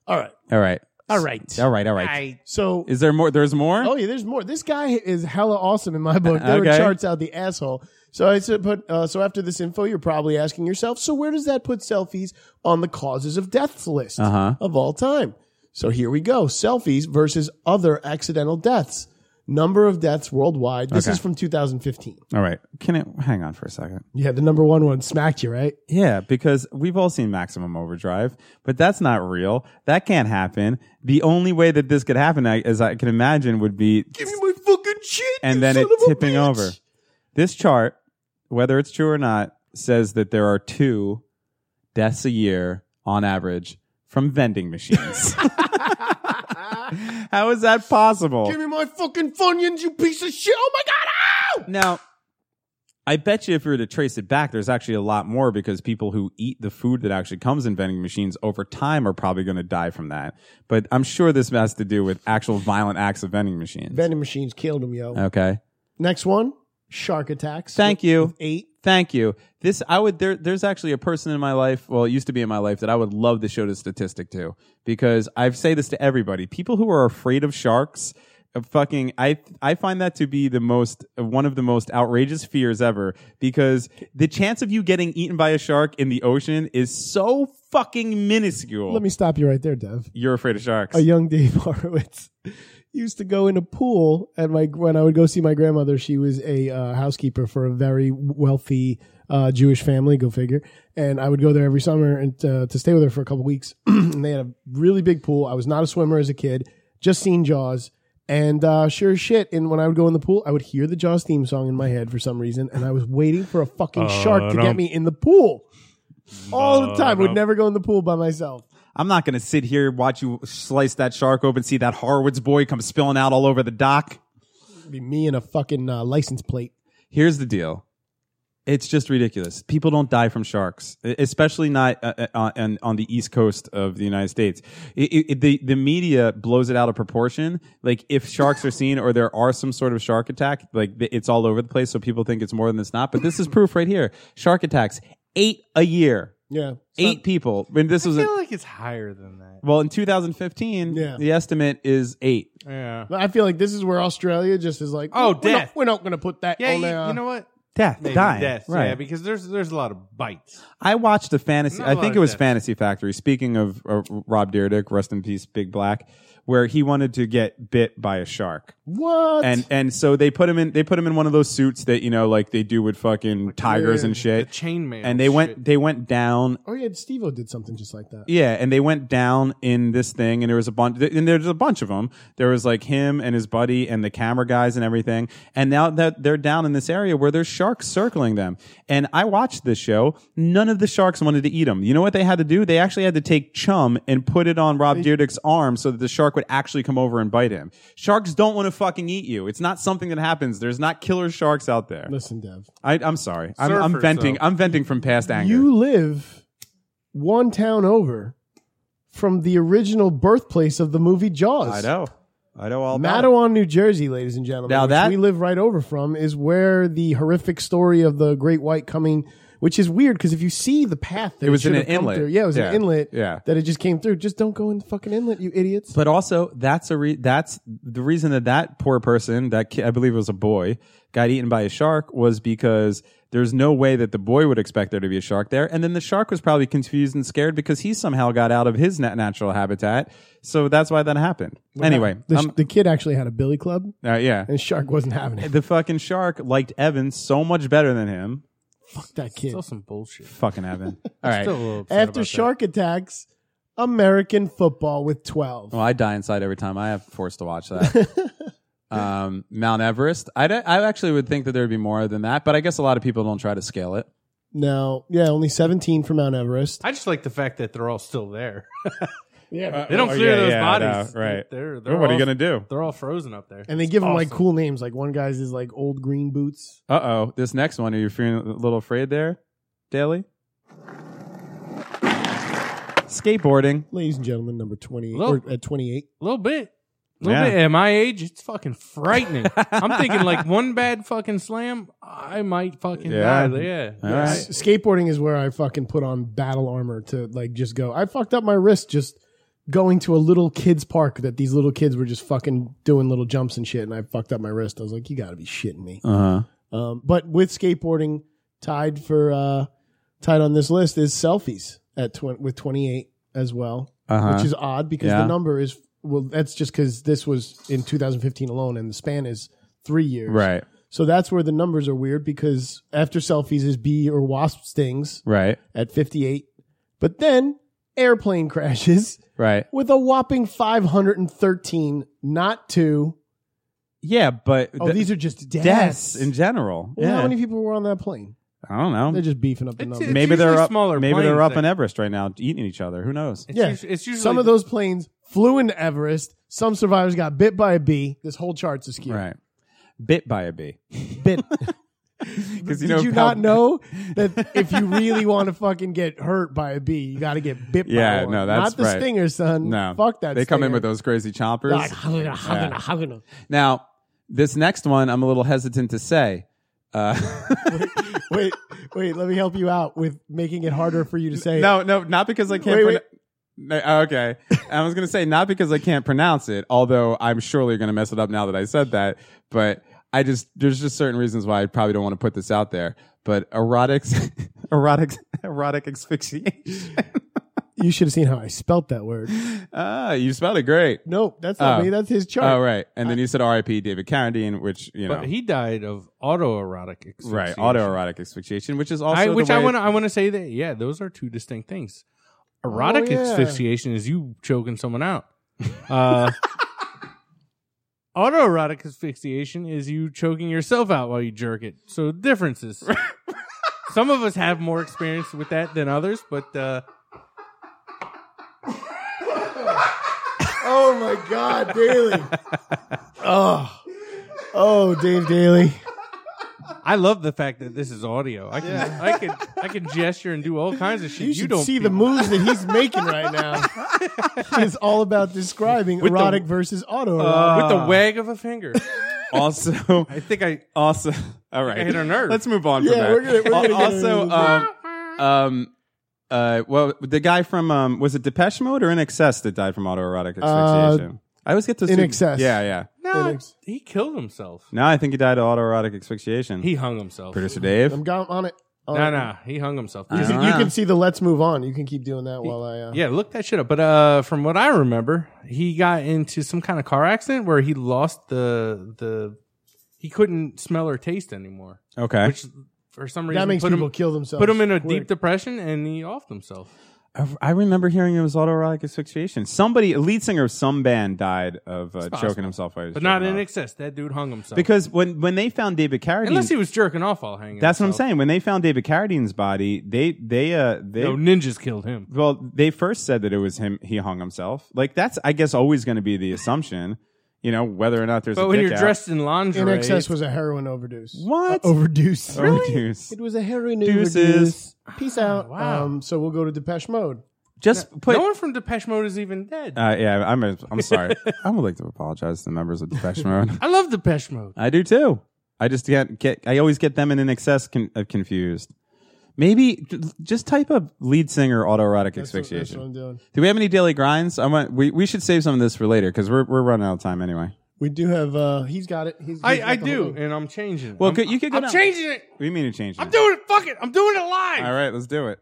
D: All right.
B: (laughs) All right.
D: All right.
B: All right. All right.
E: I
D: So
B: Is there more? There's more?
D: Oh yeah, there's more. This guy is hella awesome in my (laughs) book. There
B: Okay.
D: were charts out the asshole. So I said, put uh, so after this info, you're probably asking yourself, so where does that put selfies on the causes of deaths list of all time? So here we go: selfies versus other accidental deaths. Number of deaths worldwide. This
B: Okay.
D: is from 2015.
B: All right. Can it hang on for a second?
D: Yeah, the number one one smacked you right.
B: Yeah, because we've all seen maximum overdrive, but that's not real. That can't happen. The only way that this could happen, I- as I can imagine, would be
D: Give me my fucking shit.
B: and
D: you
B: then
D: son
B: it
D: of a
B: tipping
D: bitch.
B: over. This chart, whether it's true or not, says that there are two deaths a year on average from vending machines.
D: (laughs)
B: How is that possible?
D: Give me my fucking funyuns, you piece of shit. Oh my god!
B: Now, I bet you if we were to trace it back, there's actually a lot more because people who eat the food that actually comes in vending machines over time are probably going to die from that. But I'm sure this has to do with actual violent acts of vending machines.
D: Vending machines killed him, yo.
B: okay.
D: Next one, shark attacks.
B: Thank you.
D: Eight.
B: Thank you. This I would there there's actually a person in my life, well it used to be in my life that I would love to show this statistic to because I say this to everybody. People who are afraid of sharks uh, fucking I I find that to be the most uh, one of the most outrageous fears ever because the chance of you getting eaten by a shark in the ocean is so fucking minuscule.
D: Let me stop you right there, Dev.
B: You're afraid of sharks.
D: A young Dave (laughs) Horowitz used to go in a pool, and my when I would go see my grandmother, she was a uh, housekeeper for a very wealthy uh, Jewish family. Go figure. And I would go there every summer and uh, to stay with her for a couple weeks. (clears throat) and they had a really big pool. I was not a swimmer as a kid, just seen Jaws. And uh, sure as shit, and when I would go in the pool, I would hear the Jaws theme song in my head for some reason, and I was waiting for a fucking shark to get me in the pool all the time. Would never go in the pool by myself.
B: I'm not going to sit here watch you slice that shark open, see that Harwood's boy come spilling out all over the dock.
D: be me and a fucking uh, license plate.
B: Here's the deal. It's just ridiculous. People don't die from sharks, e- especially not uh, uh, on, on the east coast of the United States. It, it, it- the the media blows it out of proportion. Like if sharks are seen or there are some sort of shark attack, like th- it's all over the place. So people think it's more than it's not. But this is proof right here. Shark attacks eight a year,
D: Yeah.
B: eight people. And this
E: I
B: was a-
E: feel like it's higher than that.
B: well in 2015.
D: Yeah.
B: The estimate is eight.
E: Yeah.
D: But I feel like this is where Australia just is like,
E: Oh,
D: we're
E: death.
D: Not, we're not going to put that
E: Yeah.
B: Oh,
D: on
E: You,
D: our.
E: you know what?
B: Death,
E: Maybe
B: uh, dying,
E: death,
B: right?
E: Yeah, because there's there's a lot of bites.
B: I watched the fantasy.
E: Not a
B: I
E: lot
B: think
E: of
B: it was
E: deaths.
B: Fantasy Factory. Speaking of uh, Rob Dyrdek, rest in peace, Big Black, where he wanted to get bit by a shark,
D: what?
B: and and so they put him in. They put him in one of those suits that you know, like they do with fucking tigers and
E: The
B: shit.
E: chainmail.
B: and they
E: shit.
B: went. They went down.
D: oh, yeah. Steve O did something just like that.
B: Yeah, and they went down in this thing, and there was a bunch. And there's a bunch of them. There was like him and his buddy and the camera guys and everything. And now that they're down in this area where there's sharks circling them, and I watched this show. None of the sharks wanted to eat them. You know what they had to do? They actually had to take chum and put it on Rob Dyrdek's arm so that the shark would actually come over and bite him. Sharks don't want to fucking eat you. It's not something that happens. There's not killer sharks out there.
D: Listen, Dev.
B: I, I'm sorry. I'm, I'm
E: Surfers,
B: venting.
E: though.
B: I'm venting from past anger.
D: You live one town over from the original birthplace of the movie Jaws.
B: I know. I know all about it.
D: Mattawan, New Jersey, ladies and gentlemen.
B: Now
D: which
B: that-
D: we live right over from is where the horrific story of the Great White coming, which is weird because if you see the path, that
B: It was in
D: should
B: an
D: have come
B: inlet.
D: through- yeah, it was
B: Yeah.
D: an inlet.
B: Yeah.
D: that it just came through. Just don't go in the fucking inlet, you idiots.
B: But also, that's a re- that's the reason that that poor person, that ki I believe it was a boy, got eaten by a shark was because there's no way that the boy would expect there to be a shark there, and then the shark was probably confused and scared because he somehow got out of his nat- natural habitat. So that's why that happened. anyway,
D: the,
B: um,
D: the kid actually had a billy club,
B: uh, yeah,
D: and Shark wasn't having it.
B: the fucking shark liked Evan so much better than him.
D: Fuck that kid.
E: Still some bullshit.
B: Fucking Evan. All right.
E: Still a little upset about
D: After
E: that.
D: shark attacks, American football with twelve.
B: Well, I die inside every time I am forced to watch that.
D: (laughs)
B: um, Mount Everest. I, don't- I actually would think that there would be more than that, but I guess a lot of people don't try to scale it.
D: Now, yeah, only seventeen for Mount Everest.
E: I just like the fact that they're all
B: (laughs)
E: still there.
D: Yeah,
E: They don't
B: oh,
E: clear
B: yeah,
E: those
B: yeah, I
E: bodies.
B: know, right.
E: They're, they're
B: What are you
E: all-
B: gonna do?
E: They're all frozen up there.
D: and they give them like
E: Awesome.
D: cool names. Like one guy's is like old green boots.
B: Uh oh, this next one. Are you feeling a little afraid there, Daly? Skateboarding.
D: Ladies and gentlemen, number twenty or uh,
E: Look.
D: at twenty eight.
E: A little bit. A little
B: Yeah.
E: bit. At my age, it's
B: (laughs)
E: fucking frightening. I'm thinking like one bad fucking slam, I might fucking
B: Yeah.
E: die. Yeah.
B: All right.
D: S- Skateboarding is where I fucking put on battle armor to like just go. I fucked up my wrist just going to a little kids park that these little kids were just fucking doing little jumps and shit, and I fucked up my wrist. I was like, you got to be shitting me.
B: Uh huh.
D: Um, but with skateboarding tied for uh, tied on this list is selfies at tw- with twenty eight as well,
B: Uh huh.
D: which is odd because
B: Yeah.
D: the number is well. That's just because this was in 2015 alone, and the span is three years,
B: Right.
D: So that's where the numbers are weird because after selfies is bee or wasp stings
B: Right.
D: at 58, but then airplane (laughs) crashes
B: Right.
D: with a whopping 513, not two.
B: Yeah, but
D: Oh,
B: the-
D: these are just deaths.
B: deaths in general.
D: Well,
B: yeah. Um,
D: How many people were on that plane?
B: I don't know.
D: They're just beefing up the
E: It's-
D: numbers.
E: it's-
B: Maybe they're
E: usually
B: up.
E: smaller
B: Maybe
E: planes
B: they're up
E: that-
B: in Everest right now, eating each other. Who knows?
E: It's,
D: Yeah.
E: usu- it's usually
D: Some of those planes flew into Everest. Some survivors got bit by a bee. This whole chart's askew.
B: Right. Bit by a bee.
D: Bit.
B: (laughs) Because
D: Did you
B: (laughs)
D: not know that if you really want to fucking get hurt by a bee, you got to get bit by
B: Yeah,
D: one?
B: no, that's
D: not the
B: right.
D: stinger, son.
B: No,
D: fuck that. ah.
B: They come in
D: stinger.
B: with those crazy choppers. Yeah.
G: Hagana.
B: Now, this next one, I'm a little hesitant to say. Uh,
D: (laughs) wait, wait. Let me help you out with making it harder for you to say. it.
B: no, no, not because I can't.
D: Wait, wait.
B: prono- No, uh, okay, I was gonna say not because I can't pronounce it, although I'm surely gonna mess it up now that I said that. But I just there's just certain reasons why I probably don't want to put this out there. But erotic, (laughs) erotic, erotic asphyxiation. (laughs)
D: you should have seen how I spelt that word.
B: ah, you spelled it great.
D: No, that's not
B: Oh.
D: me. That's his chart.
B: Oh right, and then you said R.I.P. David Carradine, which you know,
E: Uh, But he died of autoerotic asphyxiation.
B: right, autoerotic asphyxiation, which is also
E: I,
B: the
E: which I
B: way-
E: want to I want to say that yeah, those are two distinct things. Erotic
D: Oh, yeah.
E: asphyxiation is you choking
D: (laughs)
E: someone out. Uh, autoerotic asphyxiation is you choking yourself out while you jerk it. So differences.
D: (laughs)
E: Some of us have more experience with that than others, but uh,
D: Oh my God, Daly. oh, oh, Dave Daly.
E: I love the fact that this is audio. I can I can I can gesture and do all kinds of shit. You,
D: should
E: don't
D: see
E: feel (laughs)
D: the
E: it.
D: moves that he's making right
E: (laughs)
D: now. He's all about describing
B: the-
D: erotic versus auto.
E: Uh, with
D: Ah.
E: the wag of
D: (laughs)
E: a finger.
B: also,
E: (laughs) I think I
B: also, all right.
E: hit a nerve.
B: Let's move on.
D: Yeah, we're
B: from that.
D: gonna- we're gonna get
B: Al- also, um,
D: into
B: um, uh, well, the guy from um, was it Depeche Mode or In Excess that died from autoerotic
E: Uh,
B: asphyxiation? I always get those.
D: In
B: two-
D: Excess.
B: Yeah, yeah.
E: no, he killed himself.
B: No, I think he died of autoerotic asphyxiation.
E: He Um, hung himself.
B: Producer Dave.
D: I'm go- on it. On
E: No,
D: it.
E: no, he hung himself. Uh-huh.
D: You can,
B: don't
D: you
B: know.
D: can see the let's move on. You can keep doing that while I. Uh,
E: Yeah, look that shit up. But uh, from what I remember, he got into some kind of car accident where he lost the the he couldn't smell or taste anymore,
B: Okay.
E: which for some reason
D: That makes
E: put
D: people
E: him
D: kill themselves.
E: put him in a
D: quick.
E: deep depression and he offed himself.
B: I, I remember hearing it was autoerotic asphyxiation. Somebody, a lead singer of some band, died of uh,
E: possible.
B: choking himself. While he was
E: But not
B: jerking
E: in
B: off.
E: excess. That dude hung himself.
B: because when when they found David Carradine,
E: unless he was jerking off while hanging.
B: that's what I'm
E: himself.
B: saying. When they found David Carradine's body, they they uh they
E: No, ninjas killed him.
B: well they first said that it was him. He hung himself. Like that's I guess always going to be the assumption, you know, whether or not there's.
E: But
B: a
E: when
B: dick
E: you're
B: out.
E: dressed in lingerie,
D: In excess was a heroin overdose.
B: what?
D: Uh,
B: (laughs)
D: overdose.
B: Overdose.
D: It was a heroin
B: Deuces.
D: overdose.
E: (sighs)
D: Peace out.
E: Wow.
D: Um, so we'll go to Depeche Mode.
B: Just put
E: no one from Depeche Mode is even dead.
B: Uh, yeah, I'm. I'm
E: (laughs)
B: sorry. I would like to apologize to the members of Depeche Mode.
E: I love Depeche Mode.
B: I do too. I just get get. I always get them and in excess con- uh, confused. Maybe j- just type up lead singer autoerotic
D: That's what, that's what
B: asphyxiation.
D: I'm doing.
B: Do we have any daily grinds? I want. We, we should save some of this for later because we're we're running out of time anyway.
D: We do have. Uh, he's got it. He's. he's
E: I,
D: got
E: I
D: the whole
E: do,
D: thing.
E: and I'm changing. it.
B: Well,
E: I'm,
B: could- you could go
E: I'm
B: down-
E: changing it.
B: We mean to change.
E: I'm
B: it.
E: doing it. Fuck it. I'm doing it live.
B: All right, let's do it.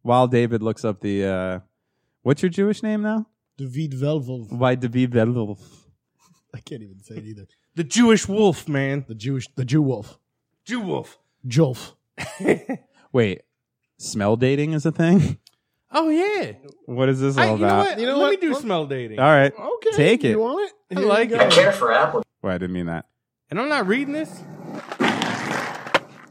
B: While David looks up the, uh, what's your Jewish name now?
D: David Velvel. (laughs)
B: Why David Vedel?
D: I can't even say it either.
E: The Jewish wolf, man.
D: The Jewish. The Jew Wolf.
E: Jew wolf.
D: Jolf.
B: Wait, smell dating is a thing. (laughs)
E: Oh yeah.
B: What is this all
E: I, you
B: about?
E: know what?
D: You know
E: Let
D: what?
E: me do
D: Let-
E: smell dating.
B: All right.
D: Okay.
B: Take it.
D: You want it?
E: I
D: Here
E: like
D: you
E: it.
D: go.
B: Well, I didn't mean that.
E: And I'm not reading this.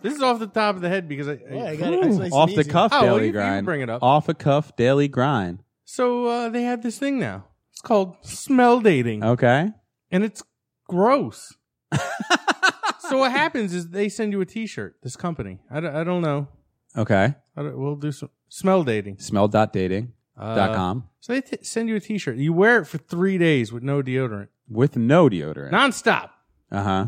E: This is off the top of the head because I.
D: Yeah, I
E: I-
D: got it. That's nice and
B: Off the
D: easy.
B: cuff
E: Oh, well,
B: daily
E: you- you
B: grind.
E: bring it up.
B: Off a cuff daily grind.
E: so uh, they have this thing now. It's called smell dating,
B: Okay.
E: and it's gross. so what happens is they send you a T-shirt. This company. I don't, I don't know.
B: Okay.
E: I don't, we'll do some smell dating.
B: Smell dot dating dot
E: Uh,
B: com
E: So they t- send you a T-shirt. You wear it for three days with no deodorant,
B: with no deodorant.
E: nonstop.
B: uh huh.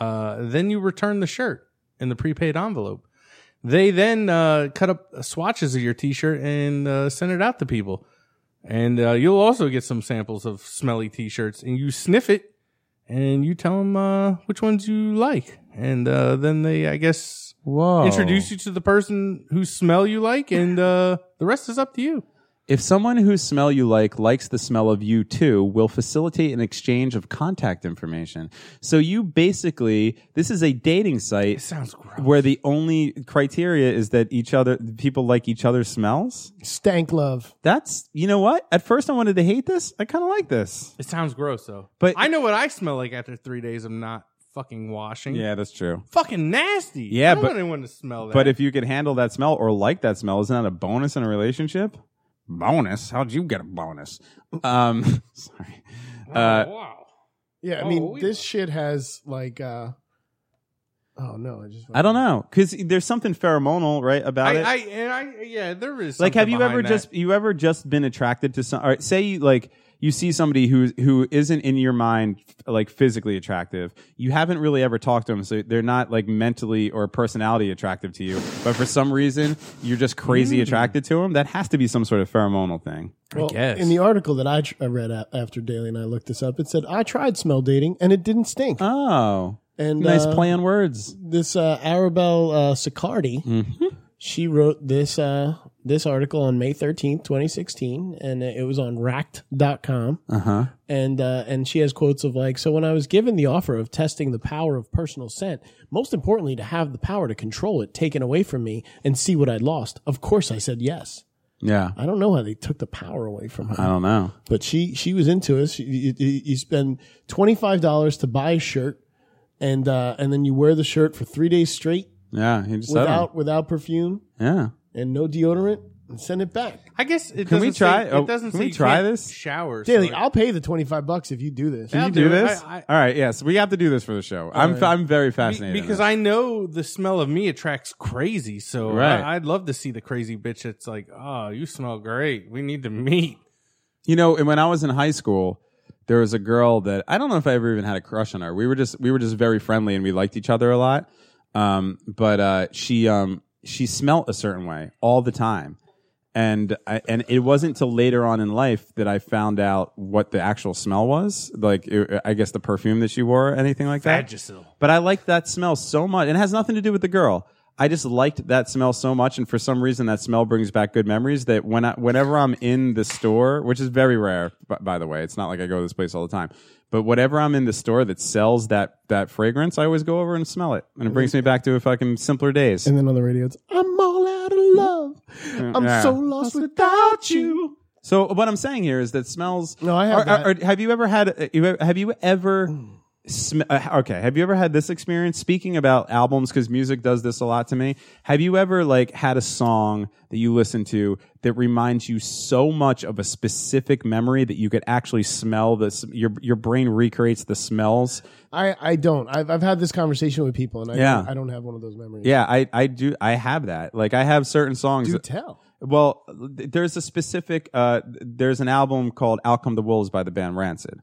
E: Uh, then you return the shirt in the prepaid envelope. They then uh, cut up swatches of your T-shirt and uh, send it out to people. And uh, you'll also get some samples of smelly T-shirts, and you sniff it, and you tell them uh, which ones you like, and uh, then they, I guess,
B: Whoa.
E: introduce you to the person whose smell you like, and uh, the rest is up to you.
B: If someone whose smell you like likes the smell of you too, will facilitate an exchange of contact information. So you basically, this is a dating site
E: Sounds gross.
B: where the only criteria is that each other people like each other's smells.
D: Stank love.
B: That's you know what? At first I wanted to hate this. I kind of like this.
E: It sounds gross though.
B: But-
E: I know what I smell like after three days of not fucking washing.
B: that's true.
E: Fucking nasty.
B: Yeah,
E: I don't
B: but-
E: want anyone to smell that.
B: But if you could handle that smell or like that smell, isn't that a bonus in a relationship? Bonus? How'd you get a bonus? Um, (laughs) sorry. Uh,
E: wow.
D: Yeah. I
E: Oh,
D: mean,
E: we-
D: this shit has like. uh Oh no! I just.
B: I don't know because there's something pheromonal, right, about
E: I,
B: it.
E: I, and I yeah, there is
B: like, have
E: something
B: you ever
E: behind that.
B: just you ever just been attracted to some? All right, say you like you see somebody who who isn't in your mind like physically attractive. You haven't really ever talked to them, so they're not like mentally or personality attractive to you. But for some reason, you're just
E: Mm.
B: crazy attracted to them. That has to be some sort of pheromonal thing.
D: Well,
E: guess.
D: in the article that I, tr- I read a- after Daly and I looked this up, it said I tried smell dating and it didn't stink.
B: Oh,
D: and
B: nice
D: uh,
B: play on words.
D: This uh, Arabelle uh, Sicardi, she wrote this uh, this article on May thirteenth, twenty sixteen, and it was on Racked.com.
B: Uh huh.
D: and uh, and she has quotes of like, so when I was given the offer of testing the power of personal scent, most importantly to have the power to control it taken away from me and see what I'd lost. Of course, I said yes.
B: Yeah.
D: I don't know how they took the power away from her,
B: I don't know.
D: but she she was into it. She, you, you you spend twenty five dollars to buy a shirt, and uh, and then you wear the shirt for three days straight
B: Yeah. He just said
D: without without perfume
B: Yeah.
D: and no deodorant. and send it back.
E: I guess it
B: Can we
E: doesn't say-
B: try- oh,
E: it doesn't
B: can
E: say
B: we
E: you
B: try
E: can't
B: this?
E: shower. so
D: Daily,
E: it-
D: I'll pay the twenty five bucks if you do this.
B: Can
E: I'll
B: you do,
E: do it.
B: this?
E: I- I-
B: All right. Yes, we have to do this for the show. I'm I'm very
E: Be-
B: fascinated in
E: because
B: this.
E: I know the smell of me attracts crazy. So
B: Right.
E: I, would love to see the crazy bitch that's like, oh, you smell great. We need to meet.
B: you know, and when I was in high school, there was a girl that I don't know if I ever even had a crush on her. We were just we were just very friendly and we liked each other a lot. Um, but uh, she um she smelt a certain way all the time. and I, and it wasn't till later on in life that I found out what the actual smell was. Like it, I guess the perfume that she wore, anything like that.
E: Vagisil.
B: But I liked that smell so much. It has nothing to do with the girl. I just liked that smell so much, and for some reason, that smell brings back good memories. That when I, whenever I'm in the store, which is very rare, by, by the way, it's not like I go to this place all the time. But whatever I'm in the store that sells that that fragrance, I always go over and smell it, and it brings me back to fucking simpler days.
D: And then on the radio, it's I'm all out of love. I'm
B: Yeah.
D: so lost without you.
B: So what I'm saying here is that smells.
D: No, I have
B: Are- are-
D: that.
B: are- have you ever had? uh, you- Have you ever? Sm- uh, okay, have you ever had this experience? Speaking about albums, because music does this a lot to me. Have you ever like had a song that you listen to that reminds you so much of a specific memory that you could actually smell this? Your your brain recreates the smells.
D: I, I don't. I've I've had this conversation with people, and I
B: Yeah.
D: I don't have one of those memories.
B: Yeah, I I do. I have that. Like I have certain songs.
D: do
B: that-
D: tell.
B: Well, th- there's a specific. Uh, th- there's an album called "Out Come the Wolves" by the band Rancid,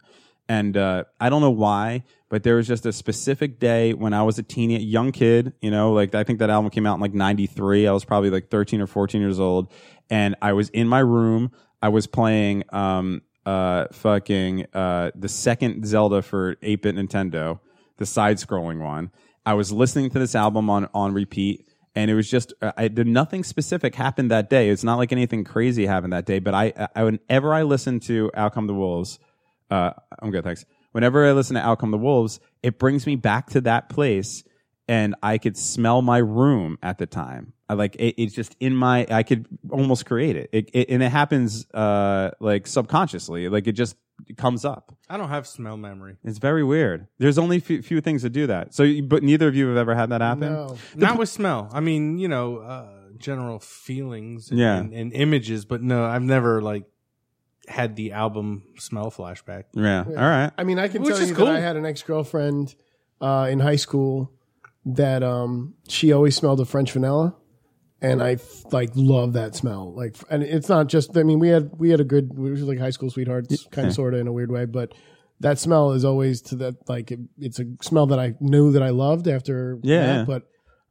B: and uh, I don't know why, but there was just a specific day when I was a teen, young kid. You know, like I think that album came out in like '93. I was probably like 13 or 14 years old, and I was in my room. I was playing um uh fucking uh the second Zelda for 8-bit Nintendo, the side-scrolling one. I was listening to this album on on repeat and it was just uh, I did nothing specific happened that day. It's not like anything crazy happened that day, but I, I- I whenever I listen to Out Come the Wolves, uh, I'm good, thanks. Whenever I listen to Out Come the Wolves, it brings me back to that place, and I could smell my room at the time. I like it, it's just in my. I could almost create it. It, it, and it happens uh, like subconsciously. Like it just comes up.
E: I don't have smell memory.
B: It's very weird. There's only few, few things that do that. So, you- but neither of you have ever had that happen.
D: No.
E: Not with smell. I mean, you know, uh, general feelings and,
B: Yeah.
E: and, and images, but no, I've never like had the album smell flashback.
B: Yeah. All right.
D: I mean, I can
E: Which
D: tell
E: is
D: you
E: cool.
D: that I had an ex girlfriend uh, in high school that um, she always smelled of French vanilla, and I like love that smell. Like, and it's not just. I mean, we had we had a good. We were like high school sweethearts, kind of sorta in a weird way, but. That smell is always to that like it, it's a smell that I knew that I loved after
B: Yeah,
D: that,
B: yeah.
D: but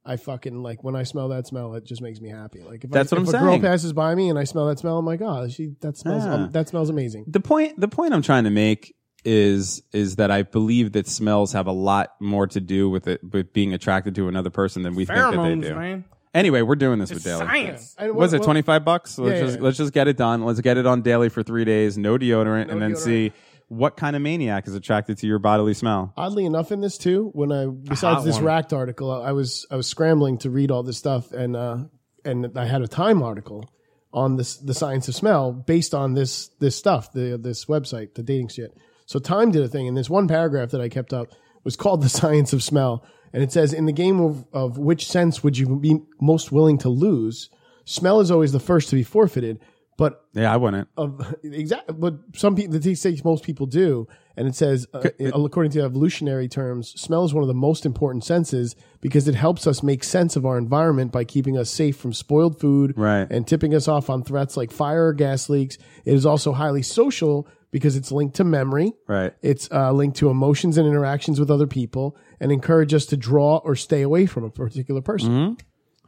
D: I fucking like when I smell that smell it just makes me happy like if
B: That's
D: I,
B: what I'm
D: if a girl
B: saying.
D: passes by me and I smell that smell I'm like oh she that smells
B: Yeah.
D: um, that smells amazing
B: the point the point I'm trying to make is is that I believe that smells have a lot more to do with it with being attracted to another person than we think
E: Pheromones,
B: that they do.
E: man.
B: Anyway, we're doing this
E: It's
B: with Daily.
E: science.
D: And
B: Was
D: what-
B: it
D: what-
B: twenty five bucks? Let's
D: Yeah,
B: just
D: yeah.
B: let's just get it done. Let's get it on daily for three days, no deodorant, and then
D: deodorant.
B: see what kind of maniac is attracted to your bodily smell.
D: oddly enough in this too when i besides
E: hot
D: this
E: one.
D: racked article i was i was scrambling to read all this stuff and uh and i had a time article on this the science of smell based on this this stuff the this website the dating shit so time did a thing and this one paragraph that i kept up was called (laughs) the science of smell and it says in the game of, of which sense would you be most willing to lose smell is always the first to be forfeited but
B: Yeah, I wouldn't.
D: of exactly but some people the say most people do and it says uh, according to evolutionary terms smell is one of the most important senses because it helps us make sense of our environment by keeping us safe from spoiled food
B: Right.
D: and tipping us off on threats like fire or gas leaks it is also highly social because it's linked to memory
B: Right.
D: it's uh, linked to emotions and interactions with other people and encourage us to draw or stay away from a particular person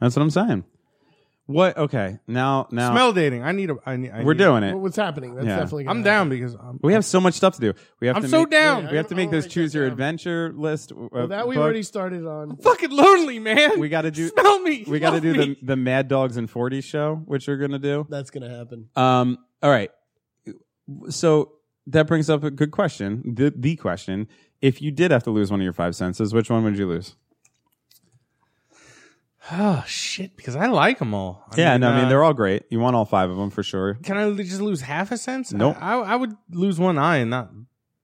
B: That's what I'm saying. What okay. Now now
E: Smell dating. I need a. I need, I
B: we're
E: need a-
B: doing it.
D: Well, what's happening that's
B: Mm-hmm. Yeah.
D: definitely gonna
E: I'm down because I'm,
B: We have so much stuff to do. We have
E: I'm
B: to
E: so
B: make,
E: down.
B: We have to
D: I'm
B: make this
D: already
B: choose
D: so
B: your
D: down.
B: adventure list. uh,
D: happen. that we
B: book.
D: already started on
E: fucking lonely, man.
B: We gotta do-
E: Smell me.
B: we got to
E: Love
B: do the
E: me.
B: the Mad Dogs and 40s show, which we're gonna do.
D: that's gonna happen
B: Um, all right. So that brings up a good question. The the question: If you did have to lose one of your five senses, which one would you lose?
E: Oh shit! Because I like them all. I
B: yeah, no, I
E: uh,
B: mean they're all great. You want all five of them for sure.
E: Can I just lose half a sense?
B: Nope.
E: I, I, I would lose one eye and not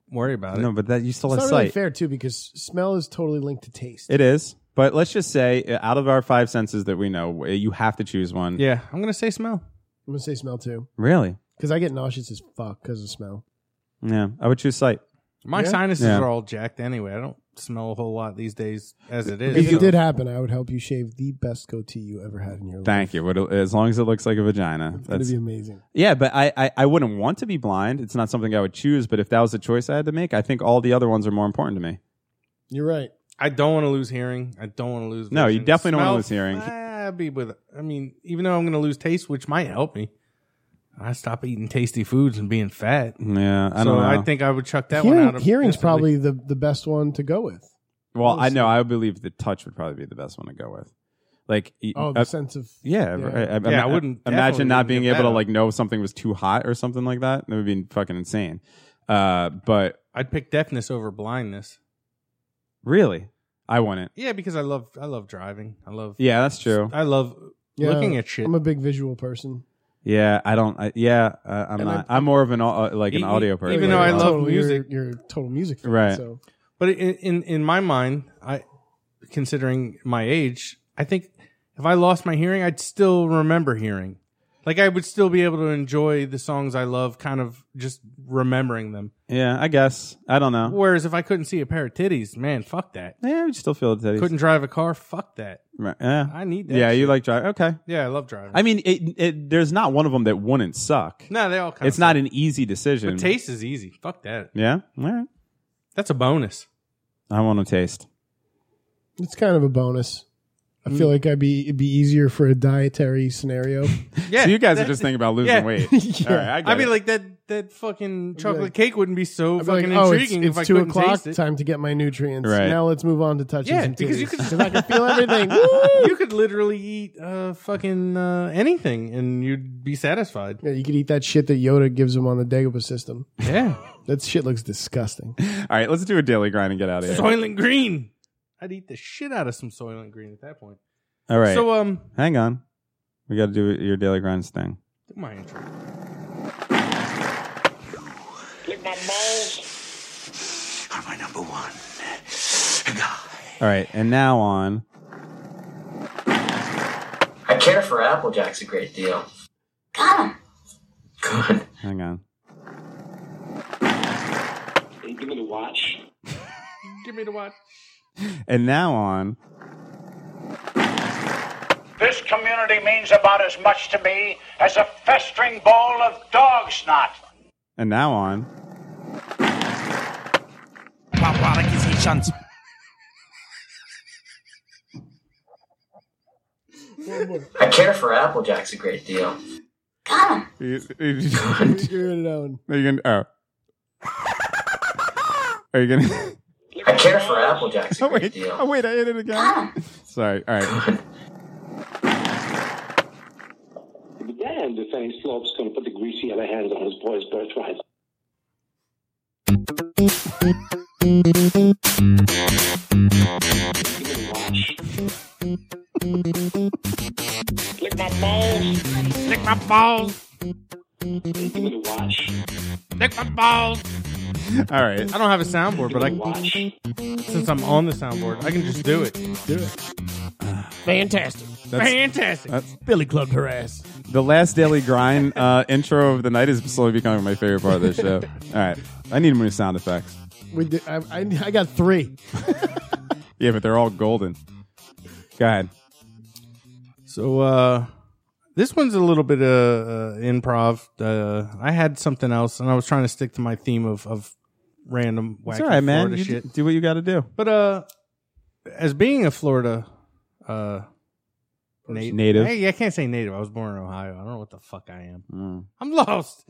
E: worry about it.
B: No, but that you still
D: It's
B: have
D: not
B: sight.
D: really fair too because smell is totally linked to taste.
B: It is, but let's just say uh, out of our five senses that we know, uh, you have to choose one.
E: Yeah, I'm gonna say smell.
D: I'm gonna say smell too
B: Really?
D: because I get nauseous as fuck because of smell.
B: Yeah, I would choose sight.
E: My sinuses
B: Yeah.
E: are all jacked anyway. I don't smell a whole lot these days as it is.
D: If
E: so-
D: it did happen, I would help you shave the best goatee you ever had in your life.
B: Thank you. Would- As long as it looks like a vagina.
D: That'd
B: That's,
D: be amazing.
B: yeah, but I, I, I wouldn't want to be blind. It's not something I would choose. But if that was a choice I had to make, I think all the other ones are more important to me.
D: You're right.
E: I don't want to lose hearing. I don't want to lose.
B: No, you
E: vision.
B: definitely don't wanna
E: Smell,
B: lose hearing.
E: I'd be with. I mean, even though I'm going to lose taste, which might help me, I stop eating tasty foods and being fat.
B: Yeah, I
E: so
B: don't know.
E: I think I would chuck that
D: Hearing-
E: one out.
D: hearing's
E: instantly.
D: probably the, the best one to go with.
B: well, I know. I believe the touch would probably be the best one to go with. Like, y-
D: Oh, the
B: uh,
D: sense of
B: yeah,
D: yeah.
B: I, I,
E: Yeah, Uh, I wouldn't- definitely
B: imagine not
E: wouldn't
B: being
E: get
B: able to
E: that.
B: like know if something was too hot or something like that. That would be fucking insane. Uh, but
E: I'd pick deafness over blindness.
B: really, I wouldn't.
E: Yeah, because I love. I love driving. I love.
B: Yeah, that's true.
E: I love
D: Yeah,
E: looking at shit.
D: I'm a big visual person.
B: Yeah, I don't. I, yeah, uh, I'm
D: And
B: not.
D: I-
B: I, am more of an au- uh, like an
E: E-
B: audio person.
E: Even though I
D: You're
E: love
D: totally- you're-
E: music.
D: you're, a total music fan.
B: Right.
D: So
E: But in, in in my mind, I considering my age, I think if I lost my hearing, I'd still remember hearing. Like I would still be able to enjoy the songs I love, kind of just remembering them.
B: yeah, I guess I don't know.
E: Whereas if I couldn't see a pair of titties, man, fuck that.
B: Yeah, we still feel the titties.
E: Couldn't drive a car, fuck that.
B: Right, Yeah,
E: I need that.
B: yeah.
E: shit.
B: You like drive? Okay.
E: yeah, I love driving.
B: I mean, it, it, there's not one of them that wouldn't suck.
E: no, they all kind
B: it's
E: of
B: not an easy decision.
E: But taste is easy. Fuck that.
B: Yeah. All right.
E: That's a bonus.
B: I want to taste.
D: it's kind of a bonus.
E: Mm.
D: I feel like I'd be it'd be easier for a dietary
E: (laughs)
D: scenario.
E: Yeah,
B: so you guys are
E: that-
B: just thinking about losing
E: yeah. (laughs)
B: weight.
D: Yeah.
B: All right. I get
E: I mean,
B: it.
E: like that that fucking
D: be
E: chocolate
D: like-
E: cake wouldn't be so
D: I'd be like,
E: fucking
D: oh, it's,
E: intriguing
D: it's
E: if I
D: two
E: couldn't
D: o'clock.
E: taste it.
D: Time to get my nutrients.
B: Right.
D: Now let's move on to touching
E: Yeah,
D: some
E: because you
D: titties. (laughs)
E: could-
D: 'Cause I can feel everything.
E: you could literally eat uh, fucking uh, anything and you'd be satisfied.
D: yeah, you could eat that shit that Yoda gives him on the Dagobah system.
E: Yeah.
D: That shit looks
E: (laughs)
D: disgusting.
B: all right. Let's do a daily grind and get out of here.
E: Soylent Green. I'd eat the shit out of some Soylent Green at that point.
B: all right.
E: So, um,
B: hang on. We got to do your daily grinds thing.
E: do my intro.
C: Lick my balls.
H: are my number one guy.
B: All right. And now on.
I: I care for Applejack's a great deal. Got him. Good.
B: Hang on.
C: Hey, give me the watch.
E: Give me the watch.
B: And now on.
J: This community means about as much to me as a festering bowl of dog snot.
B: And now on.
H: My product is a shunt.
I: I care for Applejack's a great deal.
B: You- (laughs) you-
D: You're in it own.
B: Are you gonna? Oh. Are you gonna? (laughs)
I: I care for Applejack's a
B: Oh
I: great
B: wait!
I: deal.
B: Oh wait! I hit it again. Sorry. All right.
C: I'll be damned if Fanny Slope's going to put the greasy other hand on his boy's birthright. Give me the watch. Lick my balls.
J: Lick my balls.
C: Hey, give me the watch.
J: Lick my balls.
B: All right.
E: I don't have a soundboard, but
C: Give me
E: I
C: the watch.
E: since I'm on the soundboard, I can just do it.
G: Fantastic.
E: Fantastic.
B: That's
G: Billy clubbed her ass.
B: the last daily grind uh, intro of the night is slowly becoming my favorite part of this show. All right. I need new sound effects.
D: We did, I, I, I got three.
B: Yeah, but they're all golden. Go ahead.
E: So uh this one's a little bit uh, uh improv. Uh I had something else and I was trying to stick to my theme of of random wacky
B: It's all right, man.
E: Florida
B: You
E: shit.
B: d- do what you got to do.
E: But uh as being a Florida uh nat-
B: Native.
E: Hey, I can't say native. I was born in Ohio. I don't know what the fuck I am.
B: Mm.
E: I'm lost.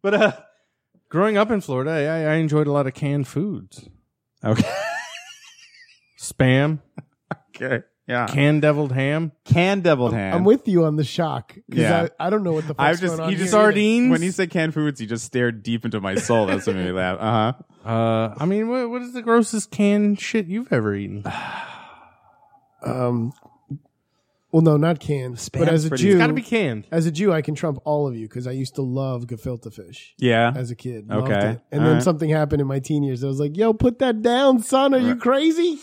E: but uh growing up in Florida, I, I enjoyed a lot of canned foods.
B: Okay.
E: Spam,
B: okay. Yeah. Can,
E: canned deviled ham,
B: deviled ham.
D: I'm with you on the shock because
B: Yeah.
D: I, I don't know what the fuck's
B: I've just
D: going on
B: he just
D: here either.
E: Sardines?
B: When he said canned foods, he just stared deep into my soul. That's what made me laugh. Uh huh.
E: Uh, I mean, what, what is the grossest canned shit you've ever eaten?
D: Um, well, no, not canned. but as a
B: pretty-
D: Jew,
E: It's got to be canned.
D: as a Jew, I can trump all of you because I used to love gefilte fish
B: Yeah.
D: as a kid. Loved
B: Okay.
D: it. And
B: All
D: then
B: right.
D: something happened in my teen years. I was like, "Yo, put that down, son. Are you crazy?"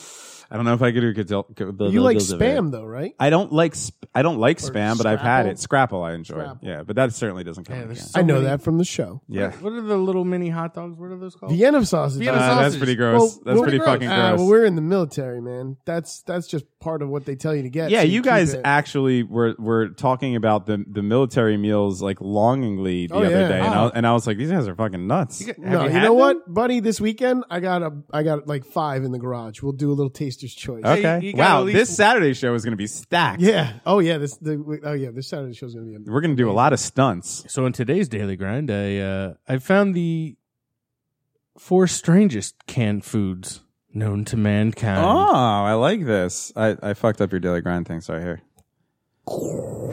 B: I don't know if I could. could, tell- could
D: You like spam, though, right?
B: I don't like sp- I don't like
D: Or
B: spam, but I've had
D: Scrapple?
B: it. Scrapple, I enjoy.
D: Scrapple.
B: Yeah, but that certainly doesn't count.
D: there's
B: again.
D: so I know many- that from the show.
B: Yeah,
E: What are the little mini hot dogs? What are those called?
D: Vienna sausage.
E: Vienna
B: Uh, that's
E: sausages.
B: pretty gross. Well, That's
D: we're-
B: pretty fucking
D: Ah,
B: gross.
D: well, we're in the military, man. That's that's just part of what they tell you to get.
B: yeah,
D: so
B: you
D: keep
B: guys
D: it.
B: actually were were talking about the the military meals like longingly the
D: Oh,
B: other
D: yeah.
B: day, and, I,
D: Oh.
B: and I was like, these guys are fucking nuts.
D: No, you, know what, buddy? This weekend, I got a, I got like five in the garage. We'll do a little taster's choice.
B: Okay. wow, this Saturday show is going to be stacked.
D: Yeah. Oh yeah. This. The, oh yeah. This Saturday show's gonna be. Amazing.
B: We're going to do a lot of stunts.
E: So in today's daily grind, I uh, I found the four strangest canned foods known to mankind.
B: Oh, I like this. I, I fucked up your daily grind thing. Sorry, here. All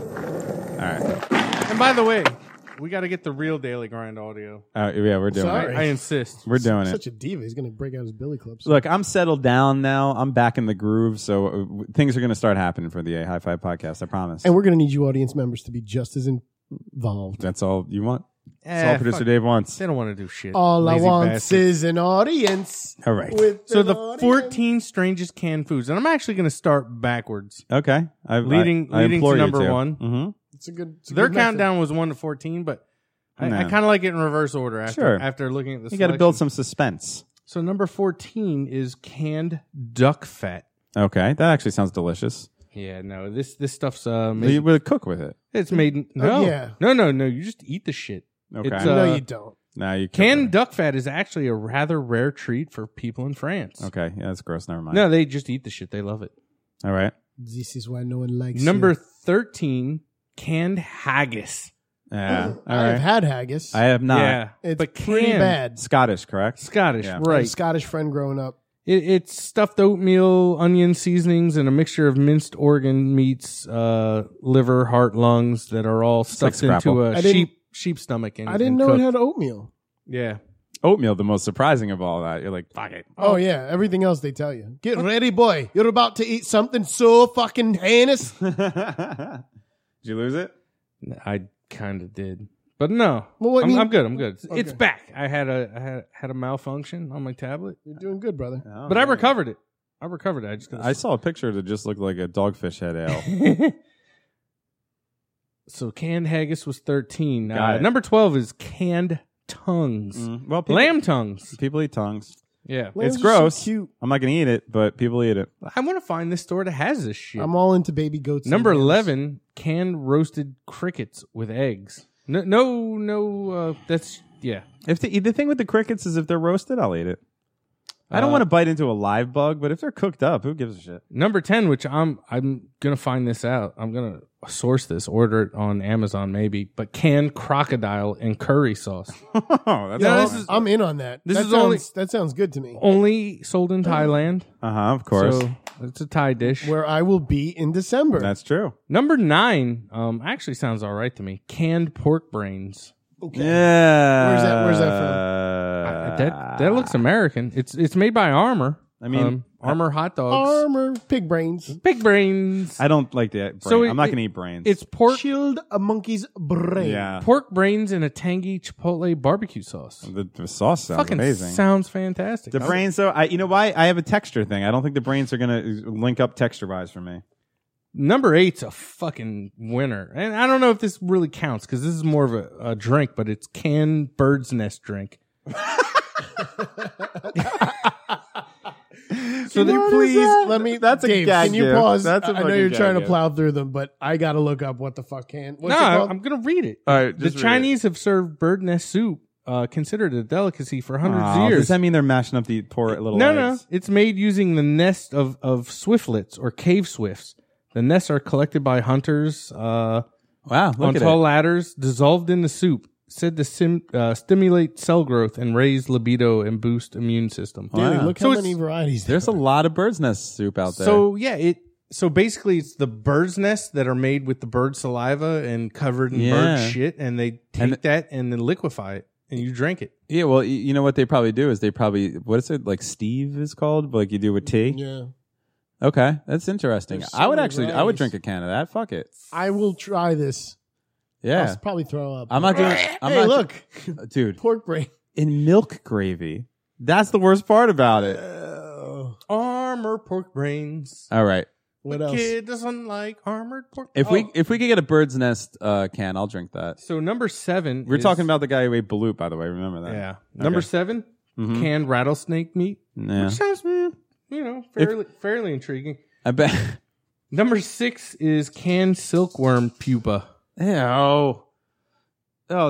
B: right.
E: Oh, And by the way, we got to get the real daily grind audio.
B: Uh, yeah, we're doing
E: Sorry.
B: it.
E: I insist.
B: We're doing it.
D: Such a diva. He's gonna break out his billy clubs.
B: Look, I'm settled down now. I'm back in the groove, so uh, w- things are going to start happening for the A High Five podcast. I promise.
D: And we're gonna need you audience members to be just as involved.
B: That's all you want. That's
E: Eh,
B: all producer
E: fuck.
B: Dave wants.
E: They don't want to do shit.
D: All I
E: Lazy
D: want
E: bastards.
D: is an audience.
B: All right.
D: With
E: So
D: an
E: the
D: audience.
E: 14 strangest canned foods, and I'm actually going to start backwards.
B: Okay. I,
E: Leading- leading to number one.
B: Mm-hmm.
D: It's a good. it's a
E: Their
D: good method.
E: countdown was one to 14, but I,
B: No.
E: I kind of like it in reverse order after
B: Sure.
E: after looking at the.
B: You got to build some suspense.
E: So number 14 is canned duck fat.
B: Okay, that actually sounds delicious.
E: Yeah, no, this this stuff's uh,
B: But You
E: made,
B: would cook with it.
E: it's made in- no,
D: Uh, yeah.
E: no, no, no. You just eat the shit.
B: Okay.
E: It's, uh,
D: No, you don't.
B: now you cook with
E: Canned
B: it.
E: duck fat is actually a rather rare treat for people in France.
B: Okay, yeah, that's gross. Never mind.
E: No, they just eat the shit. They love it.
B: All right.
D: This is why no one likes
E: Number
D: you.
E: 13, canned haggis.
B: Yeah. All
D: I've
B: right.
D: had haggis.
B: I have not.
E: yeah,
D: it's
E: but
D: pretty
E: canned.
D: bad.
B: Scottish, correct?
E: Scottish,
B: Yeah.
D: I had a
E: right.
D: Scottish friend growing up.
E: It, it's stuffed oatmeal, onion seasonings, and a mixture of minced organ meats, uh, liver, heart, lungs that are all
B: like
E: stuffed into
B: Scrapple.
E: a
D: I didn't-
E: sheep sheep stomach. And,
D: I didn't
E: and
D: know
E: cooked.
D: it had oatmeal.
E: Yeah.
B: Oatmeal, the most surprising of all that. You're like, (laughs) fuck it.
D: Oh, yeah, everything else they tell you. Get ready, boy. You're about to eat something so fucking heinous.
B: Did you lose it?
E: I kind of did, but no.
D: Well, what
E: I'm,
D: mean-
E: I'm good. I'm good. It's- It's
D: Okay.
E: back. I had a I had, had a malfunction on my tablet,
D: You're doing good, brother.
E: but I recovered it. I recovered it. I just got
B: I saw a picture that just looked like a dogfish head
D: (laughs)
B: ale.
E: (laughs) so canned haggis was thirteen.
B: Got
E: Uh,
B: it.
E: number twelve is canned tongues,
D: Mm-hmm.
B: Mm, Well, people,
E: lamb tongues.
B: people eat tongues.
E: Yeah,
D: Lambs
B: it's
D: are so
B: gross.
D: cute.
B: I'm not gonna eat it, but people eat it.
E: I want to find this store that has this shit.
D: I'm all into baby goats. and
E: Number
D: lambs.
E: eleven, canned roasted crickets with eggs. No, no, no. Uh, that's yeah.
B: If the, the thing with the crickets is if they're roasted, I'll eat it. I don't
E: Uh,
B: want to bite into a live bug, but if they're cooked up, who gives a
E: (laughs)
B: shit?
E: Number ten, which I'm I'm gonna find this out. I'm gonna source this, order it on Amazon maybe. But canned crocodile and
B: (laughs)
E: curry sauce,
B: oh, that's
D: No,
E: No,
B: uh
E: this is-
D: I'm in on that.
E: this
D: that
E: is
D: sounds,
E: only-
D: that sounds good to me.
E: only sold in Thailand.
B: huh. Uh-huh, Of course,
E: so it's a Thai dish.
D: Where I will be in December.
B: that's true.
E: Number nine, um, actually sounds all right to me. Canned pork brains.
D: okay.
B: Yeah.
D: Where's that- where's that
E: Uh,
B: from?
E: that that looks American. It's it's made by Armor.
B: Ah. I mean,
E: Armor hot dogs.
D: Armor, pig brains.
E: Big brains.
B: I don't like the brain.
E: So it-
B: I'm not
E: it-
B: gonna eat brains.
E: It's pork
D: Chilled a monkey's brain.
B: yeah.
E: pork brains in a tangy chipotle barbecue sauce.
B: The, the sauce sounds
E: Fucking
B: amazing.
E: sounds fantastic.
B: the
E: I-
B: brains, though, I you know why I have a texture thing. I don't think the brains are gonna link up texture wise for me.
E: number eight's a fucking winner, and I don't know if this really counts because this is more of a, a drink, but it's canned bird's nest drink.
D: Can
E: they-
D: you
E: What is
D: please
E: that?
D: let me?
B: That's a
D: Dave,
B: gag
D: Can you
B: gift.
D: pause?
B: That's a
D: I I know
B: fucking
D: you're
B: gag
D: trying to
B: gift.
D: plow through them, but I gotta look up what the fuck can. What's
E: no,
D: it called?
E: I, am gonna read it.
B: All right,
E: the
B: just read it.
E: Chinese have served bird nest soup, uh, considered a delicacy for hundreds
B: Aw,
E: of years.
B: Ah, Does that mean they're mashing up the poor little?
E: no,
B: eggs?
E: no, it's made using the nest of of swiftlets or cave swifts. The nests are collected by hunters. Uh,
B: Wow, look
E: on
B: at
E: tall
B: it.
E: ladders dissolved in the soup said to sim, uh, stimulate cell growth and raise libido and boost immune system
D: Dude,
B: Wow.
D: look
E: So
D: how
E: it's-
D: many varieties.
B: There's a lot of bird's nest soup out there.
E: so yeah it so basically it's the bird's nests that are made with the bird saliva and covered in
B: Yeah.
E: bird shit and they take
B: And-
E: that and then liquefy it and you drink it
B: yeah, well, y- you know what they probably do is they probably what is it like Steve is called, like you do with tea.
D: Yeah.
B: Okay, that's interesting.
D: There's so
B: I would
D: many
B: actually, I would
D: varieties.
B: drink a can of that. Fuck it.
D: I will try this.
B: Yeah,
D: I'll probably throw up.
B: I'm not doing. I'm
D: hey,
B: not,
D: look,
B: dude,
D: pork brain. (laughs)
B: in milk gravy. That's the worst part about it.
D: Oh.
E: armor pork brains.
B: All right.
D: What
E: The
D: else?
E: Kid doesn't like armored pork.
B: Uh, If we
E: Oh,
B: if we could get a bird's nest uh, can, I'll drink that.
E: so number seven.
B: We're
E: is-
B: talking about the guy who ate balut, by the way. Remember that?
E: yeah. Number seven,
B: Mhm.
E: canned rattlesnake meat.
B: Yeah.
E: Which sounds, mm, you know, fairly fairly intriguing.
B: I bet. (laughs)
E: Number six is canned silkworm pupa.
B: Ew. Oh,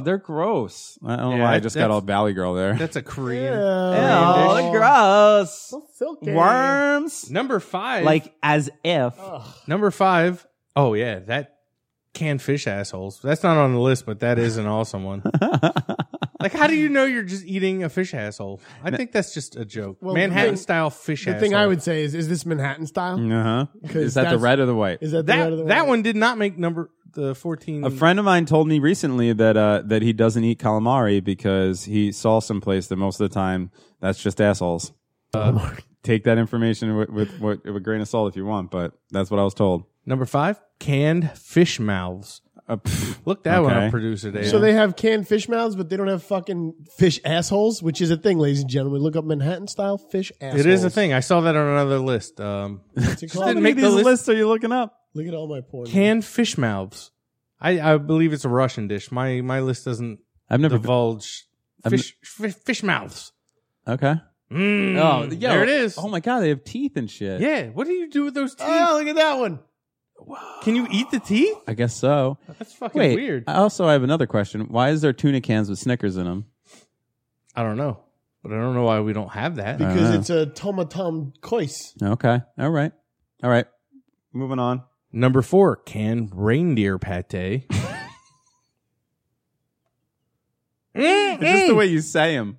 B: they're gross. I don't know why I
E: that-
B: just got all
E: that's-
B: Valley Girl there. (laughs)
E: That's a Korean.
D: Oh,
K: gross.
D: so silky.
K: Worms.
E: Number five,
K: Like as if.
E: number five. Oh yeah, that canned fish assholes. That's not on the list, but that is an awesome
B: (laughs)
E: one. like, how do you know you're just eating a fish asshole? I think that's just a joke.
D: Well,
E: Manhattan
D: the thing-
E: style fish.
D: The
E: asshole.
D: thing I would say is, is this Manhattan style?
B: Uh huh.
D: 'Cause
B: Is that the
D: that's-
B: red or the white?
D: Is that the red or the
E: that that
D: white?
E: one did not make number the fourteen.
B: A friend of mine told me recently that uh, that he doesn't eat calamari because he saw someplace that most of the time that's just assholes. Uh, take that information with, with, with, with a grain of salt if you want, but that's what I was told.
E: Number five, canned fish mouths.
B: Uh, pff,
E: Look that one
B: Okay.
E: up, producer Dave.
D: So they have canned fish mouths, but they don't have fucking fish assholes, which is a thing, ladies and gentlemen. Look up Manhattan style fish assholes.
E: it is a thing. I saw that on another
B: (laughs)
E: list. Um,
D: What's it
E: How
D: called?
E: many
B: make
E: of
B: these
E: these
B: lists are you looking up?
D: Look at all my porn.
E: canned fish mouths. I, I believe it's a Russian dish. My my list doesn't
B: I've never.
E: divulge
B: I'm-
E: fish fish, fish mouths.
B: okay.
E: Mm,
B: Oh, yeah.
E: there it is.
B: Oh my god, Ah. they have teeth and shit.
E: Yeah, what do you do with those teeth?
D: Oh, look at that one.
E: Can you eat the teeth?
B: I guess so.
E: That's fucking
B: Wait.
E: weird.
B: I also have another question. Why is there tuna cans with Snickers in them?
E: I don't know, but I don't know why we don't have that.
B: Uh,
D: Because
B: Uh-huh.
D: it's a tomatom (laughs) cois.
B: Okay. All right. All right. Moving on.
E: Number four, canned
B: (laughs)
E: reindeer pate. Mm,
B: Just the
E: mm.
B: way you say them.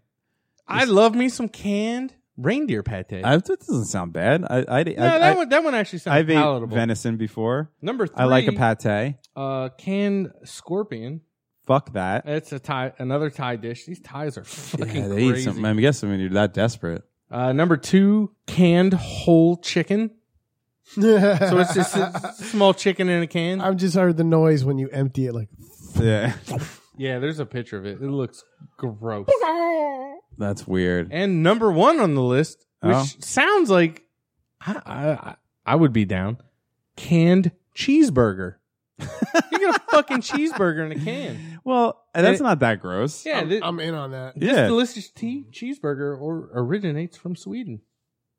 E: I love me some canned reindeer pate.
B: I, that doesn't sound bad. I, I,
E: no, that one that one actually sounds
B: I've ate
E: palatable.
B: venison before.
E: Number three,
B: I like a pate.
E: uh, canned scorpion.
B: Fuck that.
E: It's a Thai, another Thai dish. These Thais are fucking
B: Yeah, they
E: crazy.
B: eat something. I guess when you're that desperate.
E: Uh, number two, canned whole chicken. So
D: so
E: it's just a s- small chicken in a
D: (laughs)
E: can.
D: I've just heard the noise when you empty it. Like
B: Yeah,
E: yeah, there's a picture of it. It looks gross.
B: that's weird.
E: (laughs) And number one on the list, which
B: Oh.
E: sounds like I, I I- I would be down, canned cheeseburger. you get a (laughs) fucking cheeseburger in a can. Um,
B: Well, that's
E: it-
B: not that gross.
E: Yeah, thi-
D: I'm in on that.
E: this
B: Yeah.
E: delicious tea cheeseburger or originates from Sweden.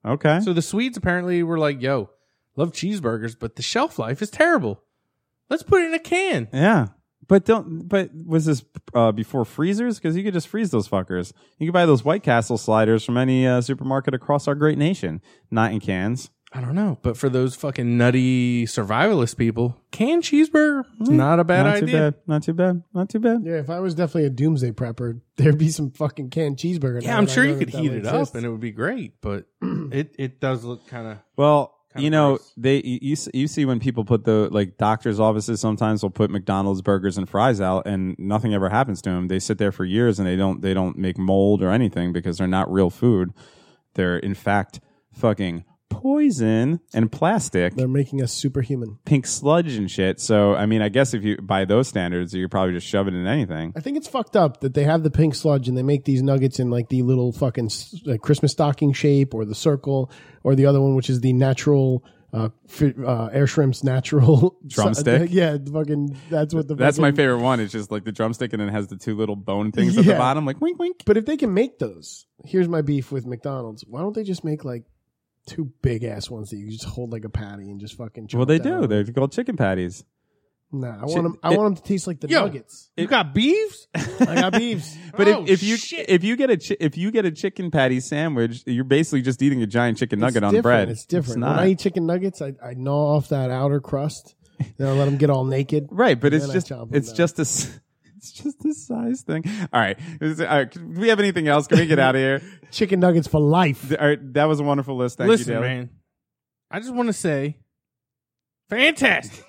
B: okay.
E: So the Swedes apparently were like, "Yo, love cheeseburgers, but the shelf life is terrible. Let's put it in a can."
B: yeah. But don't. But was this uh, before freezers? Because you could just freeze those fuckers. You could buy those White Castle sliders from any uh, supermarket across our great nation, not in cans.
E: I don't know, but for those fucking nutty survivalist people, canned cheeseburger hmm, not a bad
B: not
E: idea.
B: too bad. Not too bad. Not too bad.
D: Yeah, if I was definitely a doomsday prepper, (laughs) there'd be some fucking canned cheeseburger.
E: Yeah,
D: now
E: I'm
D: that I
E: sure
D: know
E: you
D: that
E: could
D: that
E: heat it
D: exists.
E: up and it would be great, but it it does look kind of
B: Well,
E: Kinda
B: you know,
E: gross.
B: they you you s- you see when people put the like doctors' offices sometimes will put McDonald's burgers and fries out, and nothing ever happens to them. They sit there for years and they don't they don't make mold or anything because they're not real food. They're in fact fucking poison and plastic,
D: They're making us superhuman.
B: pink sludge and shit. So I mean, I guess if you by those standards, you could probably just shove it in anything.
D: I think it's fucked up that they have the pink sludge and they make these nuggets in like the little fucking s- like Christmas stocking shape or the circle or the other one, which is the natural uh, fi- uh, air shrimp's natural (laughs)
B: Drumstick?
D: yeah, the fucking. That's what the.
B: That's my
D: fucking-
B: favorite one. It's just like the drumstick and then it has the two little bone things at the
D: Yeah.
B: bottom, like wink wink.
D: But if they can make those, here's my beef with McDonald's. Why don't they just make like two big ass ones that you just hold like a patty and just fucking?
B: Well,
D: chomp
B: they
D: down
B: do.
D: on?
B: They're called chicken patties.
D: Nah, I
B: Shit,
D: want them. I
B: it-
D: want them to taste like the
E: Yo.
D: nuggets.
E: you got (laughs) beefs?
D: I
B: (laughs)
D: got beefs.
B: But
E: Oh,
B: if, if you
E: shit.
B: if you get a chi- if you get a chicken patty sandwich, you're basically just eating a giant chicken nugget
D: It's
B: on
D: different.
B: bread.
D: It's different.
B: not.
D: When I eat chicken nuggets, I, I gnaw off that
B: (laughs)
D: outer crust, then I let them get all naked.
B: right, but
D: and
B: it's
D: then I
B: just
D: chomp 'em
B: it's
D: down.
B: just a (laughs) s- it's just a size thing. All right, Is- all right, do we have anything else? Can we get out of
D: (laughs)
B: here?
D: chicken nuggets for life.
B: Th- All right, that was a wonderful list. Thank
E: Listen,
B: you, Dale.
E: man. I just want to say fantastic.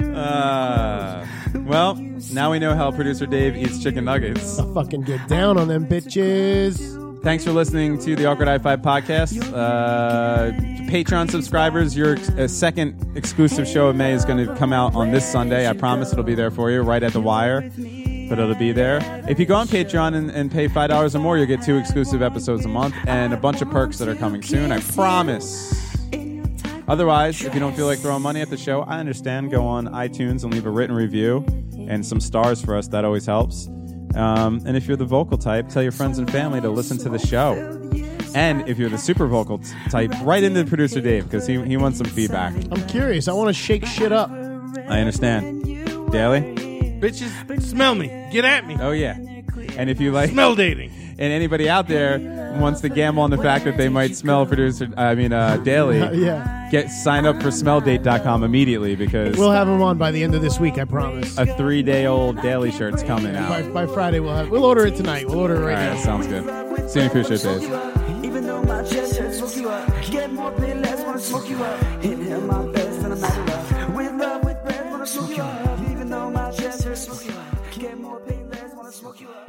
B: Uh, well, now we know how producer Dave eats chicken nuggets.
D: I fucking get down on them bitches.
B: Thanks for listening to the Awkward I Five podcast. Uh, Patreon subscribers, your ex- uh, second exclusive show of May is going to come out on this Sunday. I promise it'll be there for you, right at the wire. But it'll be there. If you go on Patreon and, and pay five dollars or more, you'll get two exclusive episodes a month and a bunch of perks that are coming soon. I promise. Otherwise, if you don't feel like throwing money at the show, I understand. Go on iTunes and leave a written review and some stars for us. That always helps. Um, and if you're the vocal type, tell your friends and family to listen to the show. And if you're the super vocal t- type, write into producer Dave because he, he wants some feedback.
D: I'm curious. I want to shake shit up.
B: I understand. Daily?
E: Bitches, smell me. Get at me.
B: Oh, yeah. And if you like
E: Smell dating.
B: and anybody out there wants to gamble on the fact that they might smell producer, I mean, uh, Daily,
D: (laughs) Yeah.
B: get sign up for smelldate.com immediately because
D: We'll have him on by the end of this week. I promise.
B: a three day old Daily shirt's coming out.
D: By, by Friday, we'll have. We'll order it tonight. We'll order it
B: All
D: right
B: right,
D: now.
B: sounds good. See you in Crucial Days.
L: Even though my chest hurts, smoke you up. Get more pain, less wanna smoke you up. Hit him my best and I'm out of love. With love, with breath, wanna smoke you up. Even though my chest hurts, smoke you up. Get more pain, less wanna smoke you up.